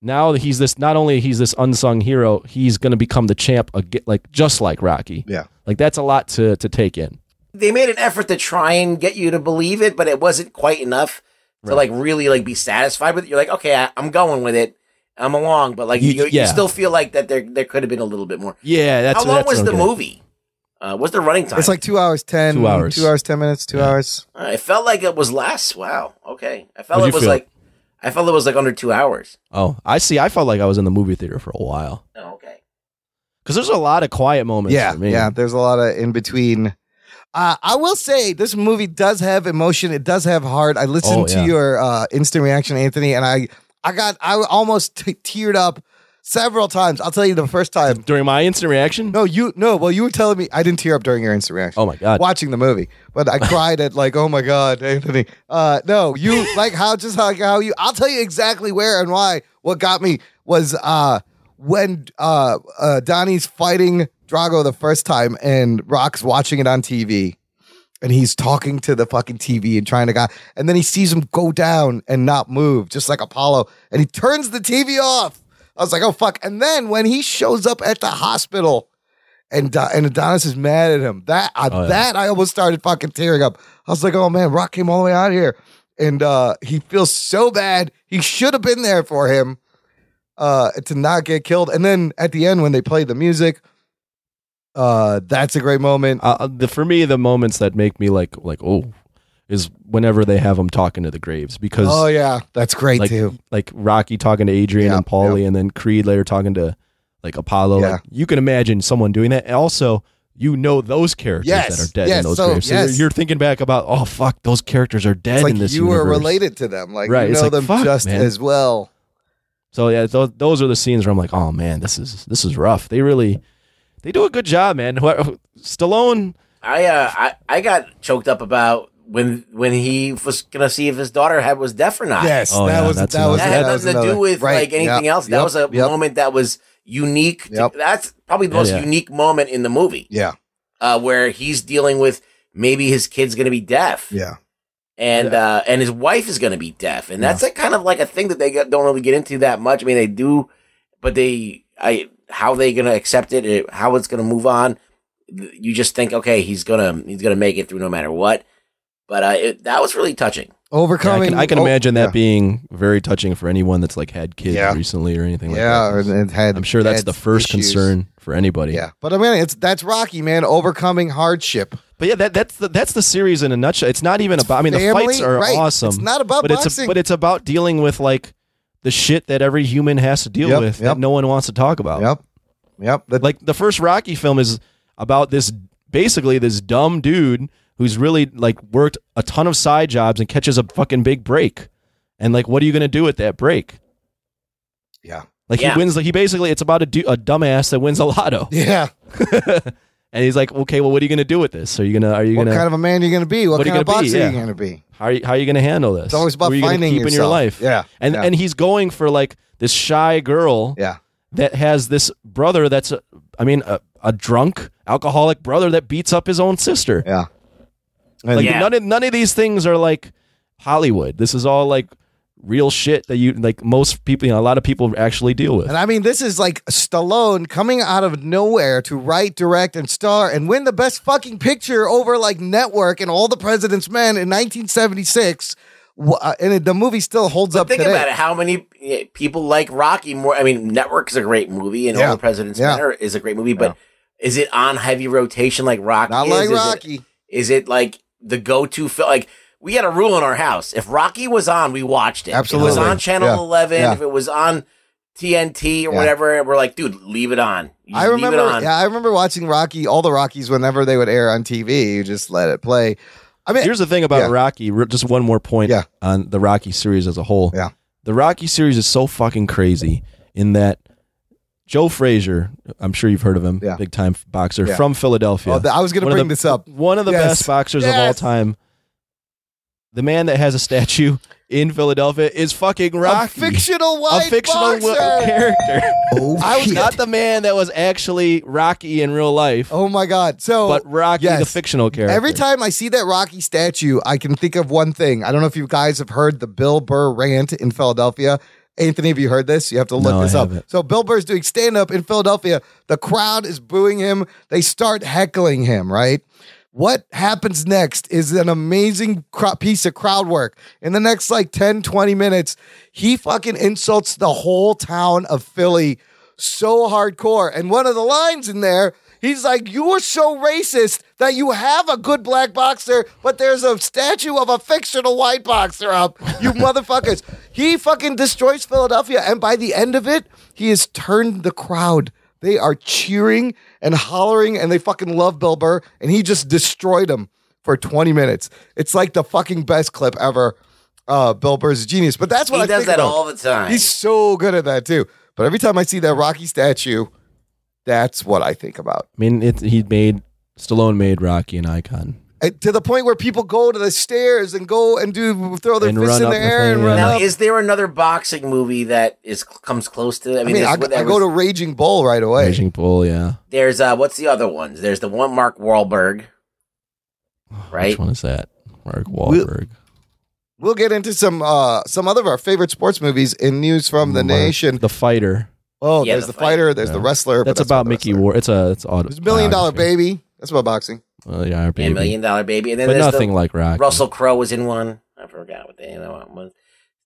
C: now that he's this. Not only he's this unsung hero, he's going to become the champ, again, like just like Rocky.
A: Yeah.
C: Like that's a lot to to take in.
D: they made an effort to try and get you to believe it, but it wasn't quite enough to like really like be satisfied with it. You're like, okay, I, I'm going with it. I'm along, but like you,
C: You-
D: you,
C: yeah.
D: still feel like that there there could have been a little bit more.
C: Yeah.
D: How long was the movie? Uh, what's the running time?
A: it's like two hours ten.
C: Two hours.
A: Two hours ten minutes. Two hours.
D: Uh, it felt like it was less. Wow. Okay. I felt it
C: What'd you
D: was
C: feel?
D: like I felt it was like under two hours.
C: Oh, I see. I felt like I was in the movie theater for a while
D: Oh, okay.
C: because there's a lot of quiet moments.
A: Yeah,
C: for me.
A: yeah. There's a lot of in between. Uh, I will say this movie does have emotion. It does have heart. I listened
C: Oh, yeah.
A: to your uh, instant reaction, Anthony, and I, I got, I almost t- teared up several times. I'll tell you the first time
C: during my instant reaction.
A: No, you, no. Well, you were telling me I didn't tear up during your instant reaction. Oh
C: my god,
A: watching the movie, but I cried at like, oh my god, Anthony. Uh, no, you like how just like how you. I'll tell you exactly where and why. What got me was uh when uh, uh Donnie's fighting Drago the first time, and Rock's watching it on TV and he's talking to the fucking TV and trying to guy, and then he sees him go down and not move, just like Apollo, and he turns the TV off. I was like, oh fuck! And then when he shows up at the hospital, and Do- and Adonis is mad at him, that I,
B: Oh, yeah.
A: that I almost started fucking tearing up. I was like, oh man, Rock came all the way out here, and uh, he feels so bad. He should have been there for him uh, to not get killed. And then at the end when they played the music. Uh, that's a great moment.
C: Uh, the, for me, the moments that make me like like oh, is whenever they have him talking to the graves because
A: Oh yeah, that's great
C: like,
A: too.
C: Like Rocky talking to Adrian and Paulie, and then Creed later talking to like Apollo.
A: Yeah.
C: Like, you can imagine someone doing that. And also, you know those characters that
A: Yes,
C: are dead
A: yes,
C: in those
A: so-
C: graves. So you're-
A: yes.
C: you're, thinking back about oh fuck, those characters are dead
A: It's like
C: in this.
A: you were
C: universe.
A: related to them. Like
C: Right,
A: you
C: it's
A: know
C: like,
A: them
C: fuck,
A: just
C: man.
A: as well.
C: So yeah, those, those are the scenes where I'm like, oh man, this is this is rough. They really they do a good job, man. Whoever- Stallone.
D: I uh, I I got choked up about when when he was gonna see if his daughter had was deaf or not.
A: Yes, Oh, that yeah, was- that's that was-
D: that
A: that
D: had
A: was
D: nothing to
A: another-
D: do with
A: right,
D: like anything
A: yep,
D: else. That
A: yep,
D: was a
A: yep.
D: moment that was unique. to- that's probably the
A: Yeah,
D: most
A: yeah.
D: unique moment in the movie.
A: Yeah.
D: uh, where he's dealing with maybe his kid's gonna be deaf.
A: Yeah.
D: and uh, and his wife is going to be deaf, and that's
A: Yeah.
D: like kind of like a thing that they get, don't really get into that much. I mean, they do, but they I how they going to accept it, eh, how it's going to move on. th- You just think, okay, he's gonna he's gonna make it through no matter what. But uh, it, that was really touching.
C: I
A: Overcoming.
C: can, I can
A: oh,
C: imagine that
A: yeah.
C: being very touching for anyone that's like had kids recently or anything
A: Yeah,
C: like that.
A: and had
C: I'm sure that's the first concern for anybody.
A: Yeah. But I mean, it's that's Rocky, man. Overcoming hardship.
C: But yeah, that, that's the that's the series in a nutshell. It's not even about. I mean,
A: family,
C: the fights are
A: right.
C: awesome.
A: It's not about
C: but It's
A: boxing.
C: but it's about dealing with like the shit that every human has to deal
A: Yep,
C: with
A: yep.
C: that no one wants to talk about.
A: Yep. Yep.
C: like the first Rocky film is about this basically this dumb dude who's really like worked a ton of side jobs and catches a fucking big break. And like, what are you gonna do with that break?
A: Yeah.
C: Like
A: Yeah.
C: he wins. Like he basically, it's about a, du- a dumbass that wins a lotto.
A: Yeah.
C: and he's like, okay, well, what are you gonna do with this? Are you gonna? Are you
A: What
C: gonna?
A: kind of a man are you gonna be? What,
C: what are you
A: kind of
C: gonna be?
A: boxer are you
C: Yeah.
A: gonna be?
C: How are you, how are you going to handle this?
A: It's always about
C: Who are you gonna
A: finding
C: keep in your
A: yourself.
C: life.
A: Yeah,
C: and
A: yeah.
C: and he's going for like this shy girl.
A: Yeah,
C: that has this brother that's a, I mean a, a drunk alcoholic brother that beats up his own sister.
A: Yeah,
C: like
B: Yeah.
C: none of none of these things are like Hollywood. This is all like real shit that you like most people, you know, a lot of people actually deal with.
A: And I mean, this is like Stallone coming out of nowhere to write, direct, and star and win the best fucking picture over like Network and All the President's Men in 1976. Wh- uh, And it- the movie still holds up
D: Think
A: today.
D: about it. How many eh, people like Rocky more? I mean, Network is a great movie, and
A: Yeah.
D: All the President's
A: Yeah.
D: Men are- is a great movie, but is it on heavy rotation like Rocky?
A: Not
D: is?
A: like
D: Is it-
A: Rocky.
D: Is it like the go-to film? Like we had a rule in our house: if Rocky was on, we watched it. If it
A: Absolutely.
D: was on Channel
A: Yeah.
D: Eleven.
A: Yeah.
D: If it was on TNT or
A: Yeah.
D: whatever, and we're like, dude, leave it on. You
A: I
D: just leave it
A: remember,
D: on.
A: yeah, I remember watching Rocky, all the Rockies, whenever they would air on TV, you just let it play. I mean,
C: Here's the thing about Rocky. re- Just one more point on the Rocky series as a whole.
A: Yeah.
C: The Rocky series is so fucking crazy in that Joe Frazier, I'm sure you've heard of him,
A: Yeah.
C: big time boxer
A: Yeah.
C: from Philadelphia.
A: Oh, th- I was gonna
C: One of
A: bring
C: the-
A: this up.
C: One of the
A: Yes.
C: best boxers of all
A: Yes.
C: time. The man that has a statue in Philadelphia is fucking Rocky.
A: fictional white
C: a fictional wi-
A: boxer. Oh,
C: character. I was
A: shit.
C: not the man that was actually Rocky in real life.
A: Oh my god! So,
C: but Rocky, the fictional character.
A: Every time I see that Rocky statue, I can think of one thing. I don't know if you guys have heard the Bill Burr rant in Philadelphia. Anthony, have you heard this? You have to look
C: No, I
A: this up.
C: haven't.
A: So Bill Burr's doing stand up in Philadelphia. The crowd is booing him. They start heckling him, right? What happens next is an amazing cro- piece of crowd work. In the next like 10, 20 minutes, he fucking insults the whole town of Philly so hardcore. And one of the lines in there, he's like, You're so racist that you have a good black boxer, but there's a statue of a fictional white boxer up. You motherfuckers. He fucking destroys Philadelphia. And by the end of it, he has turned the crowd They are cheering and hollering and they fucking love Bill Burr and he just destroyed them for 20 minutes. It's like the fucking best clip ever. Uh, Bill Burr's a genius, but that's what
D: He
A: I
D: does
A: think
D: that
A: about.
D: all the time.
A: He's so good at that too. But every time I see that Rocky statue, that's what I think about.
C: I mean, it, he made Stallone made Rocky an icon.
A: Uh, to the point where people go to the stairs and go and do throw their
C: And
A: fists
C: run
A: in
C: up
A: the
C: the
A: air
C: thing,
A: and
C: yeah.
A: run
D: Now,
A: up.
D: is there another boxing movie that is comes close to?
A: I mean, I,
D: this-
A: go-
D: that
A: I go
D: was-
A: to Raging Bull right away.
C: Raging Bull, yeah.
D: There's uh, what's the other ones? There's the one Mark Wahlberg, right?
C: Which one is that? Mark Wahlberg.
A: We'll get into some uh, some other of our favorite sports movies in news from the nation.
C: The Fighter.
A: Oh, there's the, fighter, there's the
C: Yeah.
A: wrestler. but
C: That's, about Mickey Ward. It's a it's auto.
A: There's Million Dollar Baby. That's about boxing.
C: Uh, yeah, our
D: Yeah,
C: baby.
D: Million Dollar Baby, and then
C: But
D: there's the-
C: nothing like Rocky.
D: Russell Crowe was in one. I forgot what the other one was.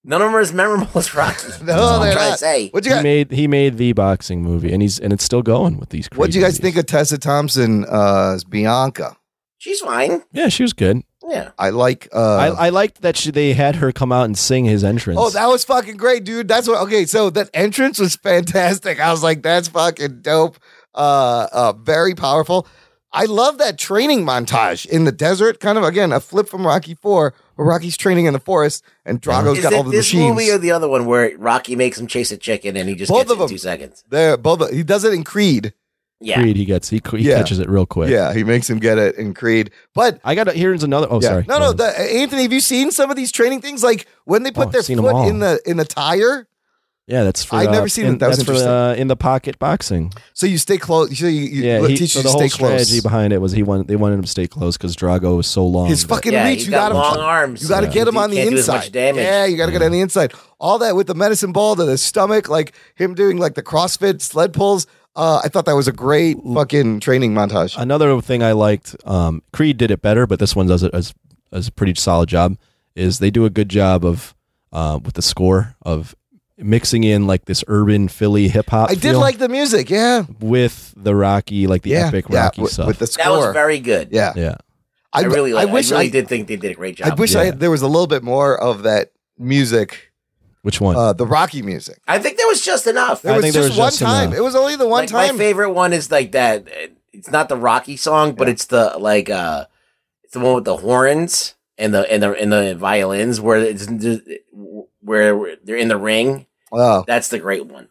D: None of them are as memorable as Rocky. That's what I'm
A: they're
D: trying
A: not.
D: to say.
A: What you
C: He
A: got?
C: made he made the boxing movie, and he's and it's still going with these.
A: What do
C: crazy
A: you guys
C: movies.
A: think of Tessa Thompson uh, as Bianca?
D: She's fine.
C: Yeah, she was good.
D: Yeah.
A: I like. Uh,
C: I, I liked that she, they had her come out and sing his entrance.
A: Oh, that was fucking great, dude. That's what. Okay, so that entrance was fantastic. I was like, that's fucking dope. Uh, uh, very powerful. I love that training montage in the desert. Kind of again a flip from Rocky Four, where Rocky's training in the forest and Drago's
D: Is
A: got
D: it
A: all the
D: this
A: machines.
D: movie or the other one where Rocky makes him chase a chicken and he just
A: Both
D: gets
A: of
D: it in
A: them.
D: two seconds?
A: There, both he does it in Creed.
D: Yeah.
C: Creed, he gets he, he
A: Yeah.
C: catches it real quick.
A: Yeah, he makes him get it in Creed. But
C: I got here's another. Oh,
A: yeah.
C: sorry.
A: no,
C: Go
A: no,
C: on.
A: the, Anthony, have you seen some of these training things? Like when they put
C: Oh, I've
A: their
C: seen 'em
A: foot
C: all.
A: in the in the tire,
C: yeah, that's for.
A: I'd
C: uh,
A: never seen
C: in,
A: it. That was
C: that's for,
A: interesting.
C: uh, in the pocket boxing.
A: so you stay close. So you, you
C: yeah, he,
A: teach
C: so
A: you to
C: the whole
A: stay
C: strategy
A: close.
C: behind it was he wanted they wanted him to stay close because Drago was so long.
A: His
C: that-
A: fucking
D: Yeah,
A: reach.
D: he's
A: You
D: got
A: got,
D: long
A: him.
D: arms.
A: You got to
D: Yeah.
A: get him
D: He
A: on the
D: can't do as
A: inside.
D: much damage.
A: Yeah, you got to get on the inside. All that with the medicine ball to the stomach, like him doing like the CrossFit sled pulls. Uh, I thought that was a great fucking training montage.
C: Another thing I liked, um, Creed did it better, but this one does it as as a pretty solid job. Is they do a good job of uh, with the score of mixing in like this urban Philly hip hop.
A: I did like the music. Yeah,
C: with the Rocky, like the
A: yeah,
C: epic
A: yeah,
C: Rocky
A: with,
C: stuff.
A: with the
D: That
A: score.
D: was very good.
A: yeah,
C: yeah,
D: I, really, like, I,
A: wish
D: really
A: I,
D: did think they did a great job.
A: I wish I had, there was a little bit more of that music,
C: which one?
A: uh, the Rocky music.
D: I think there was just enough.
A: There
C: I
A: was
C: think
A: just
C: there was
A: one
C: just
A: time.
C: enough.
A: It was only the one
D: Like,
A: time.
D: My favorite one is like that. It's not the Rocky song, but it's the like uh, it's the one with the horns and the and the and the violins where it's where they're in the ring.
A: oh,
D: That's the great one.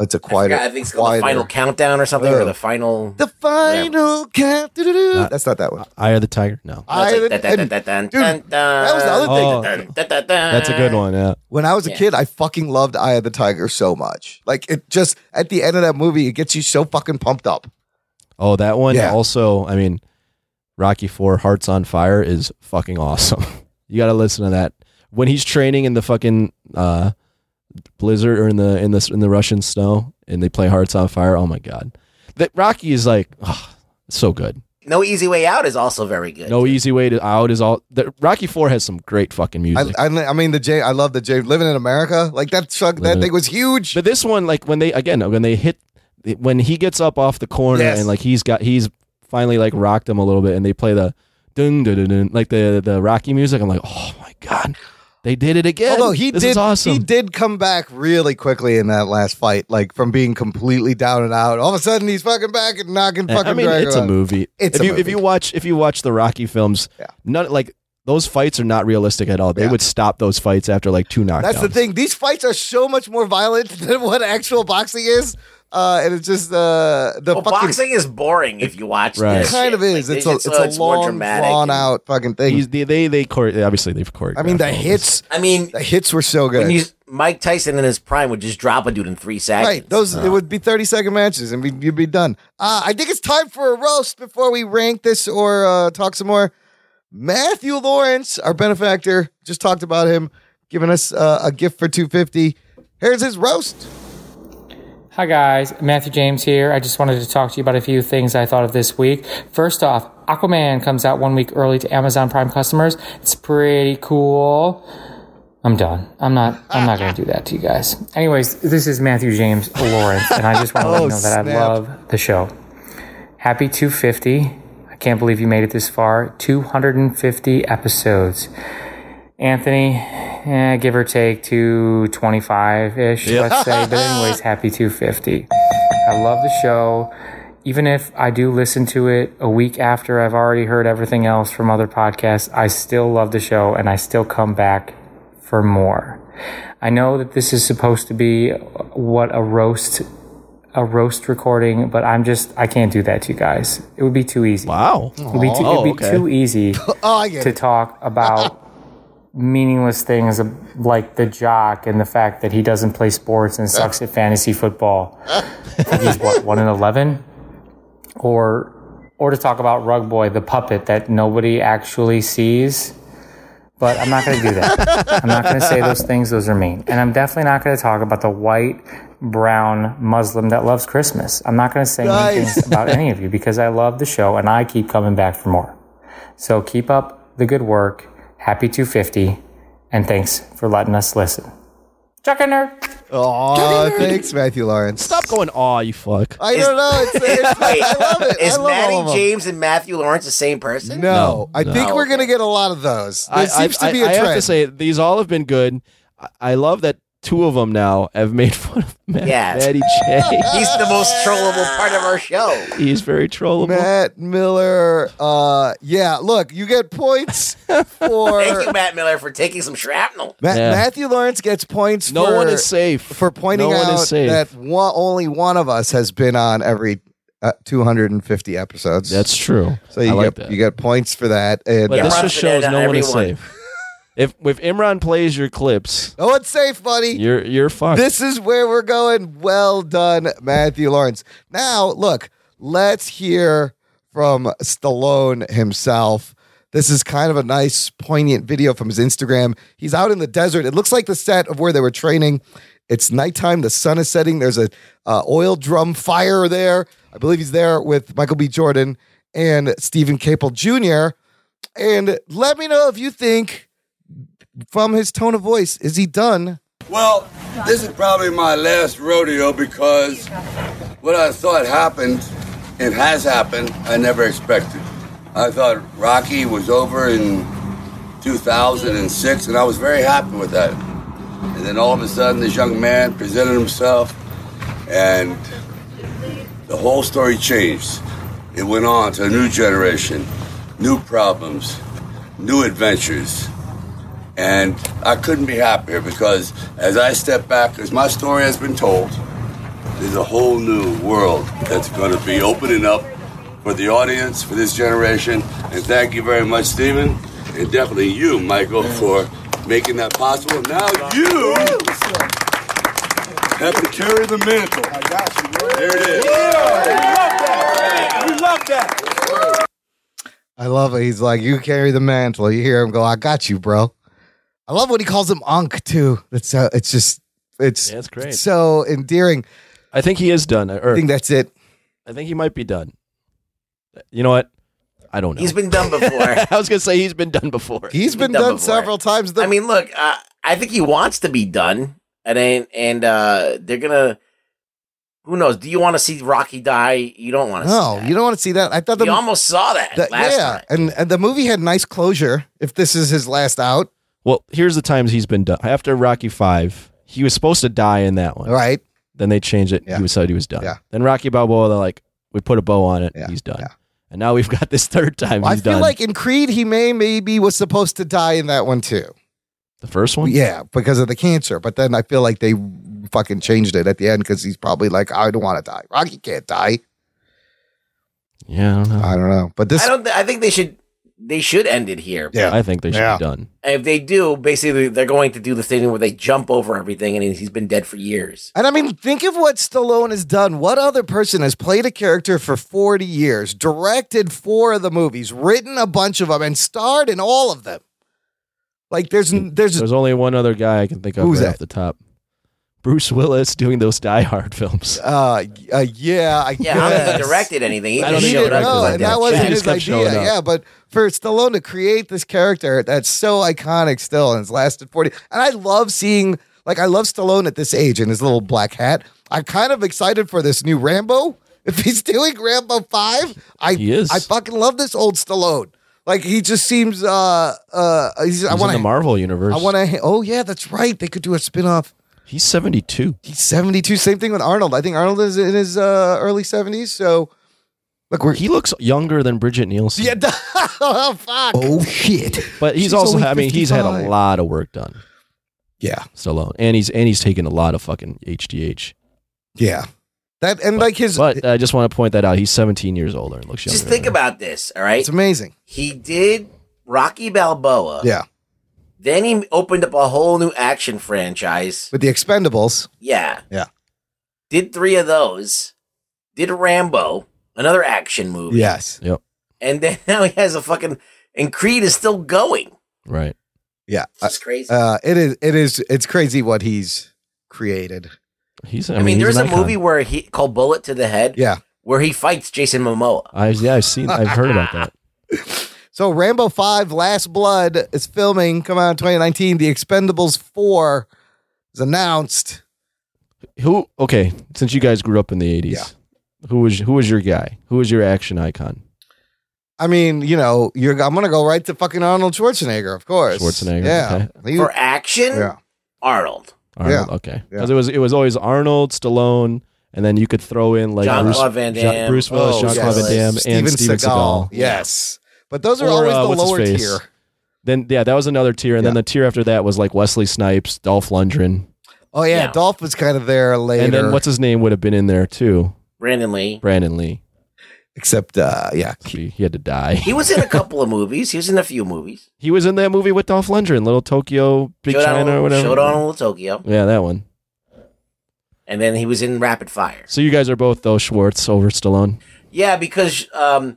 A: it's a
D: I,
A: quieter.
D: forgot, I think it's called the
A: quieter.
D: final countdown or something, or
A: Ugh.
D: the final.
A: The final count. doo-doo-doo.
C: Not-
A: That's not that one.
C: Eye of the Tiger. No,
A: I
D: That's like,
A: and- dude, that was the other thing.
C: Oh. that's a good one. Yeah,
A: When I was a
D: Yeah.
A: kid, I fucking loved Eye of the Tiger so much. Like it just at the end of that movie, it gets you so fucking pumped up.
C: Oh, that one
A: Yeah.
C: also. I mean, Rocky Four Hearts on Fire is fucking awesome. you got to listen to that when he's training in the fucking uh, blizzard or in the in the in the Russian snow, and they play Hearts on Fire. Oh my god, that Rocky is like ah, so good.
D: No easy way out is also very good.
C: No easy way to out is all. The, Rocky Four has some great fucking music.
A: I, I, I mean the J. I love the J. Living in America, like that. Chuck, that
C: Living-
A: thing was huge.
C: But this one, like when they again when they hit when he gets up off the corner
A: Yes.
C: and like he's got he's finally like rocked him a little bit and they play the dun dun dun, dun like the the Rocky music. I'm like, oh my god, they did it again.
A: Although he
C: this
A: did,
C: is awesome.
A: he did come back really quickly in that last fight, like from being completely down and out. All of a sudden, he's fucking back and knocking
C: And,
A: fucking.
C: I mean,
A: Drago
C: it's a
A: out.
C: movie.
A: It's
C: if
A: a
C: you if
A: movie.
C: you watch if you watch the Rocky films,
A: Yeah.
C: none like those fights are not realistic at all. They
A: Yeah.
C: would stop those fights after like two knockdowns.
A: That's the thing. These fights are so much more violent than what actual boxing is, uh, and it's just uh, the
D: Well,
A: fucking
D: boxing is boring if you watch
C: Right.
A: it
D: this.
A: kind of
D: shit. Like,
A: is. it's a it's, a
D: more
A: long,
D: dramatic
A: drawn
D: and-
A: out fucking thing.
C: He's, they they they chore- obviously they've choreographed.
A: I mean, the
C: all this.
A: hits,
D: I mean,
A: the hits were so
D: when
A: good.
D: you, Mike Tyson in his prime would just drop a dude in three seconds.
A: Right, those it would be thirty second matches, and we'd, you'd be done. Uh, I think it's time for a roast before we rank this or uh, talk some more. Matthew Lawrence, our benefactor, just talked about him giving us uh, a gift for two fifty. Here's his roast.
O: Hi guys, Matthew James here. I just wanted to talk to you about a few things I thought of this week. First off, Aquaman comes out one week early to Amazon Prime customers. It's pretty cool. I'm done. I'm not. I'm not going to do that to you guys. Anyways, this is Matthew James Lawrence, and I just want to let
A: Oh,
O: you know that I
A: snap.
O: love the show. Happy 250. I can't believe you made it this far. 250 episodes. Anthony, eh, give or take, 225 ish,
B: Yep.
O: let's say. But, anyways, happy 250. I love the show. Even if I do listen to it a week after I've already heard everything else from other podcasts, I still love the show and I still come back for more. I know that this is supposed to be what a roast a roast recording, but I'm just I can't do that to you guys. It would be too easy. Wow. It would be too,
B: Oh,
O: it'd be
B: okay.
O: too easy
A: Oh, I get
O: to
A: it.
O: talk about meaningless things like the jock and the fact that he doesn't play sports and sucks at fantasy football. I think he's what one in eleven, or or to talk about Rug Boy, the puppet that nobody actually sees. But I'm not going to do that. I'm not going to say those things. Those are mean. And I'm definitely not going to talk about the white, brown Muslim that loves Christmas. I'm not going to say mean
B: Nice.
O: things about any of you because I love the show and I keep coming back for more. So keep up the good work. Happy 250. And thanks for letting us listen.
A: Chuck and nerd. Aw, thanks, Matthew Lawrence. Stop going aw, you fuck. I
D: Is-
A: don't know. It's, it's, I love it.
D: Is
A: I love
D: Maddie
A: all of them.
D: James and Matthew Lawrence the same person?
A: No, I think
D: No.
A: we're gonna get a lot of those. There
C: I,
A: seems
C: I-
A: to be
C: I-
A: a
C: I
A: trend.
C: have to say these all have been good. I, I love that two of them now have made fun of Matt,
D: Yes.
C: Matty J.
D: He's the most trollable part of our show.
C: He's very trollable.
A: Matt Miller. Uh, yeah. Look, you get points for
D: Thank you, Matt Miller, for taking some shrapnel.
A: Ma- Matthew Lawrence gets points.
D: No
A: for-
D: one is safe.
A: for pointing
D: No one
A: out
D: is safe.
A: that one, only one of us has been on every uh, 250 episodes.
C: That's true.
A: So you
C: I like
A: get
C: that.
A: you get points for that. And
C: But this just shows no one is safe. If if Imran plays your clips,
A: No one's safe, buddy.
C: you're you're fucked.
A: This is where we're going. Well done, Matthew Lawrence. Now, look, let's hear from Stallone himself. This is kind of a nice, poignant video from his Instagram. He's out in the desert. It looks like the set of where they were training. It's nighttime. The sun is setting. There's a uh, oil drum fire there. I believe he's there with Michael B. Jordan and Stephen Capel Jr. And let me know if you think, from his tone of voice, is he done
P: Well, this is probably my last rodeo because what I thought happened, it has happened, I never expected. I thought Rocky was over in 2006, and I was very happy with that. And then all of a sudden, this young man presented himself, and the whole story changed. It went on to a new generation, new problems, new adventures. And I couldn't be happier because as I step back, as my story has been told, there's a whole new world that's going to be opening up for the audience, for this generation. And thank you very much, Stephen, and definitely you, Michael, for making that possible. Now you have to carry the mantle. There it is.
B: We love that.
A: I love it. He's like, you carry the mantle. You hear him go, I got you, bro. I love when he calls him Unc too. That's uh, it's just it's
C: Yeah, it's great.
A: so endearing.
C: I think he is done. or-
A: I think that's it.
C: I think he might be done. You know what? I don't know.
D: He's been done before.
C: I was gonna say he's been done before.
A: He's been done several times.
D: I mean, look, uh, I think he wants to be done, and and, and uh, they're gonna. Who knows? Do you want to see Rocky die? You don't want to.
A: No, you don't want to see that. I thought
D: see
A: the
D: You almost saw that
A: the-
D: last
A: yeah,
D: time.
A: and and the movie had nice closure. If this is his last out,
C: Well, here's the times he's been done. After Rocky Five, he was supposed to die in that one.
A: Right.
C: Then they changed it. He was said he was done.
A: Yeah.
C: Then Rocky Balboa, they're like, we put a bow on it. He's done. And now we've got this third time.
A: I
C: he's
A: feel
C: done.
A: like in Creed he may maybe was supposed to die in that one too.
C: the first one.
A: Yeah, because of the cancer. But then I feel like they fucking changed it at the end because he's probably like, I don't want to die. Rocky can't die.
C: Yeah, I don't know.
A: I don't know. But this
D: I don't. Th- I think they should. They should end it here.
A: Yeah.
C: I think they should
A: Yeah.
C: be done.
D: And if they do, basically they're going to do the thing where they jump over everything, and he's been dead for years.
A: And I mean, think of what Stallone has done. What other person has played a character for 40 years, directed four of the movies, written a bunch of them, and starred in all of them? Like, there's n- there's
C: There's only one other guy I can think of
A: Who's
C: right
A: that?
C: off the top. Bruce Willis doing those Die Hard films.
A: uh, uh yeah, I
D: Yeah, I don't think
A: guess.
D: he directed anything. He
A: I
D: just
A: don't
D: showed
A: even
D: up
A: know,
D: because I
A: and
D: did.
A: that wasn't
C: He
A: his
C: just kept
A: idea.
C: showing up.
A: Yeah, but for Stallone to create this character that's so iconic still and it's lasted 40. And I love seeing, like, I love Stallone at this age in his little black hat. I'm kind of excited for this new Rambo. If he's doing Rambo 5, I,
C: He is.
A: I fucking love this old Stallone. Like he just seems. uh uh he's, I
C: He's
A: want
C: in the Marvel universe.
A: I want to. Oh yeah, that's right. They could do a spin-off.
C: He's seventy two.
A: He's seventy two. Same thing with Arnold. I think Arnold is in his uh, early seventies. So look, we're
C: he looks younger than Bridget Nielsen.
A: yeah. oh fuck.
C: Oh shit! But he's
A: She's
C: also.
A: only
C: I mean, he's had
A: 55.
C: a lot of work done.
A: Yeah,
C: Stallone, and he's and he's taken a lot of fucking HDH.
A: Yeah, that and like his.
C: But I just want to point that out. He's seventeen years older and looks younger.
D: Just think about this, all right? It's
A: amazing.
D: He did Rocky Balboa.
A: Yeah,
D: Then he opened up a whole new action franchise.
A: with the Expendables.
D: Yeah.
A: Yeah.
D: Did three of those. Did Rambo, another action movie.
A: Yes.
C: Yep.
D: And then now he has a fucking. And Creed is still going.
C: Right.
A: Yeah.
D: That's crazy.
A: Uh, it is. It is. It's crazy what he's created.
C: He's.
D: I, mean, there's a movie where he called Bullet to the Head.
A: Yeah.
D: Where he fights Jason Momoa.
C: I yeah, I've seen. I've heard about that.
A: So Rambo 5 Last Blood is filming, come out in 2019. The Expendables 4 is announced.
C: Who? Okay, since you guys grew up in the eighties, who was who was your guy? Who was your action icon?
A: I mean, you know, you're I'm going to go right to fucking Arnold Schwarzenegger, of course.
C: Schwarzenegger,
A: Yeah. He-
D: For action,
A: Yeah.
D: Arnold.
C: Arnold. Okay. Because it was it was always Arnold, Stallone, and then you could throw in like
D: Jean-Claude
C: Bruce,
D: Van
C: Jean-
D: Damme.
C: Bruce Willis,
D: Oh,
C: John Jean-Claude
D: yes.
C: Van Damme, and Steven Seagal.
A: Yes. But those are
C: Or,
A: always
C: uh,
A: the
C: what's his
A: lower
C: face?
A: tier.
C: Then yeah, that was another tier, and then the tier after that was like Wesley Snipes, Dolph Lundgren,
A: Oh, yeah, Dolph was kind of there later.
C: and then what's his name would have been in there too,
D: Brandon Lee.
C: Brandon Lee.
A: Except uh, yeah,
C: he, he had to die.
D: He was in a couple of movies. He was in a few movies.
C: He was in that movie with Dolph Lundgren, Little Tokyo, Big
D: Showdown
C: China, or
D: in-
C: whatever.
D: Showdown in Little Tokyo.
C: Yeah, that one.
D: And then he was in Rapid Fire.
C: So you guys are both though Schwartz over Stallone.
D: Yeah, because um,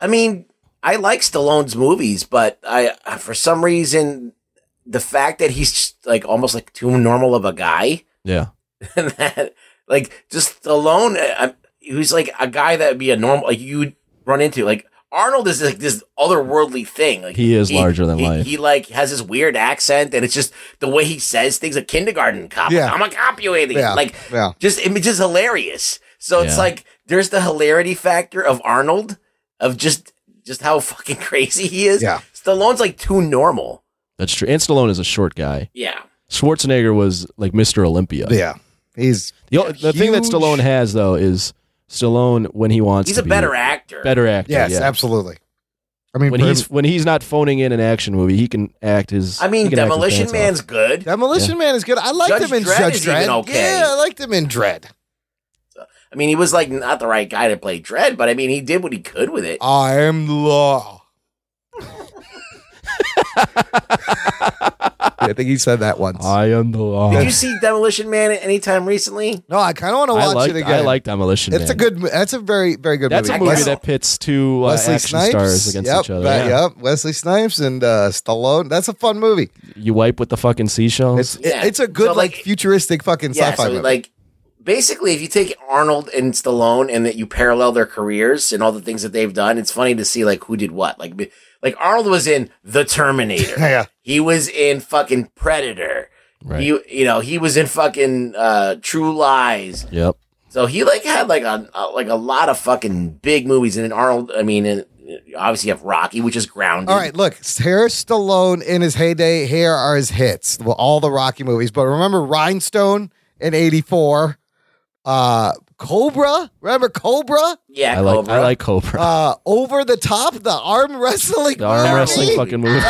D: I mean, I like Stallone's movies, but I for some reason the fact that he's just, like almost like too normal of a guy
C: Yeah.
D: and that like just Stallone, I, who's like a guy that would be a normal like you would run into like. Arnold is like this otherworldly thing. Like
C: He is larger than
D: he-
C: life.
D: He like has this weird accent, and it's just the way he says things. A kindergarten cop.
B: Yeah.
D: I'm a cop, you idiot.
B: Yeah.
D: Like
A: Yeah.
D: just it's just hilarious. So it's
B: Yeah.
D: like there's the hilarity factor of Arnold of just just how fucking crazy he is.
C: Yeah.
D: Stallone's like too normal.
C: That's true. And Stallone is a short guy.
D: Yeah.
C: Schwarzenegger was like Mr. Olympia.
A: Yeah. He's
C: the, o- the thing that Stallone has though is Stallone when he wants.
D: He's
C: to
D: a
C: be-
D: better actor.
C: Better actor.
A: Yes,
C: yeah.
A: absolutely. I mean,
C: When
A: for
C: he's
A: him-
C: when he's not phoning in an action movie, he can act his.
D: I mean,
C: he can act his
D: Demolition
C: pants
D: Man's
C: off.
D: good.
A: Demolition Man is good. I liked
D: Judge
A: him in
D: Dredd
A: Judge
D: is even
A: Dredd.
D: okay.
A: Yeah, I liked him in Dredd.
D: I mean, he was like not the right guy to play Dread, but I mean, he did what he could with it.
A: I am the law. Yeah, I think he said that once.
C: Oh, I am the law.
D: Did you see Demolition Man at any time recently?
A: No, I kind of want to
C: I
A: watch
C: liked-
A: it again.
C: I like Demolition
A: It's
C: Man.
A: a good. mo- That's a very, very good.
C: That's
A: movie.
C: a movie
A: Wes-
C: that pits two uh,
A: Wesley
C: action
A: Snipes
C: stars against
A: yep,
C: each other.
A: that-
C: yeah.
A: Yep, Wesley Snipes and uh, Stallone. That's a fun movie.
C: You wipe with the fucking seashells.
A: It- it's a good,
D: So,
A: like, futuristic fucking
D: yeah,
A: sci-fi
D: so
A: movie.
D: like basically, if you take Arnold and Stallone and that you parallel their careers and all the things that they've done, it's funny to see like who did what. Like, be- like Arnold was in The Terminator.
A: Yeah.
D: He was in fucking Predator.
C: Right.
D: You you know he was in fucking uh, True Lies.
C: Yep.
D: So he like had like a, a- like a lot of fucking big movies and then Arnold. I mean, and uh, obviously you have Rocky, which is grounded.
A: All right, look, Harris Stallone in his heyday. Here are his hits. Well, all the Rocky movies, but remember Rhinestone in '84. Uh, Cobra. Remember Cobra?
D: Yeah,
C: I like I like Cobra.
A: Uh, over the top, the arm wrestling,
C: the arm
A: movie. Uh,
C: wrestling fucking movie.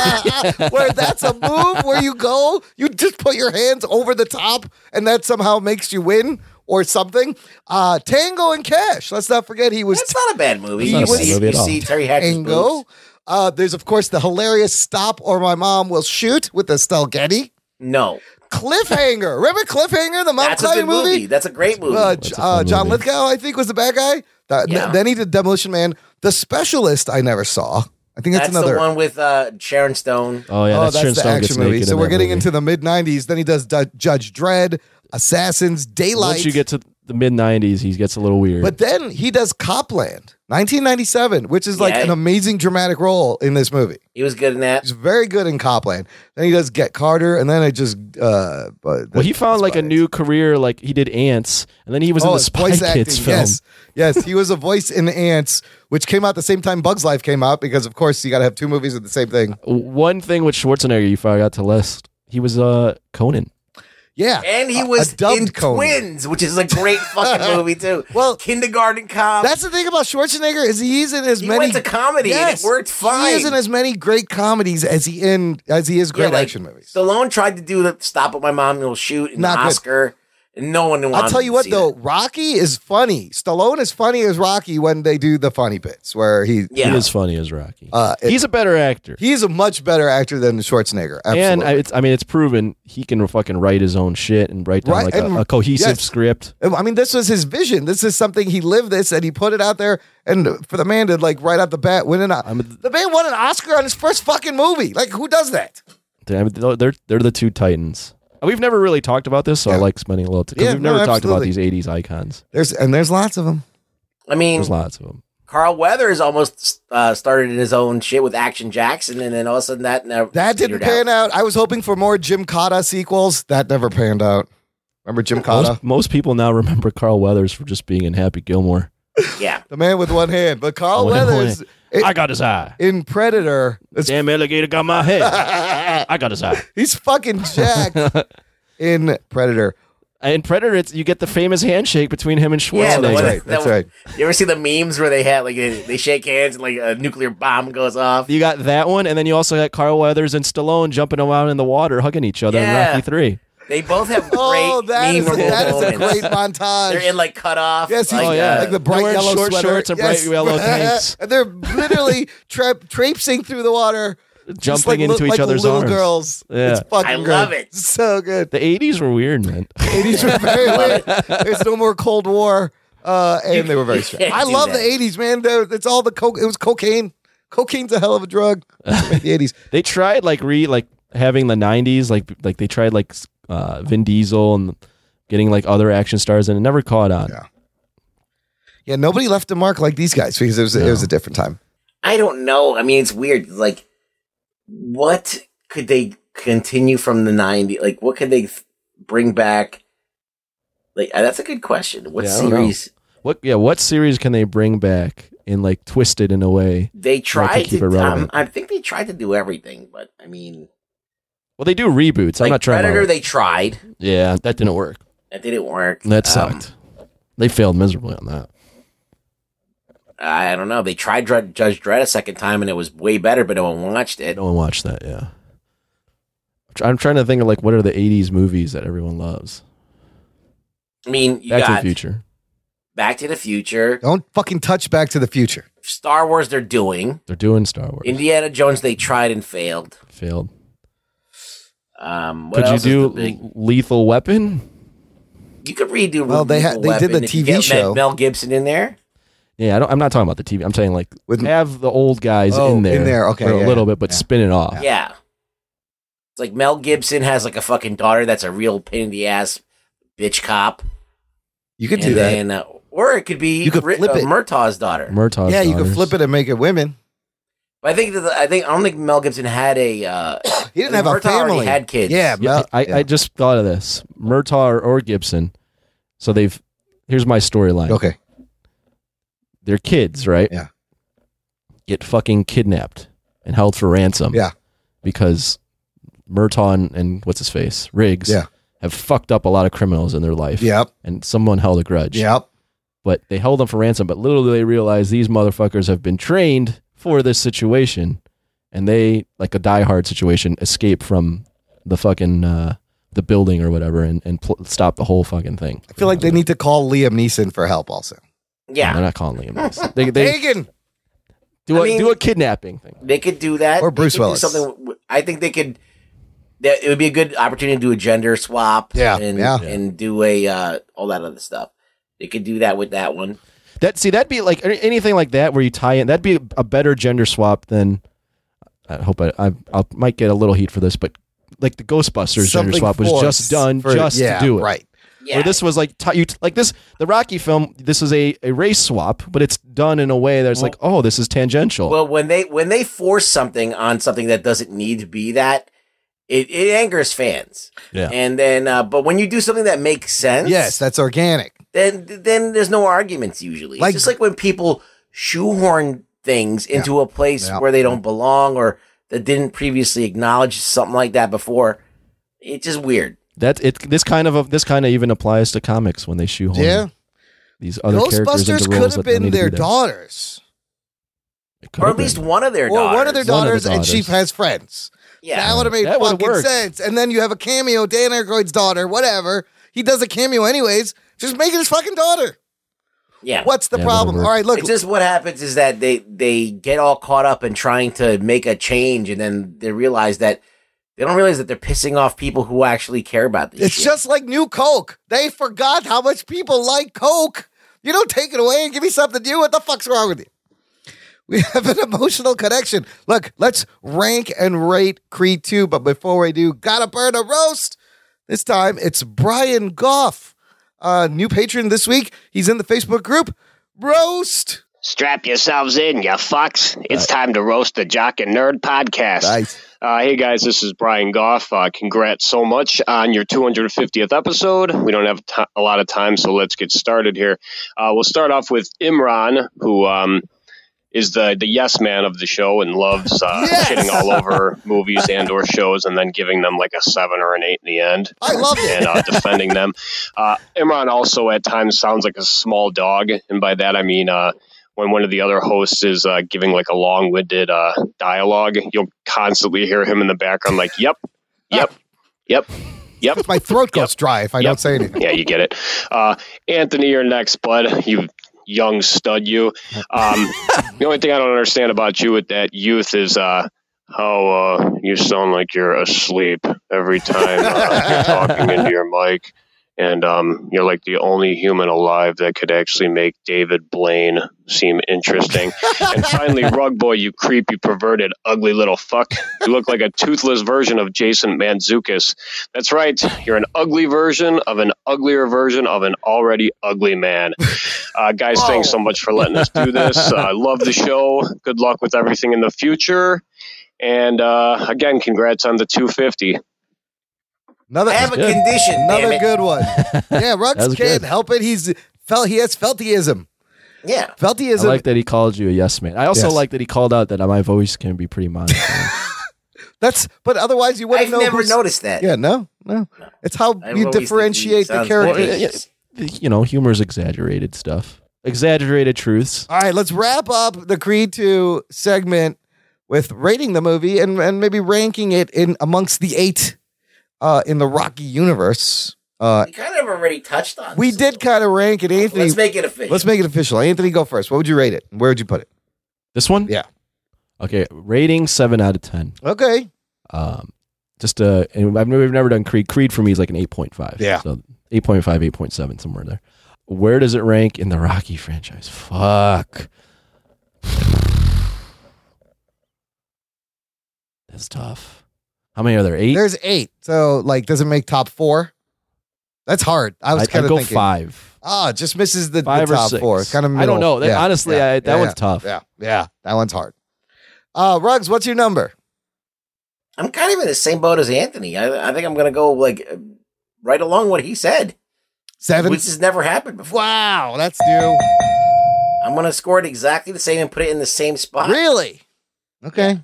A: where that's a move where you go, you just put your hands over the top, and that somehow makes you win or something. Uh, Tango and Cash. Let's not forget he was. That's
D: not a bad movie.
A: He
D: You
A: was
D: see- you see Terry Hatcher's
A: Tango.
D: boobs.
A: Uh, there's of course the hilarious "Stop or My Mom Will Shoot" with Estelle Getty.
D: No.
A: Cliffhanger. Remember Cliffhanger, the Mount
D: That's a
A: Climbing
D: good movie.
A: movie?
D: That's a great movie.
A: Uh, J- uh, John Lithgow, I think, was the bad guy. Uh, th-
D: Yeah.
A: then he did Demolition Man. The Specialist, I never saw. I think that's,
D: that's
A: another
D: the one with uh, Sharon Stone.
A: Oh,
C: Oh,
A: So we're getting into the mid '90s. Then he does Du- Judge Dredd, Assassins, Daylight.
C: Once you get to the mid '90s, he gets a little weird.
A: But then he does Copland, 1997, which is like
D: Yeah.
A: an amazing dramatic role in this movie.
D: He was good in that.
A: He's very good in Copland. Then he does Get Carter, and then it just. Uh, but
C: well, he found like a new career. Like he did Ants, and then he was in the
A: Oh, it's
C: Spy Kids film.
A: Yes, yes, he was a voice in Ants, which came out the same time Bugs Life came out because, of course, you got to have two movies with the same thing.
C: One thing with Schwarzenegger, you forgot to list. He was uh Conan.
A: Yeah,
D: and he was
A: dubbed
D: in
A: Conan.
D: Twins, which is a great fucking movie too. well, Kindergarten Cop.
A: That's the thing about Schwarzenegger is he's in as
D: Um, He
A: many
D: went to comedy and it worked fine.
A: He is in as many great comedies as he in as he is
D: Yeah,
A: great
D: like,
A: action movies.
D: Stallone tried to do the Stop with My Mom Will Shoot and
A: Not good.
D: Oscar, and no one. Wanted
A: I'll tell you
D: to
A: what
D: see
A: though,
D: that.
A: Rocky is funny. Stallone is funny as Rocky when they do the funny bits where he
C: He is funny as Rocky.
A: Uh,
C: He's a better actor.
A: He's a much better actor than Schwarzenegger. Absolutely.
C: And I, it's, I mean, it's proven he can fucking write his own shit and write down
A: Right,
C: like a,
A: and-
C: a cohesive
A: yes.
C: script.
A: I mean, this was his vision. This is something he lived this, and he put it out there. And for the man to like right out the bat win an the man won an Oscar on his first fucking movie. Like, who does that?
C: I mean, they're they're- they're the two titans. We've never really talked about this, so I like spending a little because
A: Yeah,
C: we've
A: no,
C: never talked about
A: absolutely.
C: these '80s icons.
A: There's and there's lots of them.
D: I mean,
C: There's lots of them.
D: Carl Weathers almost uh, started his own shit with Action Jackson, and then all of a sudden that never
A: That didn't pan out. I was hoping for more Jim Cotta sequels. That never panned out. Remember Jim Cotta,
C: Most, most people now remember Carl Weathers for just being in Happy Gilmore.
D: Yeah,
A: the man with one hand. But Carl
C: One hand, one
A: Weathers,
C: hand. I got his eye.
A: in Predator.
C: Damn alligator got my head. I got his eye.
A: He's fucking jacked in Predator.
C: In Predator, it's, you get the famous handshake between him and
D: Yeah, the
C: Schwarzenegger.
D: one- the- You ever see the memes where they had like they, they shake hands and like a nuclear bomb goes off?
C: You got that one, and then you also got Carl Weathers and Stallone jumping around in the water, hugging each other
D: Yeah.
C: in Rocky Three.
D: They both have great
A: Oh, that is,
D: memorable
A: that is a
D: moments.
A: great montage.
D: They're in like cut off.
A: Yes, he's
D: like,
A: like,
D: uh,
A: the bright
C: Oh, They're wearing
A: yellow
C: short
A: sweater.
C: shorts and
A: Yes.
C: bright yellow tanks.
A: and they're literally tra- traipsing through the water, just
C: Jumping
A: like, li-
C: into each
A: like
C: other's
A: little
C: arms.
A: girls.
C: Yeah.
A: It's fucking
D: I
A: great.
D: love it.
A: So good.
C: The '80s were weird, man.
A: Eighties were very weird. There's no more Cold War, uh, and they were very.
C: you
A: strange.
C: can't
A: I
C: do
A: love
C: that.
A: the eighties, man. There- It's all the coke. It was cocaine. Cocaine's a hell of a drug. the '80s.
C: They tried like re like having the '90s, like like they tried like s- uh, Vin Diesel and getting like other action stars, and it never caught on. Yeah,
A: Yeah, nobody left a mark like these guys because it was it was a different time.
D: I don't know. I mean, it's weird. Like, what could they continue from the 90s? Like, what could they th- bring back? Like, uh, that's a good question. What
C: I don't know.
D: series?
C: What yeah? What series can they bring back and like twist it in a way?
D: They tried
C: keep
D: to.
C: it
D: Um,
C: relevant.
D: I think they tried to do everything, but I mean,
C: Well, they do reboots. I'm
D: like
C: not trying.
D: Predator,
C: to,
D: they tried.
C: yeah, that didn't work.
D: That didn't work.
C: That
D: Um,
C: sucked. they failed miserably on that.
D: I don't know. They tried Dred- Judge Dredd a second time, and it was way better, but no one watched it.
C: No one watched that. Yeah, I'm try- I'm trying to think of like what are the '80s movies that everyone loves.
D: I mean, you
C: Back to
D: got
C: the Future.
D: Back to the Future,
A: Don't fucking touch Back to the Future.
D: Star Wars. They're doing
C: They're doing Star Wars.
D: Indiana Jones. They tried and failed.
C: Failed.
D: Um, what
C: Could you
D: else is
C: do
D: the big-
C: L- Lethal Weapon?
D: You could redo.
A: Well, they
D: Lethal
A: had- they did
D: Weapon
A: the
D: if you
A: TV
D: get
A: show.
D: Mel Gibson in there.
C: Yeah, I don't, I'm not talking about the TV. I'm saying like have the old guys
A: Oh,
C: in there,
A: in there, okay,
C: for a
A: yeah,
C: little bit, but spin it off.
D: Yeah. it's like Mel Gibson has like a fucking daughter that's a real pain in the ass bitch cop.
A: You could
D: and
A: do that.
D: then, uh, or it could be
A: You could
D: Ri-
A: flip
D: uh,
A: it.
D: Murtaugh's daughter.
C: Murtaugh's
A: yeah, you
C: daughters.
A: could flip it and make it women.
D: But I think that the, I think I don't think Mel Gibson had a. Uh,
A: he
D: didn't have a family. Had kids.
A: Yeah,
C: Yeah, I, I just thought of this: Murtaugh or, or Gibson. So they've. Here's my storyline.
A: Okay.
C: They're kids, right?
A: Yeah.
C: Get fucking kidnapped and held for ransom.
A: Yeah.
C: Because Murtaugh and, and what's his face Riggs.
A: Yeah.
C: Have fucked up a lot of criminals in their life.
A: Yep.
C: And someone held a grudge.
A: Yep.
C: But they held them for ransom. But little do they realize these motherfuckers have been trained for this situation, and they like a diehard situation escape from the fucking uh, the building or whatever and and pl- stop the whole fucking thing.
A: I feel like they need to call Liam Neeson for help also.
D: Yeah. Hmm.
C: They're not calling Liam Neeson. They, they
A: Hagen!
C: do a
D: I mean-
C: do a kidnapping thing.
D: They could do that,
C: Or
D: They
C: Bruce
D: could do
C: Willis.
D: Something. w- I think they could. That it would be a good opportunity to do a gender swap.
C: Yeah,
D: and
C: yeah.
D: and do a uh, all that other stuff. They could do that with that one.
C: That see that'd be like any- anything like that where you tie in. That'd be a better gender swap than. I hope I I I'll, might get a little heat for this, but like the Ghostbusters
A: Something
C: gender swap was
A: for-
C: just done
A: for-
C: just
A: yeah,
C: to do it.
A: right.
C: Where this was like t- you t- like this the Rocky film. This is a, a race swap, but it's done in a way that's like oh this is tangential.
D: Well, when they when they force something on something that doesn't need to be that, it, it angers fans.
C: Yeah.
D: And then, uh, but when you do something that makes sense,
A: Yes, that's organic.
D: then then there's no arguments usually.
A: Like-
D: it's just like when people shoehorn things into a place
A: Yeah.
D: where they don't belong or that didn't previously acknowledge something like that before. It's just weird.
C: That it this kind of a, this kind of even applies to comics when they shoehorn
D: Yeah.
C: these other characters
A: Ghostbusters
C: into
A: could
C: roles
A: have
C: that don't
A: been
C: need to
A: their
C: be there.
A: daughters,
D: Or at least one of their
A: or one of
D: daughters.
A: their daughters, and she has friends.
D: Yeah,
A: that would have made
D: That would've
A: fucking
D: worked.
A: sense. And then you have a cameo, Dan Aykroyd's daughter, whatever. He does a cameo anyways. Just make it his fucking daughter.
D: Yeah.
A: What's the Yeah, problem? whatever. All right, look-
D: It's just what happens is that they they get all caught up in trying to make a change, and then they realize that they don't realize that they're pissing off people who actually care about this.
A: It's just like New Coke. They forgot how much people like Coke. You don't take it away and give me something new. What the fuck's wrong with you? We have an emotional connection. Look, let's rank and rate Creed 2, but before we do, gotta burn a roast. This time it's Brian Goff, uh, new patron this week. He's in the Facebook group. Roast.
Q: Strap yourselves in, you fucks. It's time to roast the Jock and Nerd podcast. Uh, hey guys, this is Brian Goff. Uh, congrats so much on your 250th episode. We don't have ti a lot of time, so let's get started here. Uh, we'll start off with Imran, who um, is the, the yes man of the show and loves uh, shitting all over movies and or shows and then giving them like a seven or an eight in the end.
A: I love it.
Q: And uh, defending them. Uh, Imran also at times sounds like a small dog, and by that I mean uh, when one of the other hosts is uh, giving like a long-winded uh, dialogue, you'll constantly hear him in the background like, "Yep, yep, yep, yep."
A: My throat goes dry if I don't say anything.
Q: Yeah, you get it. Uh, Anthony, you're next, bud. You young stud, you. Um, the only thing I don't understand about you with that youth is uh, how uh, you sound like you're asleep every time uh, talking into your mic. And um, you're like the only human alive that could actually make David Blaine seem interesting. and finally, Rug Boy, you creepy, perverted, ugly little fuck. You look like a toothless version of Jason Manzukis. That's right. You're an ugly version of an uglier version of an already ugly man. Uh, guys, thanks so much for letting us do this. Uh, I love the show. Good luck with everything in the future. And uh, again, congrats on the 250.
A: Another
D: I have a condition.
A: Another
Q: damn it.
A: good one. Yeah,
C: That
A: Rugs
C: was
A: can't
C: good.
A: help it. He's felt he has feltyism.
D: Yeah.
A: Feltyism.
C: I like that he called you a yes man. I also
A: Yes.
C: like that he called out that my voice can be pretty monotone.
A: That's but otherwise you wouldn't
D: I've
A: know.
D: never
A: who's-
D: noticed that.
A: Yeah, no, no. It's how
D: I've
A: you
D: always
A: differentiate the
D: think he sounds
A: characters.
D: like-
C: you know, humor's exaggerated stuff, exaggerated truths.
A: All right, let's wrap up the Creed two segment with rating the movie and and maybe ranking it in amongst the eight uh, in the Rocky universe. Uh,
D: We kind of already touched on.
A: we did kind of rank it, Anthony.
D: Let's make it official.
A: Let's make it official. Anthony, go first. What would you rate it? Where would you put it?
C: This one?
A: Yeah.
C: Okay, rating seven out of ten.
A: Okay.
C: Um, just uh, and I've never, we've never done Creed. Creed for me is like an eight point five.
A: Yeah.
C: so 8.5, 8.7, somewhere in there. Where does it rank in the Rocky franchise? Fuck. That's tough. How many are there? Eight.
A: There's eight. So like, does it make top four? That's hard. I was
C: I'd-
A: kind
C: I'd
A: of
C: go
A: thinking
C: five.
A: Ah, just misses the, the
C: Five or
A: top
C: six.
A: four. Kind of.
C: I don't know. That- honestly, I- that one's
A: yeah,
C: tough.
A: Yeah, yeah, that one's hard. Uh, Ruggs, what's your number?
D: I'm kind of in the same boat as Anthony. I, I think I'm going to go like uh, right along what he said.
A: Seven?
D: which has never happened before.
A: Wow, that's new.
D: I'm going to score it exactly the same and put it in the same spot.
A: Really? Okay.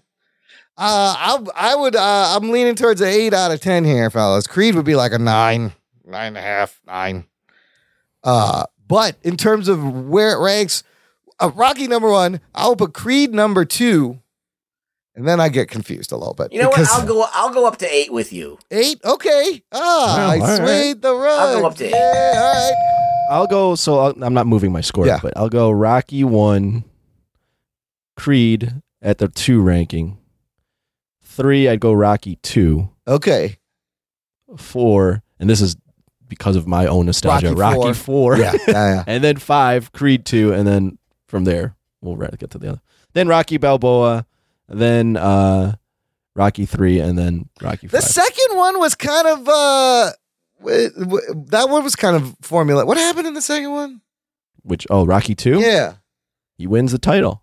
A: Uh, I I would uh, I'm leaning towards an eight out of ten here, fellas. Creed would be like a nine, nine and a half, nine. Uh, but in terms of where it ranks, uh, Rocky number one, I'll put Creed number two, and then I get confused a little bit.
D: You know
A: because-
D: what? I'll go. I'll go up to eight with you.
A: Eight? Okay. Ah,
D: Well,
A: I
D: all
A: swayed the rug.
D: I'll go up to eight.
A: Yeah, all right.
C: I'll go. So I'll, I'm not moving my score, but I'll go Rocky one, Creed at the two ranking. Three, I'd go Rocky two.
A: Okay.
C: Four, and this is because of my own nostalgia.
A: Rocky
C: Rocky,
A: four.
C: four,
A: Yeah, yeah, yeah.
C: and then five, Creed two, and then from there we'll ra- get to the other. Then Rocky Balboa, then uh, Rocky three, and then Rocky
A: The
C: five.
A: second one was kind of uh, it, w- that one was kind of formula. What happened in the second one?
C: Which oh, Rocky two.
A: Yeah,
C: he wins the title.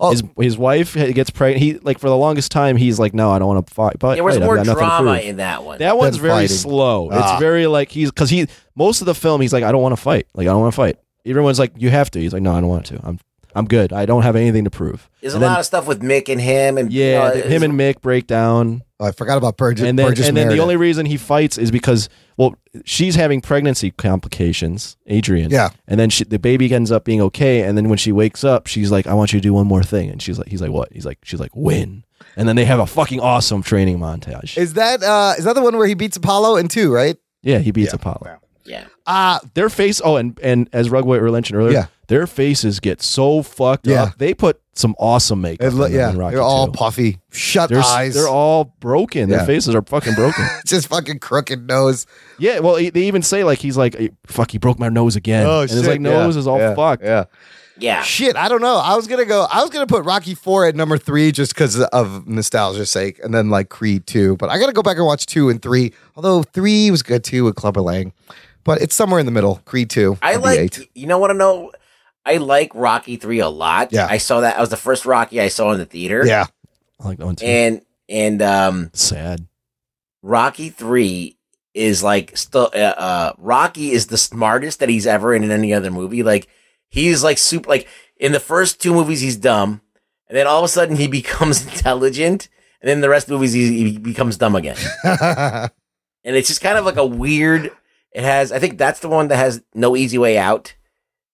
C: His his wife gets pregnant. He like for the longest time he's like, no, I don't want to fight. But
D: There was
C: fight. I've
D: more
C: got nothing to
D: drama
C: prove."
D: in that one.
C: That one's
D: Than
C: very
D: fighting.
C: slow.
D: Ah.
C: It's very like he's because he most of the film he's like, I don't want to fight. Like I don't want to fight. Everyone's like, you have to. He's like, no, I don't want to. I'm I'm good. I don't have anything to prove.
D: There's
C: And
D: a
C: then-
D: lot of stuff with Mick and him, and
C: yeah,
D: you know,
C: th- him and Mick break down.
A: Oh, I forgot about Burgess.
C: And then,
A: Burgess
C: and then the
A: Meredith.
C: only reason he fights is because well, she's having pregnancy complications, Adrian.
A: Yeah.
C: And then she, the baby ends up being okay. And then when she wakes up, she's like, "I want you to do one more thing." And she's like, "He's like what?" He's like, "She's like win." And then they have a fucking awesome training montage.
A: Is that uh is that the one where he beats Apollo in two, right?
C: Yeah, he beats Apollo.
D: Yeah.
A: Uh
C: their face. Oh, and and as Rugway or mentioned earlier,
A: Yeah.
C: their faces get so fucked
A: Yeah.
C: up. They put some awesome
A: It
C: makeup.
A: lo-
C: on them
A: yeah,
C: in Rocky
A: they're all
C: II.
A: puffy, shut
C: They're s-
A: eyes.
C: They're all broken.
A: Yeah.
C: Their faces are fucking broken.
A: just fucking crooked nose.
C: Yeah, well, he- they even say like he's like, "Eh, "Fuck, he broke my nose again,"
A: Oh,
C: and
A: shit,
C: his like nose
A: yeah,
C: is all
A: yeah,
C: fucked.
A: Yeah,
D: yeah.
A: Shit, I don't know. I was gonna go. I was gonna put Rocky Four at number three just because of nostalgia's sake, and then like Creed Two. But I gotta go back and watch two and three. Although three was good too with Clubber Lang, but it's somewhere in the middle. Creed Two.
D: I
A: would be
D: like.
A: eight.
D: You know what I know? I like Rocky three a lot.
A: Yeah.
D: I saw that. I was the first Rocky I saw in the theater.
A: Yeah,
C: I like "Oh, that one too.
D: and and um
C: sad
D: rocky 3 is like still uh, uh rocky is the smartest that he's ever in, in any other movie like he's like super like in the first two movies he's dumb and then all of a sudden he becomes intelligent and then the rest of the movies he, he becomes dumb again and it's just kind of like a weird it has i think that's the one that has no easy way out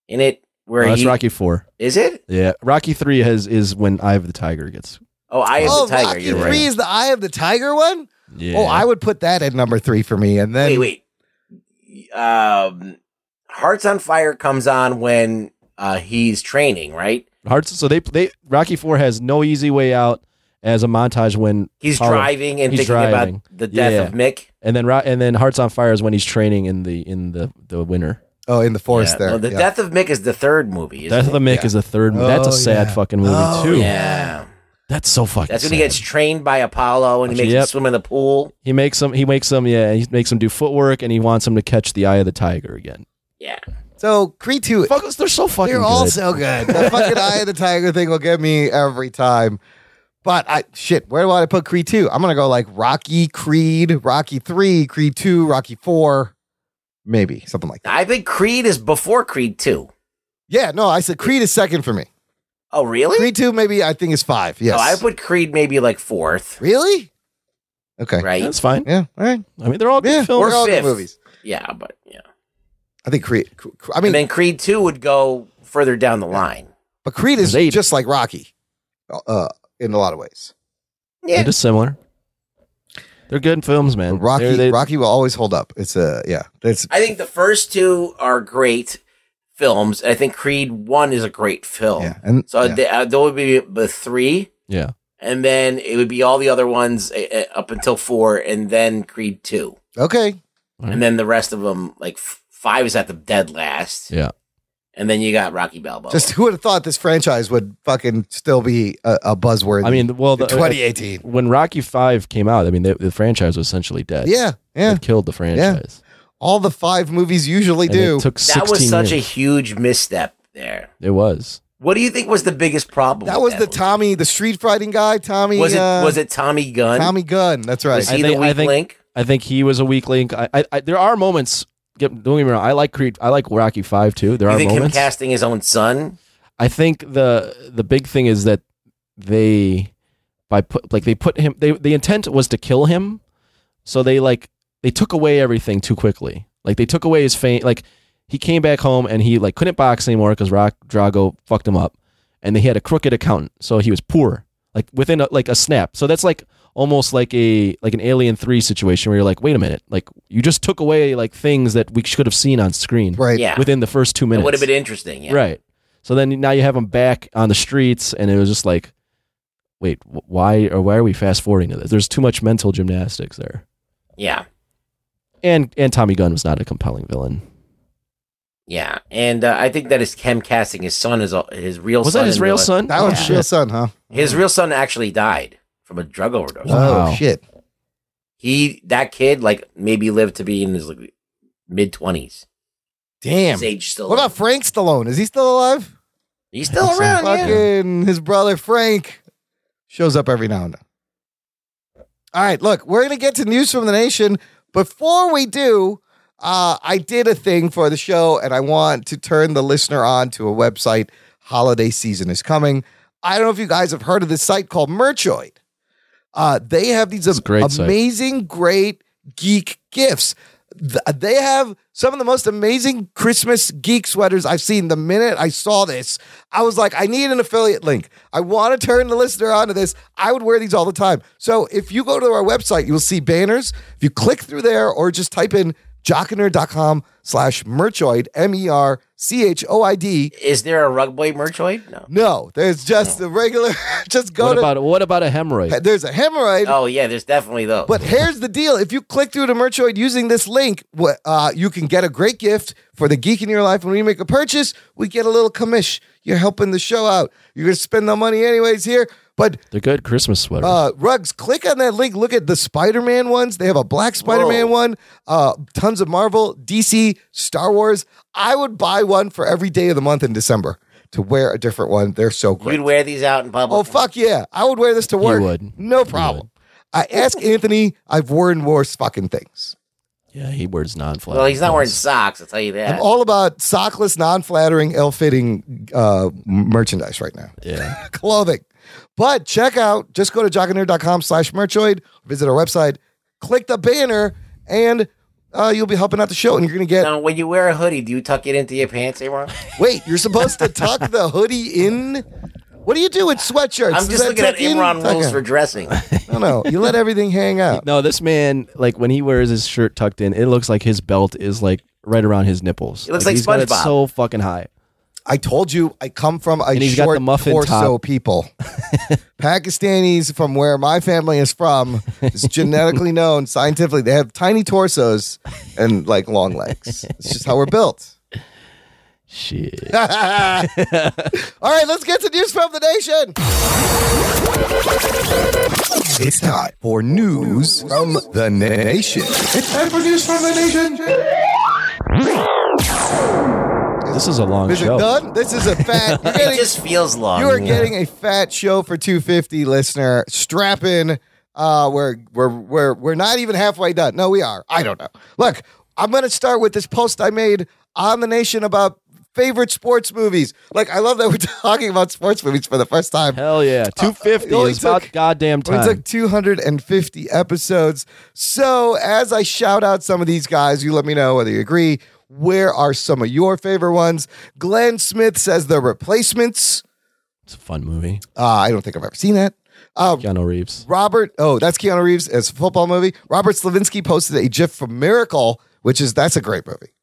D: in it where
C: Oh, that's
D: he-
C: Rocky Four.
D: is it
C: Yeah, Rocky Three has is when Eye of the Tiger gets.
D: oh i am
A: oh,
D: the tiger
A: Rocky
D: you're
A: Three
D: right
A: is the Eye of the Tiger one.
C: Yeah.
A: Oh, I would put that at number three for me, and then
D: wait, wait. Um, Hearts on Fire comes on when uh, he's training, right?
C: Hearts. So they they Rocky Four has no easy way out as a montage when
D: He's
C: Apollo-
D: driving and
C: he's
D: thinking about
C: driving.
D: the death of Mick.
C: and then Ro- and then Hearts on Fire is when he's training in the in the the winter.
A: Oh, in the forest
D: Yeah. Well, the death of Mick is the third movie. Isn't
C: Death of the
D: it?
C: Mick is the third. movie. That's
D: Oh,
C: a sad
D: yeah.
C: fucking movie
D: Oh,
C: too.
D: yeah.
C: that's so fucking.
D: That's when he
C: sad.
D: gets trained by Apollo and he makes him
C: Yep.
D: swim in the pool.
C: He makes him. He makes him. Yeah, he makes him do footwork, and he wants him to catch the eye of the tiger again.
A: So Creed two,
C: they're so fucking.
A: They're
C: good.
A: all so good. The fucking Eye of the Tiger thing will get me every time. But I shit, where do I put Creed two? I'm gonna go like Rocky, Creed, Rocky three, Creed two, Rocky four, maybe something like that.
D: I think Creed is before Creed two.
A: Yeah, no, I said Creed is second for me.
D: Oh, really?
A: Creed two, maybe I think is five. Yes,
D: No, I put Creed maybe like fourth.
A: Really? Okay,
D: Right.
C: That's fine.
A: Yeah, all right.
C: I mean, they're all good
A: yeah,
C: films.
A: They're all good
D: fifth.
A: movies.
D: Yeah, but yeah.
A: I think Creed. I mean,
D: and then Creed two would go further down the line.
A: but Creed is just like Rocky, uh, in a lot of ways.
D: Yeah.
C: They're just similar. They're good films, man.
A: Rocky,
C: They're- they-
A: Rocky will always hold up. It's a yeah. It's
D: I think the first two are great films. I think Creed One is a great film.
A: and-
D: so
A: yeah.
D: th- uh, there would be the three,
C: yeah.
D: and then it would be all the other ones uh, uh, up until four, and then Creed Two,
A: Okay.
D: and then the rest of them like f- five is at the dead last,
C: Yeah.
D: and then you got Rocky Balboa.
A: Just who would have thought this franchise would fucking still be a, a buzzword?
C: I mean, well, the, uh,
A: in 2018.
C: when Rocky Five came out, I mean, the, the franchise was essentially dead.
A: Yeah, yeah.
C: It killed the franchise.
A: All the five movies usually
C: And
A: do.
C: it took
D: that was
C: 16
D: such a
C: years.
D: huge misstep there.
C: It was.
D: What do you think was the biggest problem?
A: that was the Tommy, the street fighting guy. Tommy
D: was it
A: uh,
D: was it Tommy Gunn?
A: Tommy Gunn? That's right.
D: Was he the weak
C: I think,
D: link?
C: I think he was a weak link. I, I, I there are moments. Get, don't get me wrong. I like Creed. I like Rocky Five too. There
D: you
C: are
D: think
C: moments.
D: him casting his own son?
C: I think the the big thing is that they by put like they put him they the intent was to kill him, so they like they took away everything too quickly. Like they took away his fame. Like he came back home and he like couldn't box anymore because Rock Drago fucked him up, and he had a crooked accountant, so he was poor. Like within a, like a snap. So that's like almost like a like an Alien Three situation where you're like, wait a minute, like you just took away like things that we should have seen on screen,
A: right?
D: Yeah.
C: Within the first two
D: It
C: minutes,
D: would have been interesting. Yeah.
C: Right. So then now you have him back on the streets, and it was just like, wait, wh- why or why are we fast forwarding to this? There's too much mental gymnastics there.
D: Yeah.
C: And and Tommy Gunn was not a compelling villain.
D: Yeah, and uh, I think that his him casting his son is a- his real
C: Was
D: son.
C: that his
D: in
C: real
D: life-
C: son? Oh,
A: That was his real son, huh?
D: His real son actually died from a drug overdose.
A: Oh shit!
D: He that kid like maybe lived to be in his like, mid twenties.
A: Damn.
D: His age still.
A: What about Frank Stallone? Is he still alive?
D: He's still around, yeah.
A: Fucking his brother Frank shows up every now and then. All right, look, we're gonna get to news from the nation. Before we do, uh, I did a thing for the show, and I want to turn the listener on to a website. Holiday season is coming. I don't know if you guys have heard of this site called Merchoid. Uh, they have these am-
C: great site.
A: amazing, great geek gifts. Th- they have some of the most amazing Christmas geek sweaters I've seen. The minute I saw this, I was like, I need an affiliate link. I want to turn the listener onto this. I would wear these all the time. So if you go to our website, you will see banners. If you click through there or just type in jockiner.com slash merchoid, M E R C H O I D.
D: Is there a rug boy merchoid? No.
A: No, there's just the regular. Just go
D: What
A: to
D: about-
C: what about a hemorrhoid?
A: There's a hemorrhoid.
D: Oh yeah, there's definitely those.
A: But here's the deal: if you click through to Merchoid using this link, what uh, you can get a great gift for the geek in your life. And when you make a purchase, we get a little commish. You're helping the show out. You're gonna spend the money anyways here. But
C: They're good Christmas sweaters.
A: uh, rugs, click on that link. Look at the Spider-Man ones. They have a black Spider-Man one. Uh, tons of Marvel, DC, Star Wars. I would buy one for every day of the month in December to wear a different one. They're so great.
D: You'd wear these out in public.
A: Oh fuck yeah! I would wear this to work.
C: would.
A: No problem. I ask Anthony. I've worn worse fucking things.
C: yeah, he wears non-flat.
D: well, he's not wearing socks. I'll tell you that.
A: I'm all about sockless, non-flattering, ill-fitting uh, m- merchandise right now.
C: Yeah.
A: Clothing. But check out. Just go to jockanerd.com slash merchoid. Visit our website. Click the banner, and uh, you'll be helping out the show. And you're gonna get.
D: now, when you wear a hoodie, do you tuck it into your pants, Aaron?
A: Wait, you're supposed to tuck the hoodie in. What do you do with sweatshirts?
D: I'm
A: Is
D: just
A: that
D: looking at
A: tuck in?
D: Imran
A: Tuck
D: rules
A: out.
D: for dressing.
A: No, no, you let everything hang out.
C: No, this man, like when he wears his shirt tucked in, it looks like his belt is like right around his nipples.
A: It looks like
C: he's got
A: SpongeBob.
C: It so fucking high.
A: I told you I come from a
C: And he's got
A: short
C: the muffin
A: torso
C: top.
A: people. Pakistanis from where my family is from is genetically known scientifically. They have tiny torsos and like long legs. It's just how we're built.
C: Shit.
A: All right, let's get to news from the nation. It's time for news from the nation. It's time for news from the nation.
C: This is a long
A: Is it
C: show.
A: done? This is a fat. You're
D: it
A: getting
D: just feels long.
A: you are getting a fat show for 250, listener. Strap in. Uh, we're we're we're we're not even halfway done. No, we are. I don't know. Look, I'm gonna start with this post I made on the Nation about favorite sports movies. Like, I love that we're talking about sports movies for the first time.
C: Hell yeah, 250
A: Uh, it only
C: is about
A: took-
C: goddamn
A: Well, It's
C: time.
A: like 250 episodes. So, as I shout out some of these guys, you let me know whether you agree. Where are some of your favorite ones? Glenn Smith says The Replacements.
C: It's a fun movie.
A: Uh, I don't think I've ever seen that. Uh,
C: Keanu Reeves.
A: Robert, oh, that's Keanu Reeves. It's a football movie. Robert Slavinsky posted a GIF from Miracle, which is that's a great movie.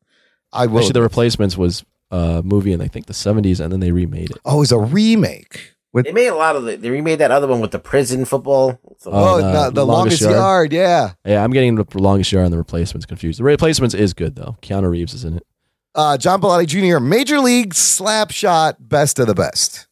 A: I will.
C: Actually, The Replacements was uh, a movie in I think the 70s, and then they remade it.
A: oh, it's a remake. With
D: they made a lot of the, they remade that other one with the prison football. So-
A: oh, the, the longest, yard. Yeah.
C: Yeah, I'm getting the longest yard and the replacements confused. The replacements is good though. Keanu Reeves is in it.
A: Uh, John Bellotti Jr. Major League Slap Shot, best of the best.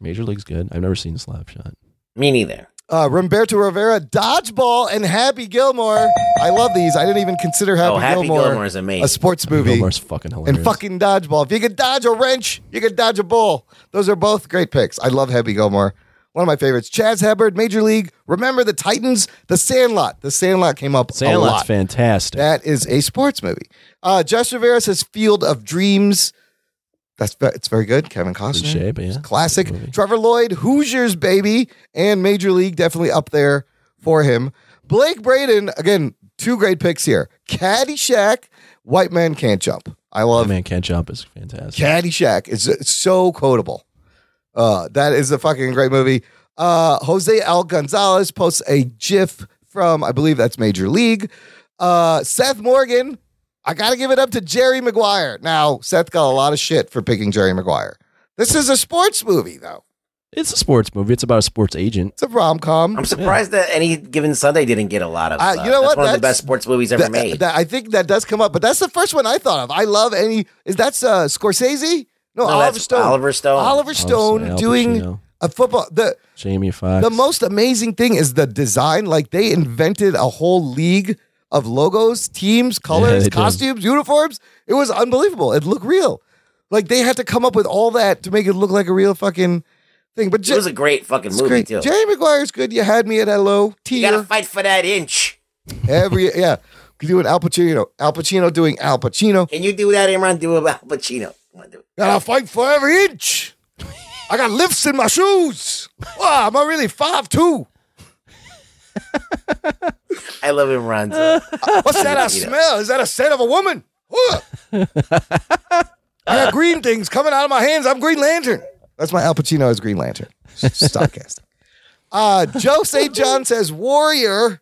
C: Major League's good. I've never seen Slapshot.
D: Me neither.
A: Uh, Roberto Rivera, Dodgeball, and Happy Gilmore. I love these. I didn't even consider Happy,
D: Oh, Happy Gilmore is amazing.
A: a sports movie.
C: Gilmore's fucking hilarious.
A: and fucking dodgeball. If you could dodge a wrench, you could dodge a bull. Those are both great picks. I love Happy Gilmore. One of my favorites. Chaz Hubbard, Major League. Remember the Titans, The Sandlot. The Sandlot came up a
C: Sandlot's
A: lot.
C: fantastic.
A: That is a sports movie. Uh, Josh Rivera says Field of Dreams. That's ve- it's very good. Kevin Costner,
C: shape, yeah.
A: It's classic. Trevor Lloyd, Hoosiers baby, and Major League definitely up there for him. Blake Braden again, two great picks here. Caddyshack, White Man Can't Jump. I love
C: Man Can't Jump is fantastic.
A: Caddyshack is uh, so quotable. Uh, that is a fucking great movie. Uh, Jose L. Gonzalez posts a GIF from, I believe that's Major League. Uh, Seth Morgan, I got to give it up to Jerry Maguire. Now, Seth got a lot of shit for picking Jerry Maguire. This is a sports movie, though.
C: It's a sports movie. It's about a sports agent.
A: It's a rom com.
D: I'm surprised that any given Sunday didn't get a lot of.
A: Uh,
D: love.
A: you know
D: That's
A: what?
D: One of the
A: That's-
D: best sports movies ever
A: That-
D: made.
A: that- I think that does come up, but that's the first one I thought of. I love any. Is that's uh, Scorsese? No,
D: No,
A: Oliver
D: that's
A: Stone.
D: Oliver Stone.
A: Oliver Stone
C: Al
A: doing
C: Pacino.
A: A football the
C: Jamie Foxx.
A: the most amazing thing is the design. Like they invented a whole league of logos, teams, colors,
C: they did.
A: costumes, uniforms. It was unbelievable. It looked real. Like they had to come up with all that to make it look like a real fucking thing. But
D: it was a great fucking movie too.
A: Jerry Maguire's good. You had me at hello tier.
D: you gotta fight for that inch.
A: Every yeah, could do an Al Pacino. Al Pacino doing Al Pacino.
D: Can you do that, Imran? Do it, Al Pacino.
A: Gotta fight for every inch. I got lifts in my shoes. Wow, am I really five two?
D: I love Imran.
A: What's that I smell? Is that a scent of a woman? Ugh. I got green things coming out of my hands. I'm Green Lantern. That's my Al Pacino as Green Lantern. Stockcast. Uh, Joe St. John says Warrior,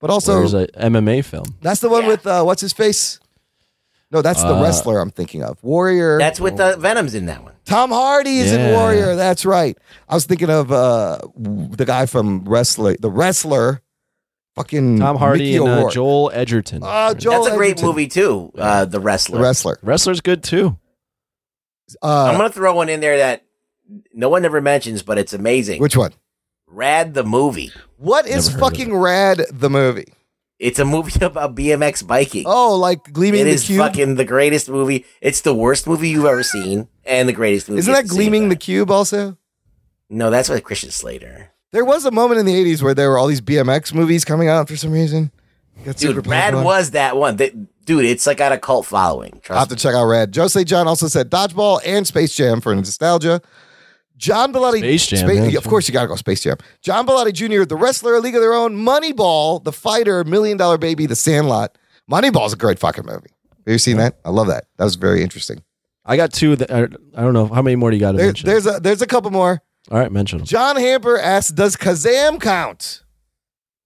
A: but also
C: There's a MMA film.
A: that's the one with uh, what's his face? No, that's the
C: Uh,
A: wrestler I'm thinking of. Warrior.
D: That's with the Venom's in that one.
A: Tom Hardy is in
D: Yeah.
A: Warrior. That's right. I was thinking of uh, w- the guy from Wrestler, the wrestler, fucking
C: Tom
A: Mm-hmm.
C: Hardy
A: Mickey
C: and uh,
A: O'Rourke.
C: Joel Edgerton.
A: Uh, Joel
D: That's a great
A: Edgerton.
D: movie too. Uh, the Wrestler.
A: The wrestler.
C: Wrestler's good too.
A: Uh,
D: I'm gonna throw one in there that no one ever mentions, but it's amazing.
A: Which one?
D: Rad the movie.
A: What is fucking rad? The movie.
D: It's a movie about BMX biking.
A: Oh, like Gleaming
D: It
A: the
D: is
A: Cube.
D: fucking the greatest movie. It's the worst movie you've ever seen, and the greatest movie.
A: Isn't
D: at
A: that
D: the same-
A: Gleaming the Cube also?
D: No, that's with Christian Slater.
A: There was a moment in the 80s where there were all these BMX movies coming out for some reason. Got super
D: Dude, Rad
A: popular.
D: was that one. They- dude, it's like got a cult following.
A: I'll have to check out Rad. Jose John also said Dodgeball and Space Jam for nostalgia. John Bellotti.
C: Space Jam, yeah,
A: of course, you got to go Space Jam. John Bellotti Jr., The Wrestler, A League of Their Own, Moneyball, The Fighter, Million Dollar Baby, The Sandlot. Moneyball's a great fucking movie. Have you seen that? I love that. That was very interesting.
C: I got two. That are, I don't know how many more do you got to
A: There,
C: mention.
A: there's, a, there's a couple more.
C: All right, mention them.
A: John Hamper asks Does Kazam count?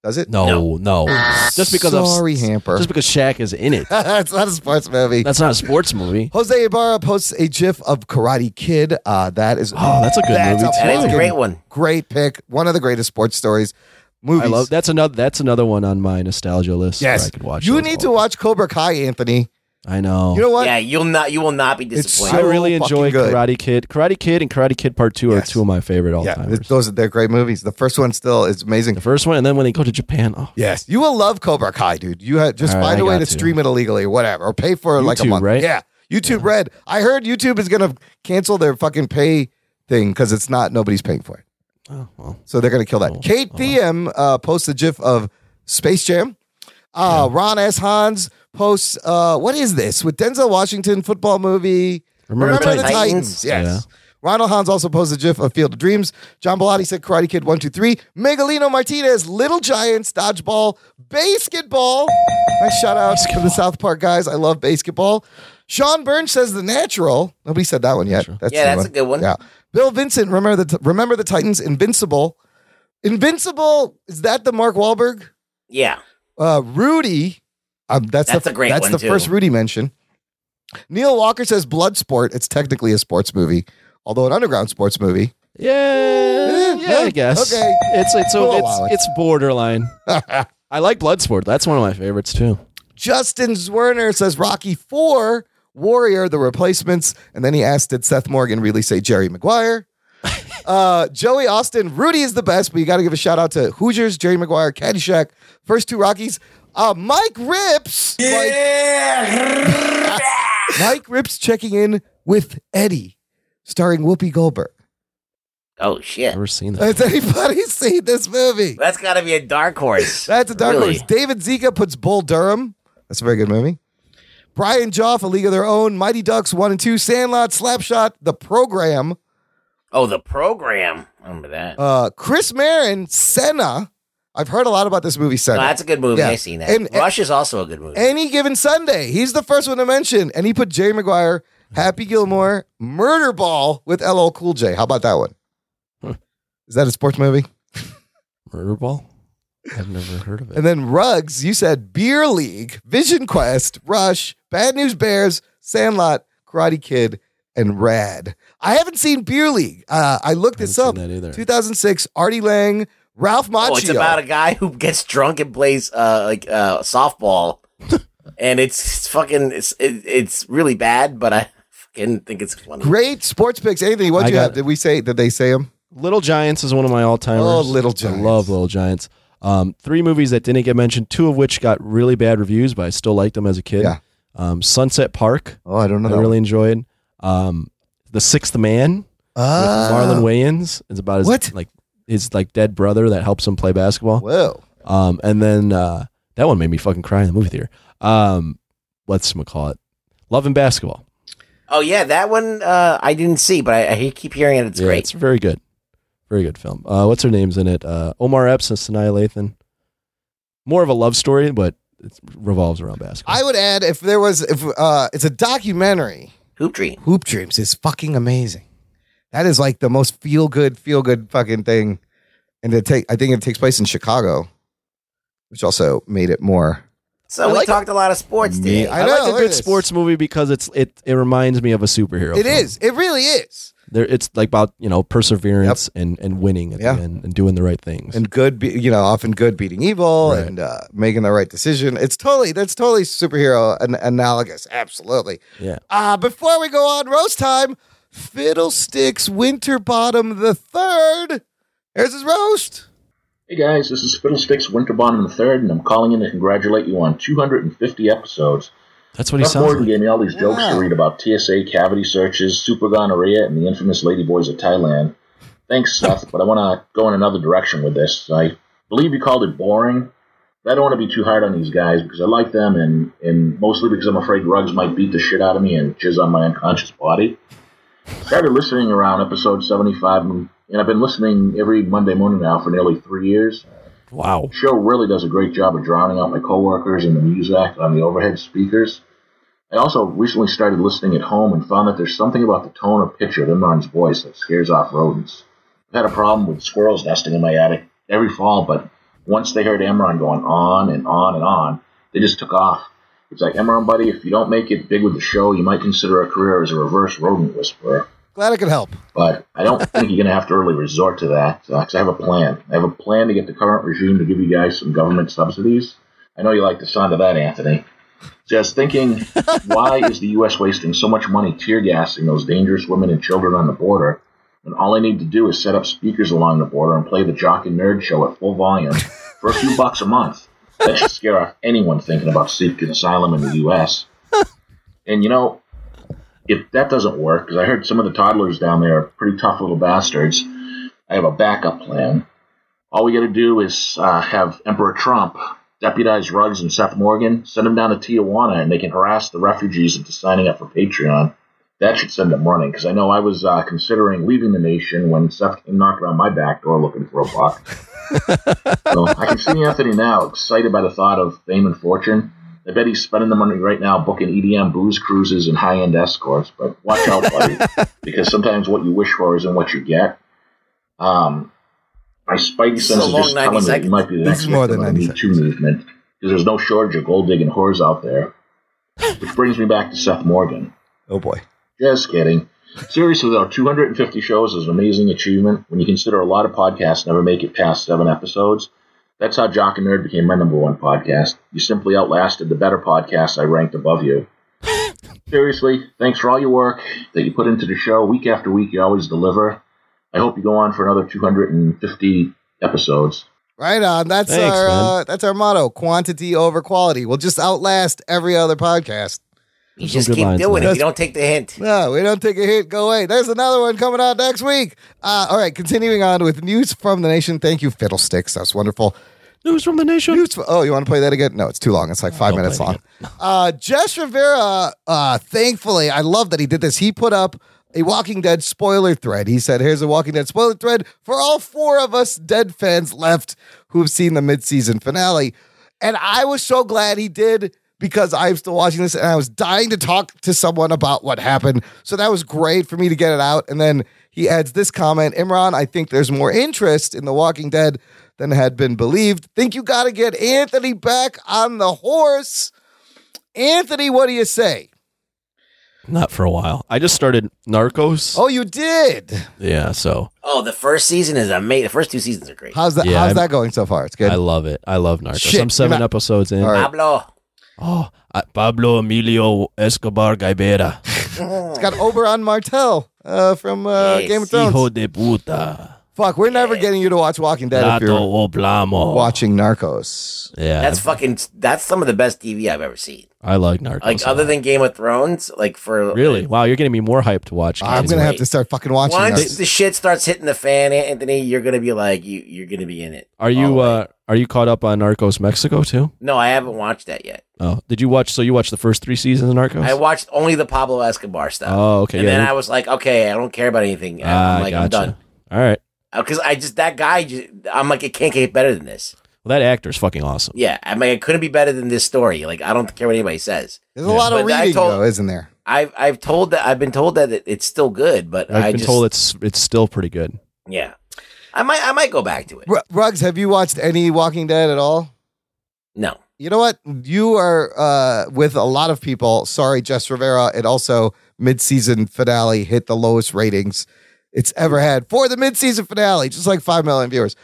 A: Does it?
C: No, no. Just because
A: Sorry,
C: of,
A: Hamper.
C: Just because Shaq is in it.
A: That's not a sports movie.
C: That's not a sports movie.
A: Jose Ibarra posts a GIF of Karate Kid. Uh, that is
C: Oh, that's a good movie, too. That is a
A: fucking
C: great one.
A: Great pick. One of the greatest sports stories. Movies.
C: I love that's another that's another one on my nostalgia list. where
A: Yes.
C: I could watch.
A: you
C: those
A: need
C: all.
A: to watch Cobra Kai, Anthony.
C: I know.
A: You know what?
D: Yeah, you'll not. You will not be
A: It's
D: disappointed.
C: I really
A: so
C: enjoy
A: fucking good.
C: Karate Kid. Karate Kid and Karate Kid Part Two are two of my favorite all time.
A: Th- Those are they're great movies. The first one still is amazing. The
C: first one, and then when they go to Japan, oh
A: Yes, you will love Cobra Kai, dude. You ha- just
C: All right,
A: find a
C: I
A: way
C: got
A: to,
C: to.
A: stream it illegally, or whatever, or pay for it like a
C: YouTube,
A: month.
C: right?
A: Yeah, YouTube Red. I heard YouTube is gonna cancel their fucking pay thing because it's not nobody's paying for it.
C: Oh, well.
A: So they're gonna kill
C: Oh,
A: that. Kate Thiem uh, posts a GIF of Space Jam. Uh, Ron S. Hans posts uh, what is this with Denzel Washington football movie?
C: Remember the Titans.
A: Yes.
C: Yeah.
A: Ronald Hans also posted a GIF of Field of Dreams. John Bellotti said Karate Kid 123. Megalino Martinez, Little Giants, Dodgeball, Basketball. Nice shout out to the South Park guys. I love basketball. Sean Burns says The Natural. Nobody said that one yet. That's
D: Yeah,
A: the
D: that's a good one.
A: Yeah. Bill Vincent, remember the remember the Titans, Invincible. Invincible, is that the Mark Wahlberg?
D: Yeah,
A: Uh, Rudy, um, that's,
D: That's
A: the,
D: a great
A: That's
D: one,
A: the
D: too.
A: first Rudy mention. Neil Walker says Bloodsport. It's technically a sports movie, although an underground sports movie.
C: Yeah, yeah, Eh, I guess.
A: Okay.
C: it's it's
A: We'll
C: it's,
A: allow it.
C: it's borderline. I like Bloodsport. That's one of my favorites too.
A: Justin Zwerner says Rocky Four, Warrior, The Replacements, and then he asked, "Did Seth Morgan really say Jerry Maguire?" uh, Joey Austin, Rudy is the best, but you got to give a shout out to Hoosiers, Jerry Maguire, Caddyshack, first two Rockies. Uh, Mike Rips, yeah. Mike, Mike Rips checking in with Eddie, starring Whoopi Goldberg.
D: Oh shit!
C: Never seen that.
A: Has anybody seen this movie?
D: That's got to be a dark horse.
A: That's a dark
D: Really?
A: horse. David Zika puts Bull Durham. That's a very good movie. Brian Joff, A League of Their Own, Mighty Ducks 1 and 2, Sandlot, Slapshot, The Program,
D: Oh, the program. Remember that?
A: uh, Chris Marin, Senna. I've heard a lot about this movie,
D: No,
A: Senna.
D: Oh, that's a good movie.
A: Yeah.
D: I've seen that.
A: And- uh,
D: Rush is also a good movie.
A: Any Given Sunday. He's the first one to mention. And he put Jerry Maguire, Happy Gilmore, Murder Ball with LL Cool J. How about that one?
D: Hmm.
A: Is that a sports movie?
C: Murder Ball. I've never heard of it.
A: And then Rugs, you said Beer League, Vision Quest, Rush, Bad News Bears, Sandlot, Karate Kid, and Rad. I haven't seen Beer League. Uh, I looked this up. 2006, Artie Lang, Ralph Macchio.
D: Oh, it's about a guy who gets drunk and plays uh, like uh, softball, and it's, it's fucking it's it, it's really bad, but I fucking think it's funny.
A: Great sports picks. Anthony, what
C: I
A: do you
C: got-
A: have? Did we say? Did they say him?
C: Little Giants is one of my all time.
A: Oh, Little Giants.
C: I love Little Giants. Um, three movies that didn't get mentioned, two of which got really bad reviews, but I still liked them as a kid.
A: Yeah.
C: Um, Sunset Park.
A: Oh, I don't know
C: I
A: that
C: really enjoyed. Um, the Sixth Man.
A: Ah.
C: With Marlon Wayans. It's about his
A: What?
C: like his like dead brother that helps him play basketball.
A: Whoa.
C: Um, and then uh, that one made me fucking cry in the movie theater. Um, what's call it? Love and Basketball.
D: Oh yeah, that one uh, I didn't see, but I, I keep hearing it. It's
C: Yeah,
D: great.
C: It's very good. Very good film. Uh, what's her name's in it? Uh, Omar Epps and Sanaa Lathan. More of a love story, but it revolves around basketball.
A: I would add if there was if uh it's a documentary.
D: Hoop Dream.
A: Hoop Dreams is fucking amazing. That is like the most feel good, feel good fucking thing. And it take I think it takes place in Chicago, which also made it more.
D: So we talked a lot of sports
C: Me-
D: today.
C: I, like a good sports movie because it's it it reminds me of a superhero.
A: It
C: film.
A: is. It really is.
C: There, it's like about you know perseverance and and winning at
A: Yeah.
C: the end and doing the right things.
A: And good, be, you know, often good beating evil and uh, making the right decision. It's totally that's totally superhero an- analogous. Absolutely.
C: Yeah.
A: Uh, before we go on roast time, Fiddlesticks Winterbottom the third. Here's his roast.
R: Hey guys, this is Fiddlesticks Winterbottom the Third, and I'm calling in to congratulate you on 250 episodes.
C: That's what he
R: Buck
C: sounds
R: Morgan
C: like.
R: gave me all these jokes to read about TSA cavity searches, super gonorrhea, and the infamous ladyboys of Thailand. Thanks, Seth, but I want to go in another direction with this. I believe you called it boring, but I don't want to be too hard on these guys because I like them, and, and mostly because I'm afraid rugs might beat the shit out of me and jizz on my unconscious body started listening around episode 75 and and i've been listening every monday morning now for nearly three years
C: wow
R: the show really does a great job of drowning out my coworkers and the music on the overhead speakers i also recently started listening at home and found that there's something about the tone or pitch of imran's voice that scares off rodents i've had a problem with squirrels nesting in my attic every fall but once they heard imran going on and on and on they just took off it's like imran buddy if you don't make it big with the show you might consider a career as a reverse rodent whisperer
A: Glad I could help.
R: but I don't think you're going to have to really resort to that because I have a plan. I have a plan to get the current regime to give you guys some government subsidies. I know you like the sound of that, Anthony. Just thinking, why is the U.S. wasting so much money tear gassing those dangerous women and children on the border when all I need to do is set up speakers along the border and play the Jock and Nerd show at full volume for a few bucks a month? That should scare off anyone thinking about seeking asylum in the U.S. And you know, if that doesn't work, because I heard some of the toddlers down there are pretty tough little bastards, I have a backup plan. All we got to do is uh, have Emperor Trump deputize Ruggs and Seth Morgan, send them down to Tijuana, and they can harass the refugees into signing up for Patreon. That should send them running, because I know I was uh, considering leaving the nation when Seth came knocking on my back door looking for a buck. so I can see Anthony now excited by the thought of fame and fortune. I bet he's spending the money right now booking EDM booze cruises and high end escorts. But watch out, buddy, because sometimes what you wish for isn't what you get. Um, my spidey
D: This is a
R: sense is
D: long
R: just
D: 90
R: telling me that
D: seconds.
R: you might be the
D: This
R: next
D: is more
R: victim
D: than
R: of the Me Too movement because there's no shortage of gold digging whores out there. Which brings me back to Seth Morgan.
A: Oh boy.
R: Just kidding. Seriously though, 250 shows is an amazing achievement when you consider a lot of podcasts never make it past seven episodes. That's how Jock and Nerd became my number one podcast. You simply outlasted the better podcasts I ranked above you. Seriously, thanks for all your work that you put into the show. Week after week, you always deliver. I hope you go on for another 250 episodes.
A: Right on. That's
R: Thanks,
A: our
R: man.
A: uh, that's our motto: quantity over quality. We'll just outlast every other podcast.
D: You just keep doing it. You don't take the hint.
A: No, we don't take a hint. Go away. There's another one coming out next week. Uh, all right, continuing on with news from the nation. Thank you, Fiddlesticks. That's wonderful.
C: News from the nation.
A: News. fr- oh, you want to play that again? No, it's too long. It's like five minutes long. Uh, Jess Rivera. Uh, thankfully, I love that he did this. He put up a Walking Dead spoiler thread. He said, "Here's a Walking Dead spoiler thread for all four of us dead fans left who've seen the mid-season finale." And I was so glad he did because I'm still watching this and I was dying to talk to someone about what happened. So that was great for me to get it out. And then he adds this comment Imran, I think there's more interest in The Walking Dead than had been believed. Think you got to get Anthony back on the horse. Anthony, what do you say?
C: Not for a while. I just started Narcos.
A: Oh, you did.
C: Yeah, so
D: Oh, the first season is amazing. The first two seasons are great.
A: How's that?
C: Yeah,
A: how's
C: I'm-
A: that going so far? It's good.
C: I love it. I love Narcos.
A: Shit,
C: I'm seven
A: you're not-
C: episodes in.
A: All right.
D: Pablo.
C: Oh, I- Pablo Emilio Escobar Gaibera.
A: it's got Oberon Martell uh, from uh, Game of Thrones.
C: Hijo de puta.
A: Fuck, we're never getting you to watch Walking Dead if you're
C: Plato Oblamo.
A: watching Narcos.
C: Yeah.
D: That's fucking. That's some of the best TV I've ever seen.
C: I like Narcos.
D: Like other than Game of Thrones, like for
C: really? Wow, you're getting me more hyped to watch.
A: I'm
C: Kids.
A: gonna have to start fucking watching.
D: once
A: Narcos.
D: the shit starts hitting the fan, Anthony, you're gonna be like, you you're gonna be in it.
C: Are you uh, are you caught up on Narcos Mexico too?
D: No, I haven't watched that yet.
C: Oh, did you watch? So you watched the first three seasons of Narcos?
D: I watched only the Pablo Escobar stuff.
C: Oh, okay,
D: And
C: yeah,
D: then
C: you're-
D: I was like, okay, I don't care about anything. I'm
C: Ah,
D: like, I'm
C: gotcha.
D: done.
C: All right.
D: Because Uh, I just that guy, just, I'm like, it can't get better than this.
C: Well, that actor's fucking awesome.
D: Yeah, I mean, it couldn't be better than this story. Like, I don't care what anybody says.
A: There's a lot of
D: But I
A: reading
D: told-
A: though, isn't there?
D: I've I've told that I've been told that it, it's still good, but
C: I've
D: I
C: been
D: just
C: told it's it's still pretty good.
D: yeah, I might I might go back to it.
A: Ru- Ruggs, have you watched any Walking Dead at all?
D: No.
A: You know what? You are uh, with a lot of people. Sorry, Jess Rivera, and also mid-season finale hit the lowest ratings it's ever had for the mid-season finale, just like five million viewers.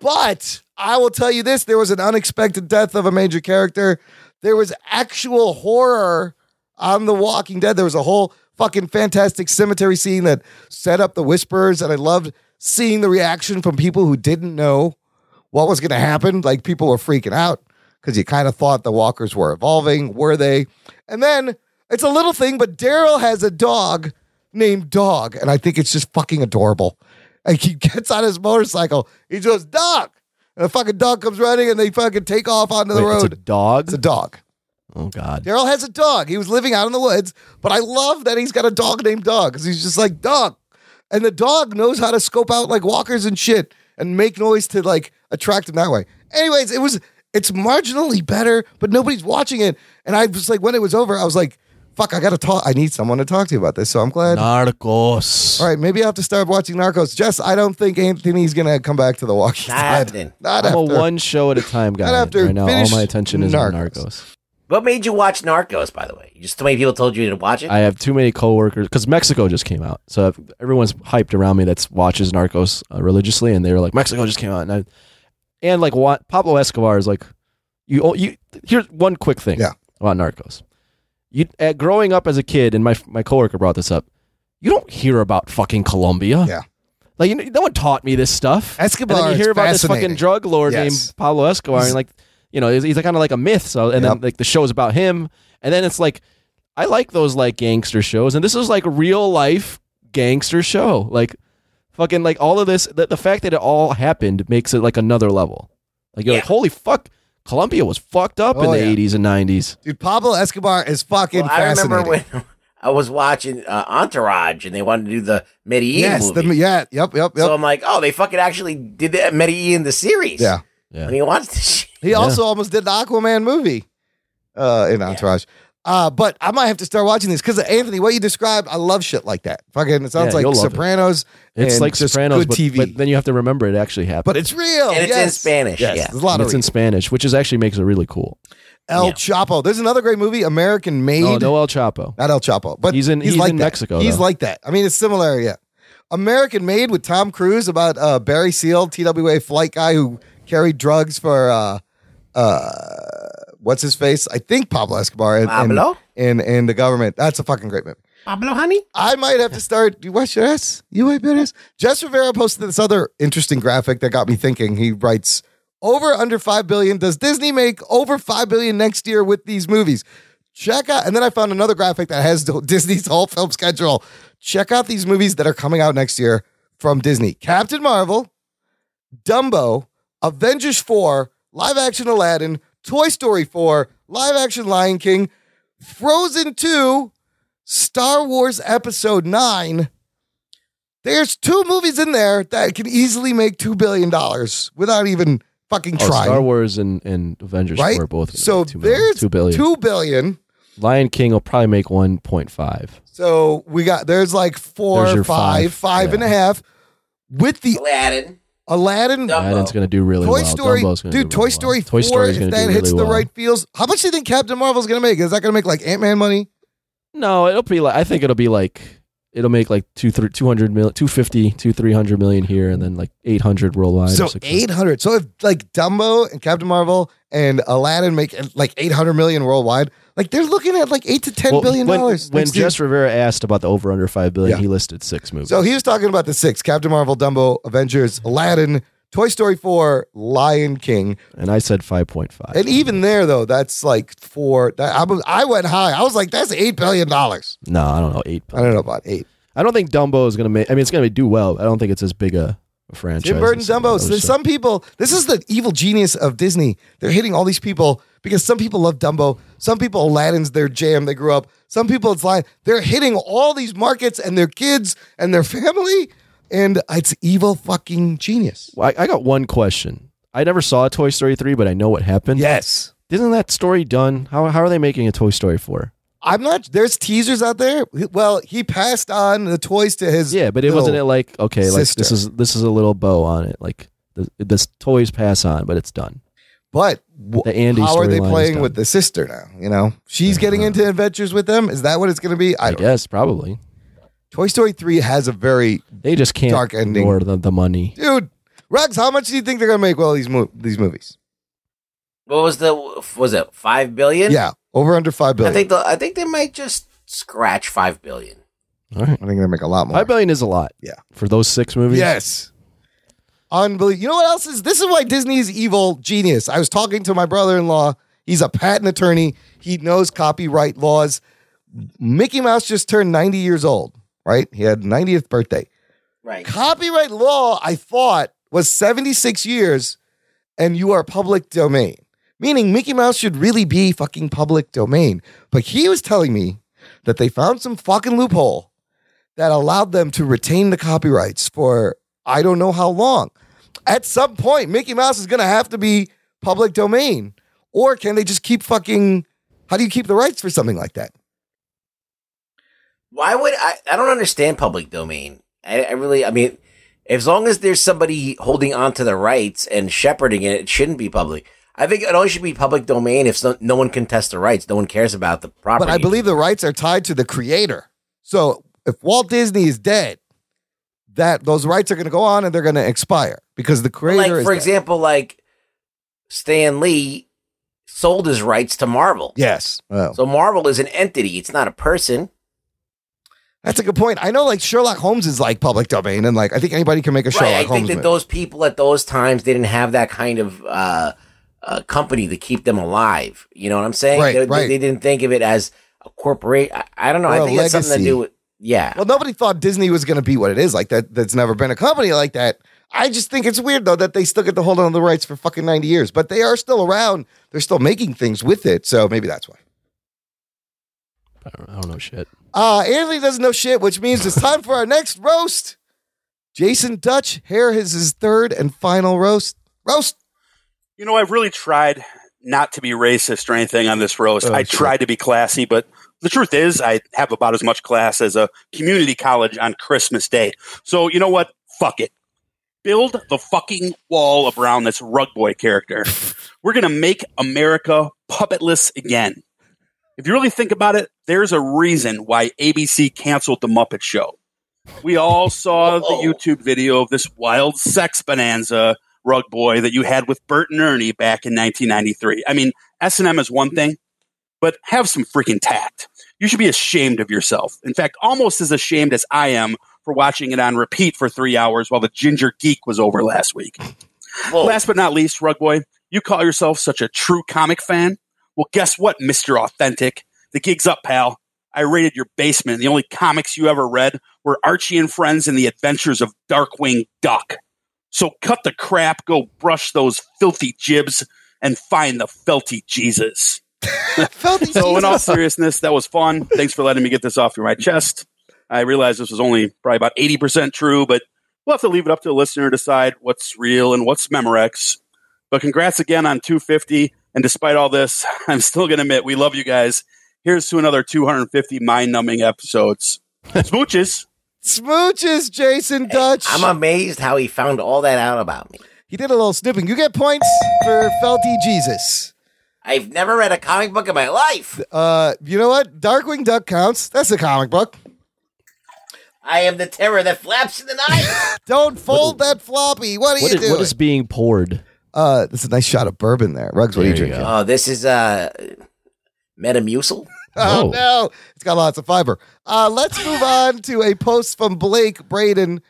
A: But I will tell you this: there was an unexpected death of a major character. There was actual horror on The Walking Dead. There was a whole fucking fantastic cemetery scene that set up the whispers, and I loved seeing the reaction from people who didn't know what was going to happen. Like people were freaking out because you kind of thought the walkers were evolving. Were they? And then it's a little thing, but Daryl has a dog named Dog, and I think it's just fucking adorable. Like he gets on his motorcycle, he goes Dog, and the fucking dog comes running, and they fucking take off onto the
C: Wait,
A: road.
C: It's a dog. It's a
A: dog.
C: Oh God.
A: Daryl has a dog. He was living out in the woods, but I love that he's got a dog named Dog because he's just like Dog, and the dog knows how to scope out like walkers and shit and make noise to like attract them that way. Anyways, it was it's marginally better, but nobody's watching it, and I was like, when it was over, I was like, fuck, I gotta talk. I need someone to talk to about this, so I'm glad.
C: Narcos.
A: All right, maybe I have to start watching Narcos. Jess, I don't think Anthony's gonna come back to the Walking
D: Not happening.
A: Not
C: I'm a
A: after.
C: one show at a time guy.
A: Not after
C: right now, all
A: finish
C: my attention is on
A: Narcos.
C: Narcos.
D: What made you watch Narcos? By the way, You just too many people told you to watch it.
C: I have too many coworkers because Mexico just came out, so I've- everyone's hyped around me that watches Narcos uh, religiously, and they were like, "Mexico just came out," and I, and like what Pablo Escobar is like, you oh, you here's one quick thing about Narcos. You uh, growing up as a kid, and my my coworker brought this up. You don't hear about fucking Colombia.
A: Yeah.
C: Like you know, no one taught me this stuff.
A: Escobar
C: And then
A: is
C: you hear about this
A: fascinating.
C: fucking drug lord
A: Yes.
C: named Pablo Escobar,
A: He's-
C: and like, you know, he's, he's kind of like a myth. So, and then like the show's about him, and then it's like, I like those like gangster shows, and this is like real life gangster show. Like, fucking like all of this. The, the fact that it all happened makes it like another level. Like you're like, holy fuck, Colombia was fucked up in
A: Oh,
C: the
A: yeah.
C: '80s and '90s.
A: Dude, Pablo Escobar is fucking
D: Well, I
A: fascinating.
D: remember when I was watching uh, Entourage, and they wanted to do the Medellin
A: yes,
D: E movie.
A: the, yeah, yep, yep, yep.
D: So I'm like, oh, they fucking actually did that Medellin the series.
A: Yeah.
C: Yeah.
D: And he watched the shit.
A: He also almost did the Aquaman movie uh, in Entourage. Uh, but I might have to start watching this because Anthony, what you described, I love shit like that. Fucking, it sounds
C: Yeah, you'll
A: like
C: love it.
A: Sopranos.
C: It's
A: and
C: like
A: just
C: Sopranos,
A: good
C: but,
A: TV.
C: but then you have to remember it actually happened.
A: But it's real.
D: And it's in
A: yes.
D: Spanish,
A: Yes,
D: yeah.
A: there's a lot
C: And
A: of
C: it's in
A: reading.
C: Spanish, which is actually makes it really cool.
A: El Chapo. There's another great movie, American Made.
C: No, no El Chapo.
A: Not El Chapo, but
C: he's in he's,
A: like
C: in
A: that.
C: Mexico.
A: He's
C: though.
A: like that. I mean, it's similar. Yeah, American Made with Tom Cruise about uh, Barry Seal, TWA flight guy who carried drugs for uh, uh, what's his face? I think Pablo Escobar and and-
D: Pablo?
A: and, and, the government. That's a fucking great movie.
D: Pablo, honey.
A: I might have to start. You wash your ass. You wipe your ass. Jess Rivera posted this other interesting graphic that got me thinking. He writes, "Over under five billion. Does Disney make over five billion next year with these movies? Check out." And then I found another graphic that has Disney's whole film schedule. Check out these movies that are coming out next year from Disney: Captain Marvel, Dumbo, Avengers 4, live action Aladdin, Toy Story 4, live action Lion King, Frozen 2, Star Wars Episode 9. There's two movies in there that can easily make $2 billion without even fucking
C: Oh,
A: trying.
C: Star Wars and, and Avengers
A: Right?
C: were both
A: So
C: two billion-
A: there's
C: two billion.
A: $2 billion.
C: Lion King will probably make one point five.
A: So we got, there's like four,
C: There's your
A: five,
C: five.
A: five and a half. With the
D: Aladdin,
A: Aladdin,
C: Aladdin's going to do really
A: Toy
C: well.
A: Story,
C: Dumbo's gonna
A: dude.
C: do
A: Toy
C: really
A: Story
C: well. Toy
A: four.
C: Story's
A: If
C: going to
A: that
C: do
A: hits
C: really
A: the
C: well.
A: right fields, how much do you think Captain Marvel's going to make? Is that going to make like Ant Man money?
C: No, it'll be like I think it'll be like it'll make like two three two hundred mil two fifty to three hundred million here, and then like eight hundred worldwide. or
A: so
C: six-
A: eight hundred. So if like Dumbo and Captain Marvel and Aladdin make like 800 million worldwide. Like they're looking at like 8 to ten
C: Well,
A: billion
C: when,
A: dollars.
C: When
A: next year.
C: Jess Rivera asked about the over under five billion,
A: Yeah.
C: he listed six movies.
A: So he was talking about the six Captain Marvel, Dumbo, Avengers, Aladdin, Toy Story 4, Lion King.
C: and I said five point five.
A: And even there, though, that's like four. that- I, was- I went high. I was like, that's $8 billion. I
C: No, I don't know eight.
A: don't know about eight.
C: I don't think Dumbo is gonna make. I mean, it's gonna do well. I don't think it's as big a, a franchise.
A: Tim
C: as
A: Burton,
C: some of
A: Dumbo.
C: those,
A: So
C: so-
A: some people, this is the evil genius of Disney. They're hitting all these people because some people love Dumbo. Some people, Aladdin's their jam. They grew up. Some people, it's Lion. They're hitting all these markets and their kids and their family. And it's evil fucking genius.
C: Well, I, I got one question. I never saw Toy Story three, but I know what happened.
A: Yes.
C: Isn't that story done? How how are they making a Toy Story four?
A: I'm not. There's teasers out there. Well, he passed on the toys to his.
C: Yeah, but it wasn't it like okay, like this
A: sister.
C: is this is a little bow on it, like the, this toys pass on, but it's done.
A: But
C: the Andy
A: how are they
C: storyline is
A: playing
C: done.
A: with the sister now? You know, she's getting into adventures with them. Is that what it's going to be? I, don't
C: guess probably.
A: Toy Story three has a very
C: they just can't
A: dark ending.
C: ignore the, the money.
A: Dude, Rex, how much do you think they're going to make with all these mo- these movies?
D: What was the was it five billion?
A: Yeah, over under five billion.
D: I think the, I think they might just scratch five billion.
C: All right, I think
A: they're gonna make a lot more.
C: Five billion is a lot.
A: Yeah,
C: for those six movies.
A: Yes. Unbelievable. You know what else is? This is why Disney is evil genius. I was talking to my brother in law. He's a patent attorney. He knows copyright laws. Mickey Mouse just turned 90 years old, right? He had 90th birthday.
D: Right.
A: Copyright law, I thought, was 76 years and you are public domain. Meaning Mickey Mouse should really be fucking public domain. But he was telling me that they found some fucking loophole that allowed them to retain the copyrights for I don't know how long. At some point, Mickey Mouse is going to have to be public domain. Or can they just keep fucking. How do you keep the rights for something like that?
D: Why would I? I don't understand public domain. I, I really, I mean, as long as there's somebody holding on to the rights and shepherding it, it shouldn't be public. I think it only should be public domain if so, no one contests the rights, no one cares about the property.
A: But I believe the rights are tied to the creator. So if Walt Disney is dead, that those rights are going to go on and they're going to expire because the creator
D: like
A: is
D: for
A: dead.
D: example, like Stan Lee sold his rights to Marvel.
A: Yes. Oh.
D: So Marvel is an entity; it's not a person.
A: That's a good point. I know like Sherlock Holmes is like public domain and like I think anybody can make a Sherlock
D: right. I think
A: Holmes
D: that
A: movie.
D: those people at those times they didn't have that kind of uh, uh, company to keep them alive. You know what I'm saying?
A: Right,
D: they, they-
A: right.
D: they didn't think of it as a corporate. I, I don't know.
A: Or
D: I
A: a
D: think that's something to
A: legacy.
D: do with yeah.
A: Well, nobody thought Disney was going to be what it is. Like that, that's never been a company like that. I just think it's weird though that they still get to hold on to the rights for fucking ninety years, but they are still around. They're still making things with it, so maybe that's why.
C: I don't, I don't know shit.
A: Uh, Anthony doesn't know shit, which means it's time for our next roast. Jason Dutch, here is his third and final roast. Roast.
E: You know, I've really tried not to be racist or anything on this roast.
A: Oh,
E: I
A: shit.
E: tried to be classy, but the truth is, I have about as much class as a community college on Christmas Day. So, you know what? Fuck it. Build the fucking wall around this rug boy character. We're going to make America puppetless again. If you really think about it, there's a reason why ABC canceled The Muppet Show. We all saw the YouTube video of this wild sex bonanza rug boy that you had with Bert and Ernie back in 1993. I mean, S&M is one thing, but have some freaking tact. You should be ashamed of yourself. In fact, almost as ashamed as I am for watching it on repeat for three hours while the ginger geek was over last week. Last but not least, Rug Boy, you call yourself such a true comic fan? Well, guess what, Mr. Authentic? The gig's up, pal. I raided your basement. The only comics you ever read were Archie and Friends and the Adventures of Darkwing Duck. So cut the crap, go brush those filthy jibs, and find the felty Jesus. so, in all seriousness, that was fun. Thanks for letting me get this off my chest. I realized this was only probably about 80% true, but we'll have to leave it up to the listener to decide what's real and what's Memorex. But congrats again on 250. And despite all this, I'm still going to admit we love you guys. Here's to another 250 mind numbing episodes. Smooches.
A: Smooches, Jason Dutch.
D: I'm amazed how he found all that out about me.
A: He did a little snipping. You get points for Felty Jesus.
D: I've never read a comic book in my life.
A: Uh, you know what? Darkwing Duck counts. That's a comic book.
D: I am the terror that flaps in the night.
A: Don't fold that floppy. What are
C: What
A: you
C: is,
A: doing?
C: what is being poured?
A: Uh, that's a nice shot of bourbon there. Rugs, what are you drinking?
D: Oh, this is uh, Metamucil.
A: Oh, no, it's got lots of fiber. Uh, let's move on to a post from Blake Braden.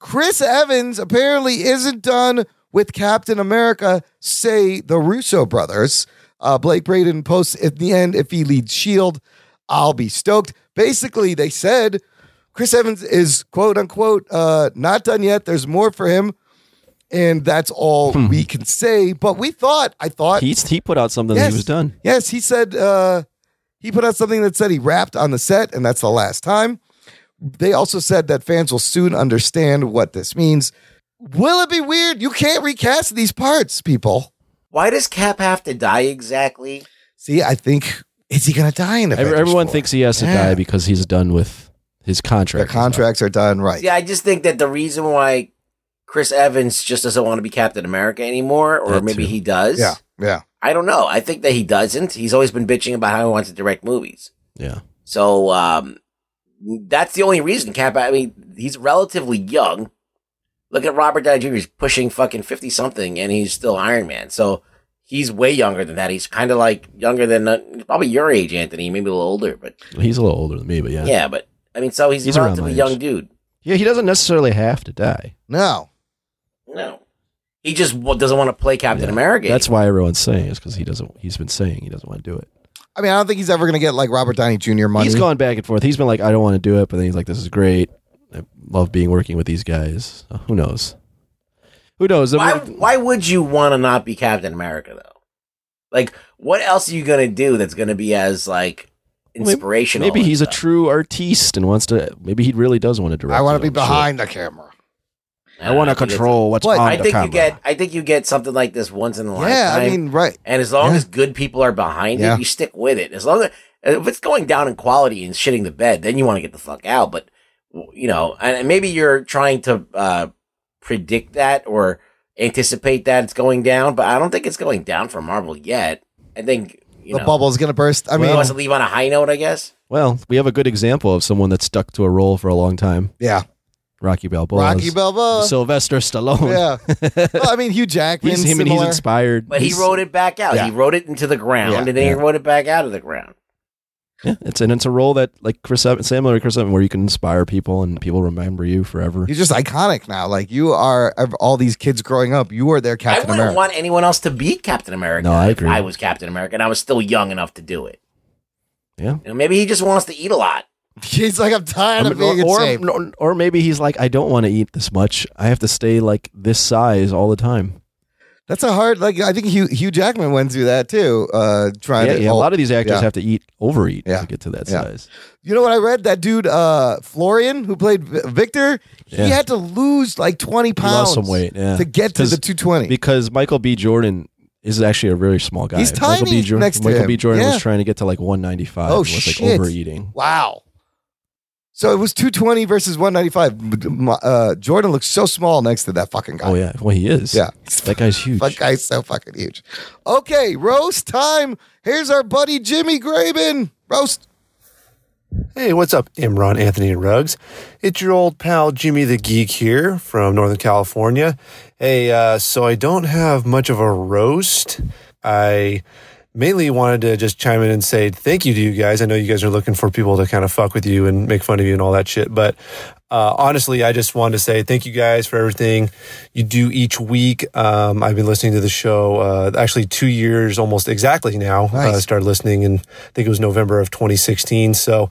A: Chris Evans apparently isn't done with Captain America, say the Russo brothers. Uh, Blake Braden posts at the end if he leads Shield, E I'll be stoked. Basically, they said Chris Evans is quote unquote uh, not done yet. There's more for him, and that's all we can say. But we thought, I thought
C: He he put out something that he was done.
A: Yes, he said uh, he put out something that said he rapped on the set, and that's the last time. They also said that fans will soon understand what this means. Will it be weird? You can't recast these parts, people.
D: Why does Cap have to die exactly?
A: See, I think is he going to die in
C: Ev-
A: Avengers
C: Everyone
A: 4?
C: thinks he has to
A: Yeah.
C: die because he's done with his contract.
A: The contracts are done right.
D: Yeah, I just think that the reason why Chris Evans just doesn't want to be Captain America anymore, or
A: That
D: maybe
A: too.
D: he does.
A: Yeah, yeah.
D: I don't know. I think that he doesn't. He's always been bitching about how he wants to direct movies.
C: Yeah.
D: So um, that's the only reason Cap. I mean, he's relatively young. Look at Robert Downey Jr. He's pushing fucking fifty something, and he's still Iron Man. So he's way younger than that. He's kind of like younger than uh, probably your age, Anthony. Maybe a little older, but
C: He's a little older than me, but yeah.
D: yeah. but I mean, so he's,
C: He's
D: a
C: around
D: relatively
C: my
D: young
C: age.
D: dude.
C: Yeah, he doesn't necessarily have to die.
A: No,
D: no, he just wa- doesn't want to play Captain America.
C: That's why everyone's saying it's because he doesn't. He's been saying he doesn't want to do it.
A: I mean, I don't think he's ever going to get like Robert Downey Jr. money.
C: He's gone back and forth. He's been like, I don't want to do it, but then he's like, This is great. I love being working with these guys. Uh, Who knows? Who knows?
D: Why, why would you want to not be Captain America though? Like, what else are you gonna do that's gonna be as like inspirational?
C: Maybe
D: and
C: he's a
D: stuff?
C: true artiste and wants to. Maybe he really does want to direct.
A: I want
C: it,
A: to be
C: I'm sure.
A: behind the camera.
C: I want to
D: think it's-
C: control what's on
D: I
C: the
D: think you
C: camera.
D: get. I think you get something like this once in a lifetime.
A: Yeah, I mean, right.
D: And as long as good people are behind
A: Yeah.
D: it, you stick with it. As long as if it's going down in quality and shitting the bed, then you want to get the fuck out. But you know, and and maybe you're trying to uh, predict that or anticipate that it's going down. But I don't think it's going down for Marvel yet. I think you
A: the
D: know,
A: bubble's going to burst. I
D: he
A: mean,
D: wants to leave on a high note, I guess.
C: Well, we have a good example of someone that stuck to a role for a long time.
A: Yeah.
C: Rocky Balboa.
A: Rocky Balboa.
C: Sylvester Stallone.
A: Yeah. well, I mean, Hugh Jackman.
C: He's him and he's
A: similar.
C: inspired.
D: But he
C: He's-
D: wrote it back out. He wrote it into the ground,
C: Yeah,
D: and then he wrote it back out of the ground.
C: Yeah, it's and it's a role that like Chris Evans, similar to Chris Evans, where you can inspire people and people remember you forever.
A: You're just iconic now. Like you are of all these kids growing up. You are their
D: I
A: Captain
D: wouldn't
A: America.
D: want anyone else to be Captain America.
A: No, I
D: if
A: agree.
D: I was Captain America, and I was still young enough to do it.
C: Yeah.
D: You know, maybe he just wants to eat a lot.
A: he's like, I'm tired
C: I
A: of
C: mean,
A: being
C: or,
A: insane.
C: or, or maybe he's like, I don't want to eat this much. I have to stay like this size all the time.
A: That's a hard. Like I think Hugh, Hugh Jackman went through that too. Uh, trying
C: Yeah,
A: to
C: yeah, a lot of these actors
A: yeah.
C: have to eat, overeat to get to that size.
A: You know what I read? That dude uh, Florian, who played Vi- Victor,
C: Yeah.
A: he had to lose like 20
C: He
A: pounds
C: lost some weight yeah.
A: to get to the
C: 'Cause-
A: 220.
C: because Michael B. Jordan is actually a very small guy.
A: He's
C: Michael
A: tiny
C: B. Jordan,
A: next to
C: Michael B.
A: him.
C: Jordan
A: Yeah.
C: was trying to get to like 195.
A: Oh
C: was like
A: shit!
C: overeating.
A: Wow. So it was 220 versus 195. Uh, Jordan looks so small next to that fucking guy.
C: Oh yeah, well he is.
A: Yeah.
C: that guy's huge.
A: That guy's so fucking huge. Okay, roast time. Here's our buddy Jimmy Graben. Roast.
S: Hey, what's up, Imran, Anthony, and Ruggs? It's your old pal Jimmy the Geek here from Northern California. Hey, uh, so I don't have much of a roast. I mainly wanted to just chime in and say thank you to you guys. I know you guys are looking for people to kind of fuck with you and make fun of you and all that shit, but uh, honestly, I just wanted to say thank you guys for everything you do each week. Um, I've been listening to the show uh, actually two years almost exactly now.
A: Nice.
S: Uh, started listening in, I think it was November of 2016. So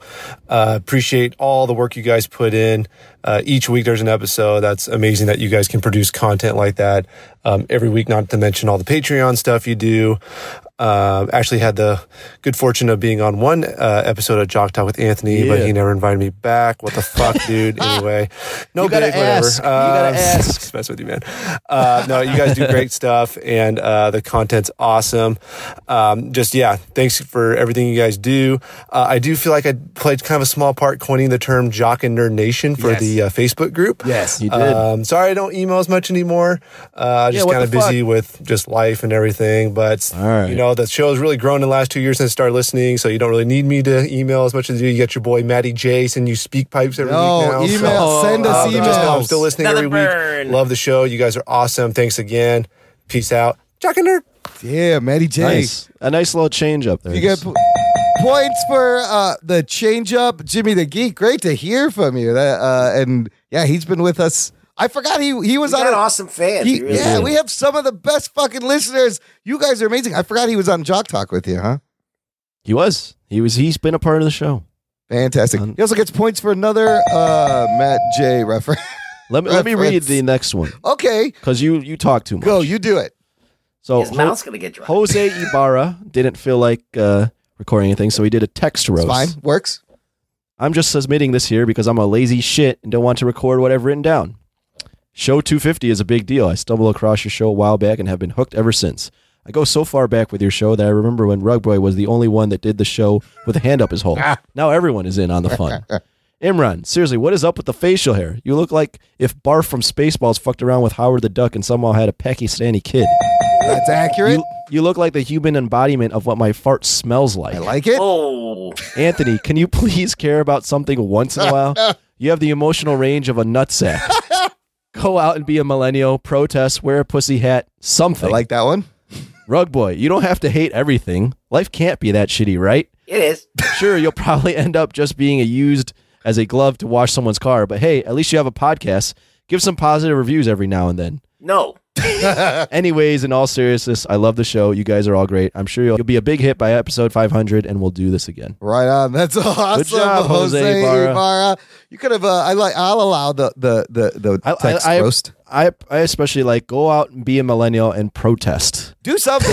S: uh, appreciate all the work you guys put in. Uh, each week there's an episode. That's amazing that you guys can produce content like that um, every week, not to mention all the Patreon stuff you do. Uh, actually had the good fortune of being on one uh, episode of Jock Talk with Anthony, but
T: Yeah.
S: he never invited me back. What the fuck, dude? Anyway, no
T: You gotta
S: big, whatever. Um,
T: ask. You gotta ask.
S: just mess with you, man. Uh, no, you guys do great stuff, and uh, the content's awesome. Um, just yeah, thanks for everything you guys do. Uh, I do feel like I played kind of a small part coining the term "jock and nerd nation" for
T: Yes.
S: the uh, Facebook group.
T: Yes, you did.
S: Um, sorry, I don't email as much anymore. Uh,
T: Yeah,
S: just
T: what
S: kind of
T: the
S: busy
T: fuck?
S: with just life and everything. But
C: right.
S: you know, the show has really grown in the last two years since I started listening. So you don't really need me to email as much as you. do. You get your boy Matty J send you speak pipes every
A: No,
S: week
A: email.
S: now.
A: Send us
S: but just know I'm
A: emails.
S: still listening
A: Another
S: every week. Love the show. You guys are awesome. Thanks again. Peace out. Jock and Nerd.
A: Yeah, Matty J.
C: Nice. A nice little change up there.
A: You get po- points for uh, the change up, Jimmy the Geek. Great to hear from you. That, uh, and yeah, he's been with us. I forgot he he was
D: He's
A: on
D: got awesome fans.
A: He-
D: He really
A: yeah,
D: is.
A: we have some of the best fucking listeners. You guys are amazing. I forgot he was on Jock Talk with you, huh?
C: He was. He was. He's been a part of the show.
A: Fantastic. He also gets points for another uh, Matt J reference.
C: Let me let me read the next one
A: Okay,
C: because you you talk too much.
A: go. You do it.
C: So
A: His mouth's gonna get dry.
C: Jose Ibarra didn't feel like uh, recording anything, so he did a text roast.
A: Fine, works.
C: I'm just submitting this here because I'm a lazy shit and don't want to record what I've written down. Show 250 is a big deal. I stumbled across your show a while back and have been hooked ever since. I go so far back with your show that I remember when Rugboy was the only one that did the show with a hand up his hole.
A: Ah.
C: now everyone is in on the fun. Imran, seriously, what is up with the facial hair? You look like if Barf from Spaceballs fucked around with Howard the Duck and somehow had a Pakistani kid.
A: That's accurate.
C: You, you look like the human embodiment of what my fart smells like. I
A: like it.
D: Oh.
C: Anthony, can you please care about something once in a while? You have the emotional range of a nutsack. Go out and be a millennial, protest, wear a pussy hat, something. I
A: like that one.
C: Rug boy, you don't have to hate everything. Life can't be that shitty, right?
D: It is.
C: Sure, you'll probably end up just being a used as a glove to wash someone's car, but hey, at least you have a podcast. Give some positive reviews every now and then.
D: No.
C: Anyways, in all seriousness, I love the show. You guys are all great. I'm sure you'll, you'll be a big hit by episode 500, and we'll do this again.
A: Right on. That's awesome,
C: job, Jose Ibarra.
A: You could have. Uh, I like. I'll allow the uh, the the the text
C: I,
A: roast.
C: I, I especially like go out and be a millennial and protest.
A: Do something.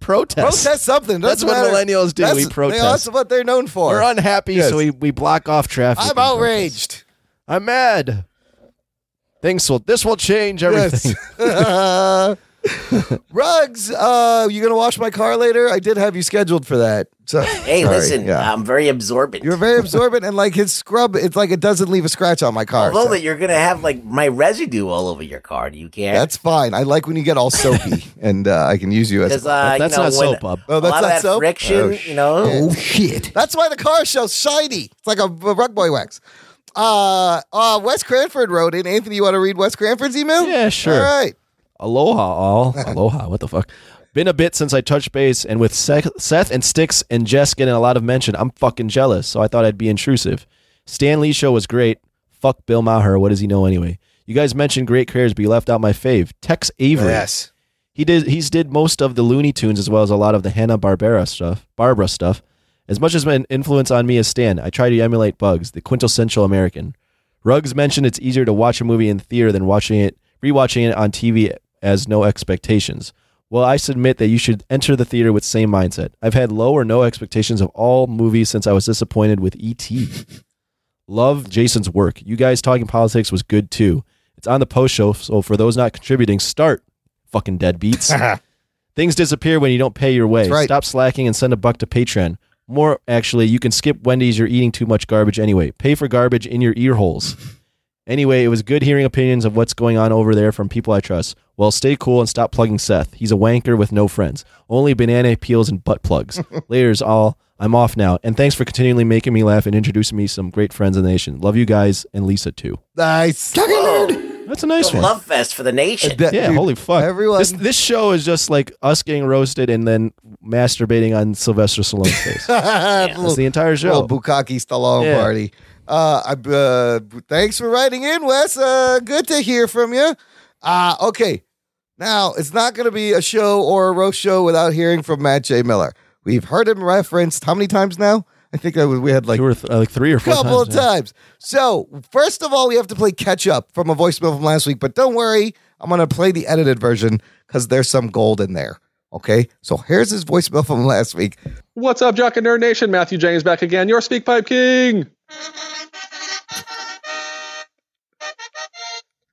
C: protest.
A: Protest something.
C: That's
A: Doesn't
C: what
A: matter.
C: millennials do. We
A: That's-
C: protest.
A: They, that's what they're known for.
C: We're unhappy,
A: Yes.
C: so we, we block off traffic.
A: I'm
C: and protest.
A: outraged.
C: I'm mad. Things will this will change everything.
A: Yes. Uh, Rugs, uh, you gonna wash my car later? I did have you scheduled for that. So
D: Hey, listen, I'm very absorbent.
A: You're very absorbent, and like his scrub, it's like it doesn't leave a scratch on my car.
D: Although
A: so
D: that you're gonna have like my residue all over your car. Do you care?
A: that's fine. I like when you get all soapy, and uh, I can use you as
D: because uh, you know, when
A: Oh,
D: a lot
A: that's not
D: of that
A: soap. Oh,
D: friction, you know.
C: Oh,
A: shit! That's why the car shell's shiny. It's like a, a rug boy wax. Uh, uh, Wes Cranford wrote in. Anthony, you want to read Wes Cranford's email?
C: Yeah, sure.
A: All right.
C: Aloha, all. Aloha. What the fuck? Been a bit since I touched base, and with Seth Seth and Sticks and Jess getting a lot of mention, I'm fucking jealous, so I thought I'd be intrusive. Stan Lee's show was great. Fuck Bill Maher. What does he know anyway? You guys mentioned great careers, but you left out my fave, Tex Avery.
A: Yes.
C: He did. He's did most of the Looney Tunes as well as a lot of the Hanna Barbera stuff, Barbara stuff. As much as my influence on me is Stan, I try to emulate Bugs, the quintessential American. Ruggs mentioned it's easier to watch a movie in theater than watching it, rewatching it on TV as no expectations. Well, I submit that you should enter the theater with same mindset. I've had low or no expectations of all movies since I was disappointed with E E.T. Love Jason's work. You guys talking politics was good too. It's on the post show, so for those not contributing, start fucking deadbeats. Things disappear when you don't pay your way.
A: right.
C: Stop slacking and send a buck to Patreon. More actually, you can skip Wendy's. You're eating too much garbage anyway. Pay for garbage in your ear holes. Anyway, it was good hearing opinions of what's going on over there from people I trust. Well, stay cool and stop plugging Seth. He's a wanker with no friends. Only banana peels and butt plugs. Layers all. I'm off now. And thanks for continually making me laugh and introducing me to some great friends in the nation. Love you guys and Lisa too.
A: Nice.
C: That's a nice
D: The
C: one.
D: Love fest for the nation.
C: yeah, holy fuck. Everyone. This, this show is just like us getting roasted and then masturbating on Sylvester Stallone's face.
A: That's
C: the entire show.
A: Little Bukaki Stallone
C: Yeah.
A: party. Uh, I, uh, thanks for writing in, Wes. Uh, good to hear from you. Uh, okay. Now, it's not going to be a show or a roast show without hearing from Matt J. Miller. We've heard him referenced how many times now? I think I was, we had like,
C: Two or th- uh, like three or four
A: couple
C: times.
A: of times. So, first of all, we have to play catch up from a voicemail from last week, but don't worry, I'm going to play the edited version because there's some gold in there. Okay. So, here's his voicemail from last week.
T: What's up, Jock and Nerd Nation? Matthew James back again, your Speakpipe King.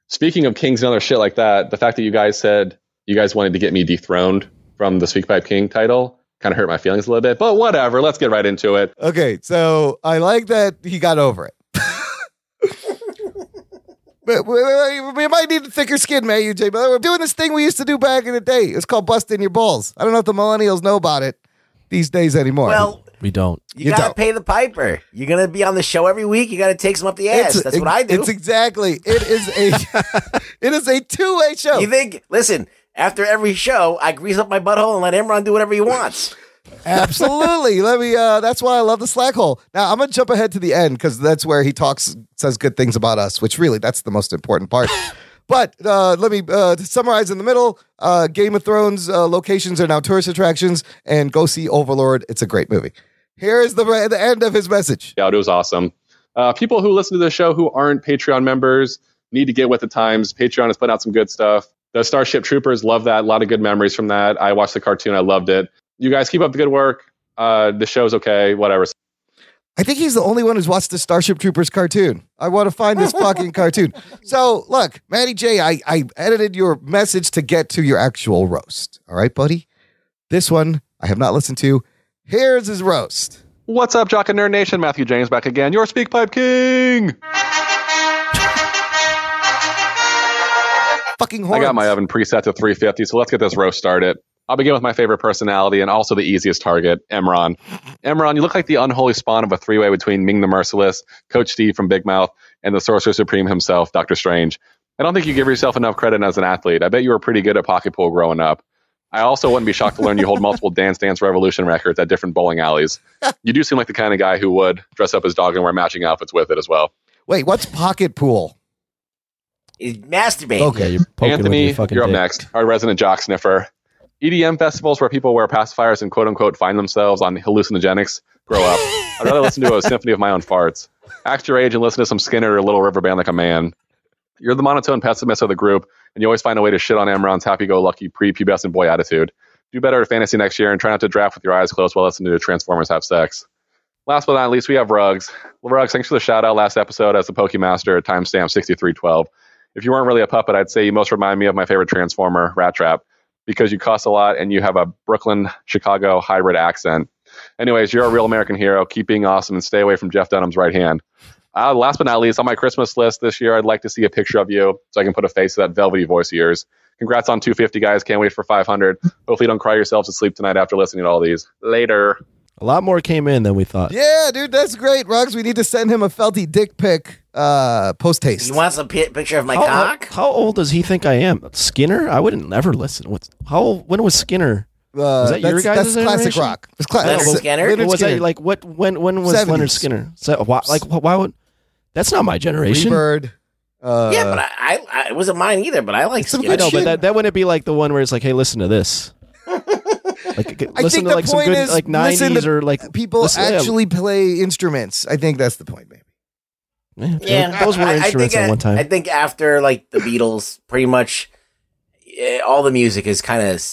T: Speaking of kings and other shit like that, the fact that you guys said you guys wanted to get me dethroned from the Speakpipe King title kind of hurt my feelings a little bit, but whatever. Let's get right into it.
A: Okay, so I like that he got over it. But we, we- we might need a thicker skin, man, UJ. But we're doing this thing we used to do back in the day. It's called busting your balls. I don't know if the millennials know about it these days anymore.
D: Well,
C: We don't.
D: you, gotta pay the piper. You're gonna be on the show every week. You gotta take some up the ass.
A: It's-
D: That's what I do.
A: It's exactly. It is a it is a two way show.
D: You think? Listen, after every show, I grease up my butthole and let Imran do whatever he wants.
A: Absolutely. Let me. Uh, that's why I love the slack hole. Now I'm gonna jump ahead to the end because that's where he talks, says good things about us, which really that's the most important part. but uh, let me uh, to summarize in the middle. Uh, Game of Thrones uh, locations are now tourist attractions, and go see Overlord. It's a great movie. Here is the the end of his message.
T: Yeah, it was awesome. Uh, people who listen to the show who aren't Patreon members need to get with the times. Patreon has put out some good stuff. The Starship Troopers love that. A lot of good memories from that. I watched the cartoon. I loved it. You guys keep up the good work. Uh, the show's okay. Whatever.
A: I think he's the only one who's watched the Starship Troopers cartoon. I want to find this fucking cartoon. So, look, Matty J, I, I edited your message to get to your actual roast. All right, buddy? This one I have not listened to. Here's his roast.
T: What's up, Jock and Nerd Nation? Matthew James back again. Your Speak Pipe King.
A: Fucking
T: I got my oven preset to 350, so let's get this roast started. I'll begin with my favorite personality and also the easiest target, Emron. Emron, you look like the unholy spawn of a three way between Ming the Merciless, Coach Steve from Big Mouth, and the Sorcerer Supreme himself, Doctor Strange. I don't think you give yourself enough credit as an athlete. I bet you were pretty good at pocket pool growing up. I also wouldn't be shocked to learn you hold multiple Dance Dance Revolution records at different bowling alleys. You do seem like the kind of guy who would dress up as dog and wear matching outfits with it as well.
A: Wait, what's pocket pool?
D: He's masturbating.
A: Okay, you're
T: Anthony, you're up next, our resident jock sniffer. EDM festivals where people wear pacifiers and quote unquote find themselves on hallucinogenics grow up. I'd rather listen to a symphony of my own farts. Act your age and listen to some Skinner or Little River Band like a man. You're the monotone pessimist of the group, and you always find a way to shit on Amron's happy go lucky pre pubescent boy attitude. Do better at fantasy next year and try not to draft with your eyes closed while listening to Transformers have sex. Last but not least, we have Rugs. Rugs, thanks for the shout out last episode as the Pokemaster at timestamp 6312. If you weren't really a puppet, I'd say you most remind me of my favorite Transformer, Rat Trap because you cuss a lot and you have a Brooklyn, Chicago hybrid accent. Anyways, you're a real American hero. Keep being awesome and stay away from Jeff Dunham's right hand. Uh, last but not least, on my Christmas list this year, I'd like to see a picture of you so I can put a face to that velvety voice of yours. Congrats on 250, guys. Can't wait for 500. Hopefully, you don't cry yourselves to sleep tonight after listening to all these. Later.
C: A lot more came in than we thought.
A: Yeah, dude, that's great, Ruggs. We need to send him a felty dick pic uh, post haste.
D: You want some pi picture
A: Oh,
D: of my
A: uh,
C: how,
D: cock?
C: How, how old does he think I am? Skinner? I wouldn't never listen. What's how? When was Skinner? was that your
A: Uh, that's-
C: guys?
A: that's classic rock. It's cla- Leonard that's- Skinner? Leonard
C: was
A: Skinner.
C: that like what? When? When was
A: 70s.
C: Leonard Skinner? So, why, like wh- why would? That's not my generation.
A: Freebird. Uh,
D: yeah, but I, I, I it wasn't mine either. But I like
C: I
D: Skinner.
C: know, but that, that wouldn't be like the one where it's like, hey, listen to this. like, g-
A: I think
C: listen to
A: the
C: like some
A: point
C: good
A: is
C: like
A: listen
C: nineties
A: to
C: or like
A: people
C: listen- yeah,
A: actually play instruments. I think that's the point, maybe.
D: yeah,
C: those were
D: I- I think
C: instruments at
D: I-
C: one time.
D: I think after like the Beatles, pretty much eh, all the music is kind of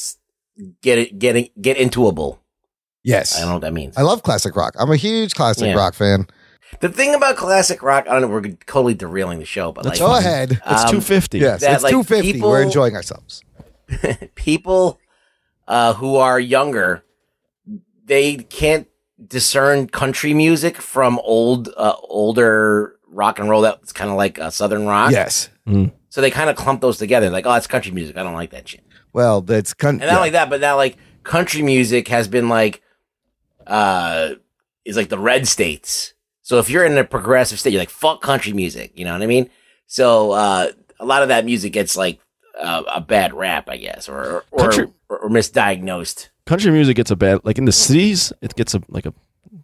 D: get it getting get intuable.
A: Yes,
D: I don't know what that means.
A: I love classic rock. I'm a huge classic
D: Yeah.
A: rock fan.
D: The thing about classic rock, I don't know. We're totally derailing the show, but
A: That's
D: like,
A: Go ahead.
D: um,
A: Yes,
D: that,
A: it's
D: like,
A: 250. We're
D: people-
A: enjoying ourselves.
D: people uh, who are younger, they can't discern country music from old, uh, older rock and roll. That's kind of like uh, southern rock.
A: Yes.
C: Hmm.
D: So they kind of clump those together. Like, oh, that's country music. I don't like that shit.
A: Well, that's con-
D: And not like that, but now like country music has been like, uh, is like the red states. So if you're in a progressive state, you're like fuck country music. You know what I mean? So uh, a lot of that music gets like uh, a bad rap, I guess, or or,
C: Country-
D: or, or misdiagnosed.
C: country music gets a bad like in the cities it gets a like a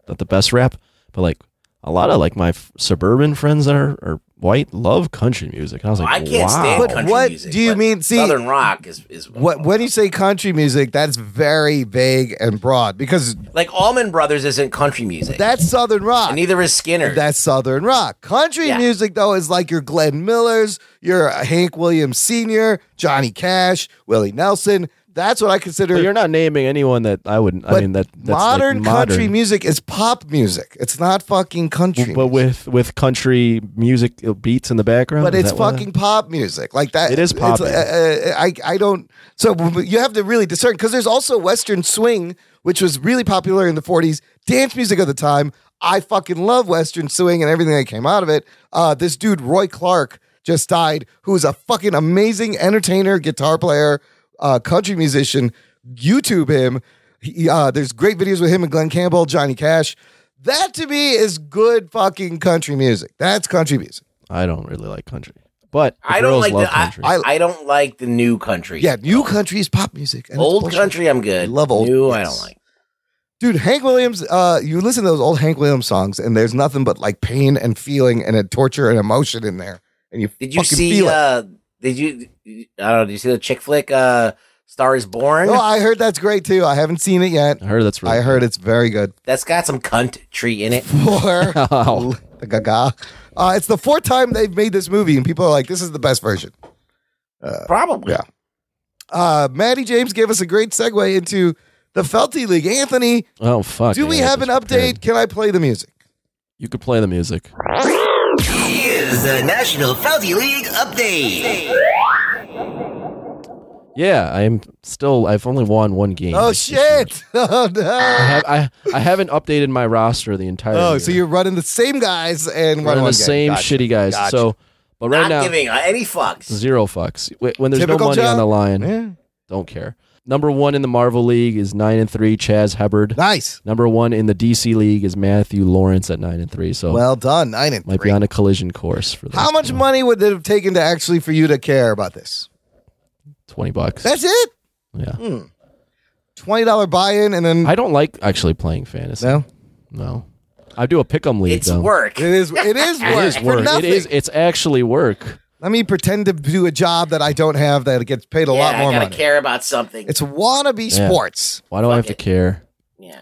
C: not the best rap but like a lot of like my f- suburban friends that are, are white love country music and i was like
D: I can't
C: wow.
D: stand
A: But
D: country
A: what
D: music.
A: do you
D: but
A: mean- see-
D: Southern rock is, is
A: What, when you say country music, that's very vague and broad because
D: like Allman Brothers isn't country music.
A: that's Southern rock.
D: neither is Skinner.
A: That's Southern rock. Country
D: Yeah.
A: music, though, is like your Glenn Millers, your Hank Williams Sr., Johnny Cash, Willie Nelson. That's what I consider.
C: but you're not naming anyone that i wouldn't i
A: But
C: mean that that's like,
A: modern, country
C: modern.
A: music is pop music. It's not fucking country.
C: but with with country music uh, beats in the background
A: but
C: Is
A: it's
C: that what-
A: fucking pop music like that.
C: It is
A: it's,
C: pop
A: uh,
C: music.
A: uh, I I don't. So you have to really discern because there's also Western swing, which was really popular in the '40s, dance music of the time. I fucking love Western swing and everything that came out of it. Uh, this dude Roy Clark just died, who is a fucking amazing entertainer, guitar player, uh, country musician. YouTube him. He, uh, there's great videos with him and Glenn Campbell, Johnny Cash. That to me is good fucking country music. That's country music.
C: i don't really like country But the
D: I don't
C: girls
D: like
C: love
D: the I,
C: country.
D: I don't like the new country.
A: Yeah, new country is pop music. and it's
D: old
A: bullshit.
D: country, I'm good.
A: love old-
D: New, I
A: yes.
D: don't like.
A: Dude, Hank Williams, uh, you listen to those old Hank Williams songs, and there's nothing but like pain and feeling and a torture and emotion in there. And you
D: Did you
A: fucking
D: see?
A: feel it.
D: Uh, did you? I don't know. Did you see the chick flick? Uh, Star is Born.
A: No, I heard that's great too. I haven't seen it yet. I
C: heard that's
A: I heard it's very good.
D: That's got some cunt tree in it.
A: Or
C: Oh.
A: the Gaga. Uh, it's the fourth time they've made this movie, and people are like, "This is the best version." Uh,
D: Probably.
A: Yeah. Uh, Maddie James gave us a great segue into the Felty League. Anthony,
C: oh fuck.
A: do we
C: yeah, I
A: have an
C: was
A: update?
C: prepared.
A: Can I play the music?
C: You could play the music.
B: Here's the National Founty League update.
C: Yeah, I'm still. I've only won one game.
A: Oh shit! Oh
C: I,
A: no!
C: have, I I haven't updated my roster the entire.
A: Oh,
C: year.
A: so you're running the same guys and
C: We're
A: one
C: the
A: one game.
C: same
A: Gotcha.
C: shitty guys.
A: Gotcha.
C: So, but right
D: Not
C: now,
D: giving any fucks.
C: zero fucks. Wh- When there's
A: Typical
C: no money on
A: John.
C: the line,
A: Yeah.
C: don't care. Number one in the Marvel League is nine and three, Chaz Hubbard.
A: Nice.
C: Number one in the DC League is Matthew Lawrence at nine and three. So
A: well done, nine and
C: might be on a collision course for that.
A: How much money would it have taken to actually for you to care about this?
C: Twenty bucks.
A: That's it.
C: Yeah.
A: Hmm. Twenty dollar buy-in, and then
C: I don't like actually playing fantasy.
A: No,
C: no. I do a pick'em league.
A: It's
C: though.
A: work. It is. It is work.
C: It is
A: for
C: work. It
A: nothing.
C: is. It's actually work.
A: Let me pretend to do a job that I don't have that gets paid a
D: yeah,
A: lot more
D: I gotta
A: money.
D: care about something.
A: It's wannabe
C: Yeah.
A: sports.
C: Why do I have to care?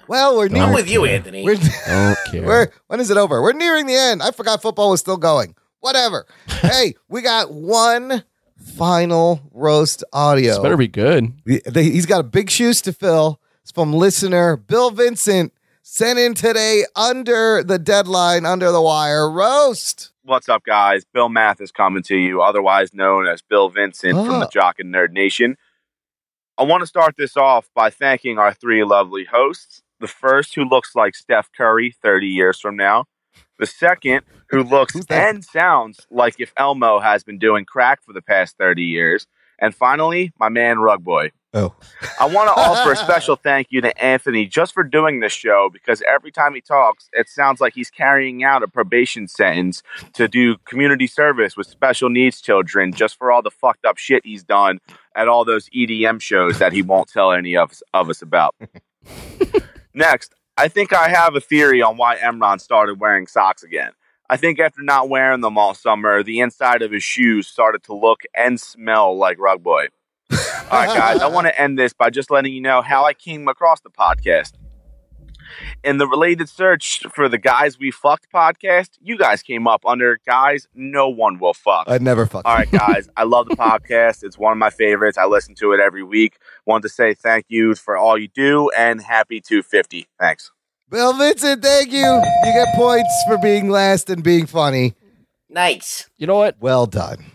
A: Well, we're
C: Don't
A: nearing.
C: with you,
D: care. Anthony.
A: We're,
C: Don't care.
A: we're, when is it over? We're nearing the end. I forgot football was still going. Whatever. hey, we got one final roast audio.
C: This better be good.
A: The- they- he's got big shoes to fill. It's from listener Bill Vincent. Sent in today under the deadline, under the wire. Roast.
U: What's up, guys? Bill Mathis coming to you, otherwise known as Bill Vincent from the
A: Oh.
U: Jock and Nerd Nation. I want to start this off by thanking our three lovely hosts. The first, who looks like Steph Curry 30 years from now. The second, who looks and sounds like if Elmo has been doing crack for the past 30 years. And finally, my man Rugboy.
A: Oh.
U: I want to offer a special thank you to Anthony just for doing this show because every time he talks, it sounds like he's carrying out a probation sentence to do community service with special needs children just for all the fucked up shit he's done at all those EDM shows that he won't tell any of us, of us about. Next, I think I have a theory on why Emron started wearing socks again. I think after not wearing them all summer, the inside of his shoes started to look and smell like Rug Boy. All right, guys, I want to end this by just letting you know how I came across the podcast. In the related search for the Guys We Fucked podcast, you guys came up under Guys No One Will Fuck.
A: I never fucked.
U: All right, guys. I love the podcast. It's one of my favorites. I listen to it every week. Want to say thank you for all you do and happy 250. Thanks.
A: Bill Vincent, thank you. You get points for being last and being funny.
D: Nice.
C: You know what?
A: Well done.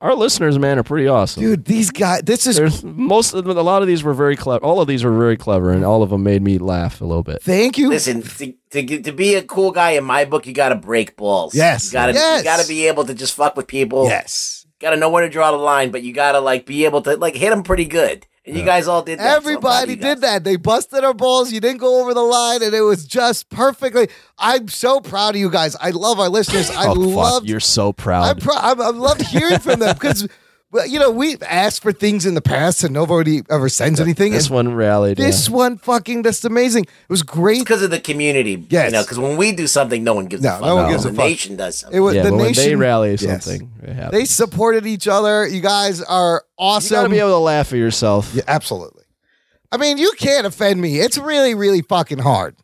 C: Our listeners, man, are pretty awesome,
A: dude. These guys. This is
C: most of them, a lot of these were very clever. All of these were very clever, and all of them made me laugh a little bit.
A: Thank you.
D: Listen, to, to, get- to be a cool guy in my book, you got to break balls.
C: Yes.
D: You got to
C: Yes.
D: you got to be able to just fuck with people.
A: Yes.
D: Got to know where to draw the line, but you got to like be able to like hit them pretty good. And you guys all did that. so I'm glad
A: Everybody did that. They busted our balls. You didn't go over the line, and it was just perfectly. I'm so proud of you guys. I love our listeners. I
C: oh,
A: love.
C: fuck, you're so
A: I'm,
C: proud.
A: pro- I'm, I love hearing from them because, you know, we've asked for things in the past, and nobody ever sends anything.
C: this
A: and
C: one rallied.
A: this one, fucking, that's amazing. It was great.
D: because of the community.
A: Yes.
D: You know, because when we do something, no one gives a
A: No,
D: fuck.
A: no one gives a
D: the
A: fuck.
D: nation does something.
A: It was
C: yeah,
A: the
C: but when they
A: nation-
C: rally
A: Yes.
C: something, it happens.
A: They supported each other. You guys are awesome.
C: you got to be able to laugh at yourself.
A: Yeah, absolutely. I mean, you can't offend me. It's really, really fucking hard.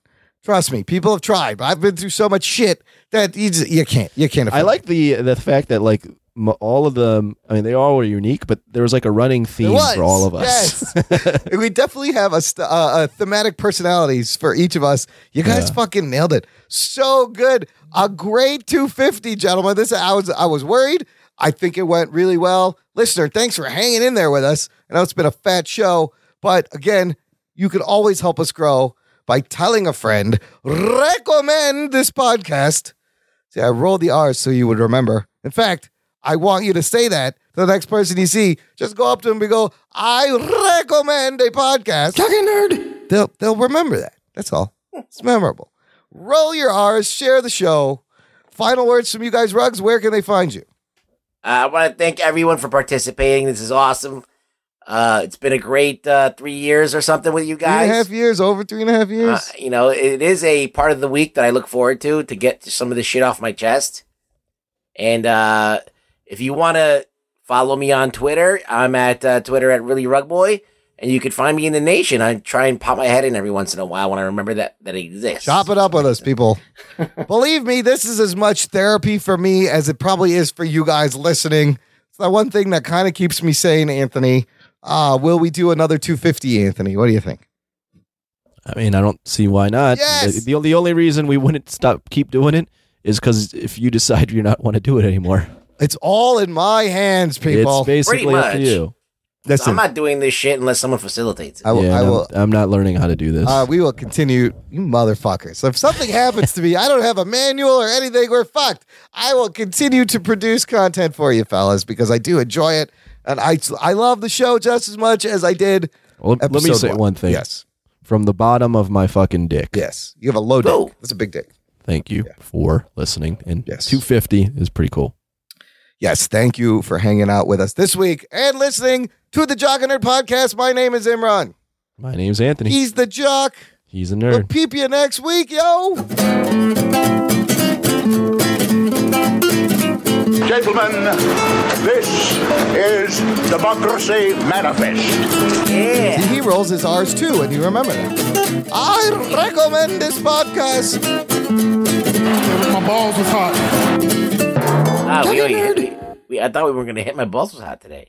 A: Trust me, people have tried, but I've been through so much shit that you, just, you can't. You can't. Offend
C: I like the the fact that like m- all of them. I mean, they all were unique, but there was like a running theme
A: was,
C: for all of us.
A: me. we definitely have a, st- uh, a thematic personalities for each of us. You guys
C: Yeah.
A: fucking nailed it. So good. A great 250, gentlemen. This I was I was worried. I think it went really well. Listener, thanks for hanging in there with us. I know it's been a fat show, but again, you can always help us grow by telling a friend, recommend this podcast. See, I rolled the R's so you would remember. In fact, I want you to say that to the next person you see. Just go up to them and go, I recommend a podcast. Talking nerd. They'll they'll remember that. That's all. It's memorable. Roll your R's, share the show. Final words from you guys, Rugs. Where can they find you?
D: Uh, I want to thank everyone for participating. This is awesome. Uh, it's been a great uh, three years or something with you
A: Three and a
D: guys.
A: half years, over three and a half years.
D: Uh, you know, it is a part of the week that I look forward to to get some of this shit off my chest. And uh, if you want to follow me on Twitter, I'm at uh, Twitter at really rug boy, and you can find me in the nation. I try and pop my head in every once in a while when I remember that that it exists.
A: Chop it up with us, people. Believe me, this is as much therapy for me as it probably is for you guys listening. It's the one thing that kind of keeps me sane, Anthony. Uh, will we do another 250, Anthony? What do you think?
C: I mean, I don't see why not.
A: Yes!
C: The, the, the only reason we wouldn't stop keep doing it is because if you decide you are not want to do it anymore,
A: It's all in my hands, people.
C: it's basically up to you.
A: Listen.
D: I'm not doing this shit unless someone facilitates it.
A: I will-
C: Yeah,
A: I
C: and I'm-
A: will-
C: I'm, not learning how to do this.
A: Uh, we will continue, you motherfuckers. If something happens to me, I don't have a manual or anything, we're fucked. I will continue to produce content for you, fellas, because I do enjoy it. And I, I love the show just as much as I did.
C: Well, let me
A: episode
C: say one. thing.
A: Yes.
C: From the bottom of my fucking dick.
A: Yes. You have a low dick. That's a big dick.
C: Thank you for listening. And 250 is pretty cool.
A: Yes. Thank you for hanging out with us this week and listening to the Jock and Nerd podcast. My name is Imran.
C: My name's Anthony.
A: He's the Jock.
C: He's a nerd.
A: Peep you next week, yo.
G: Gentlemen, this is Democracy Manifest.
A: See, He rolls his R's too, and you remember that. I recommend this podcast.
G: My balls was hot.
D: Ah, we, already hit- we, I thought we were going to hit my balls was hot today.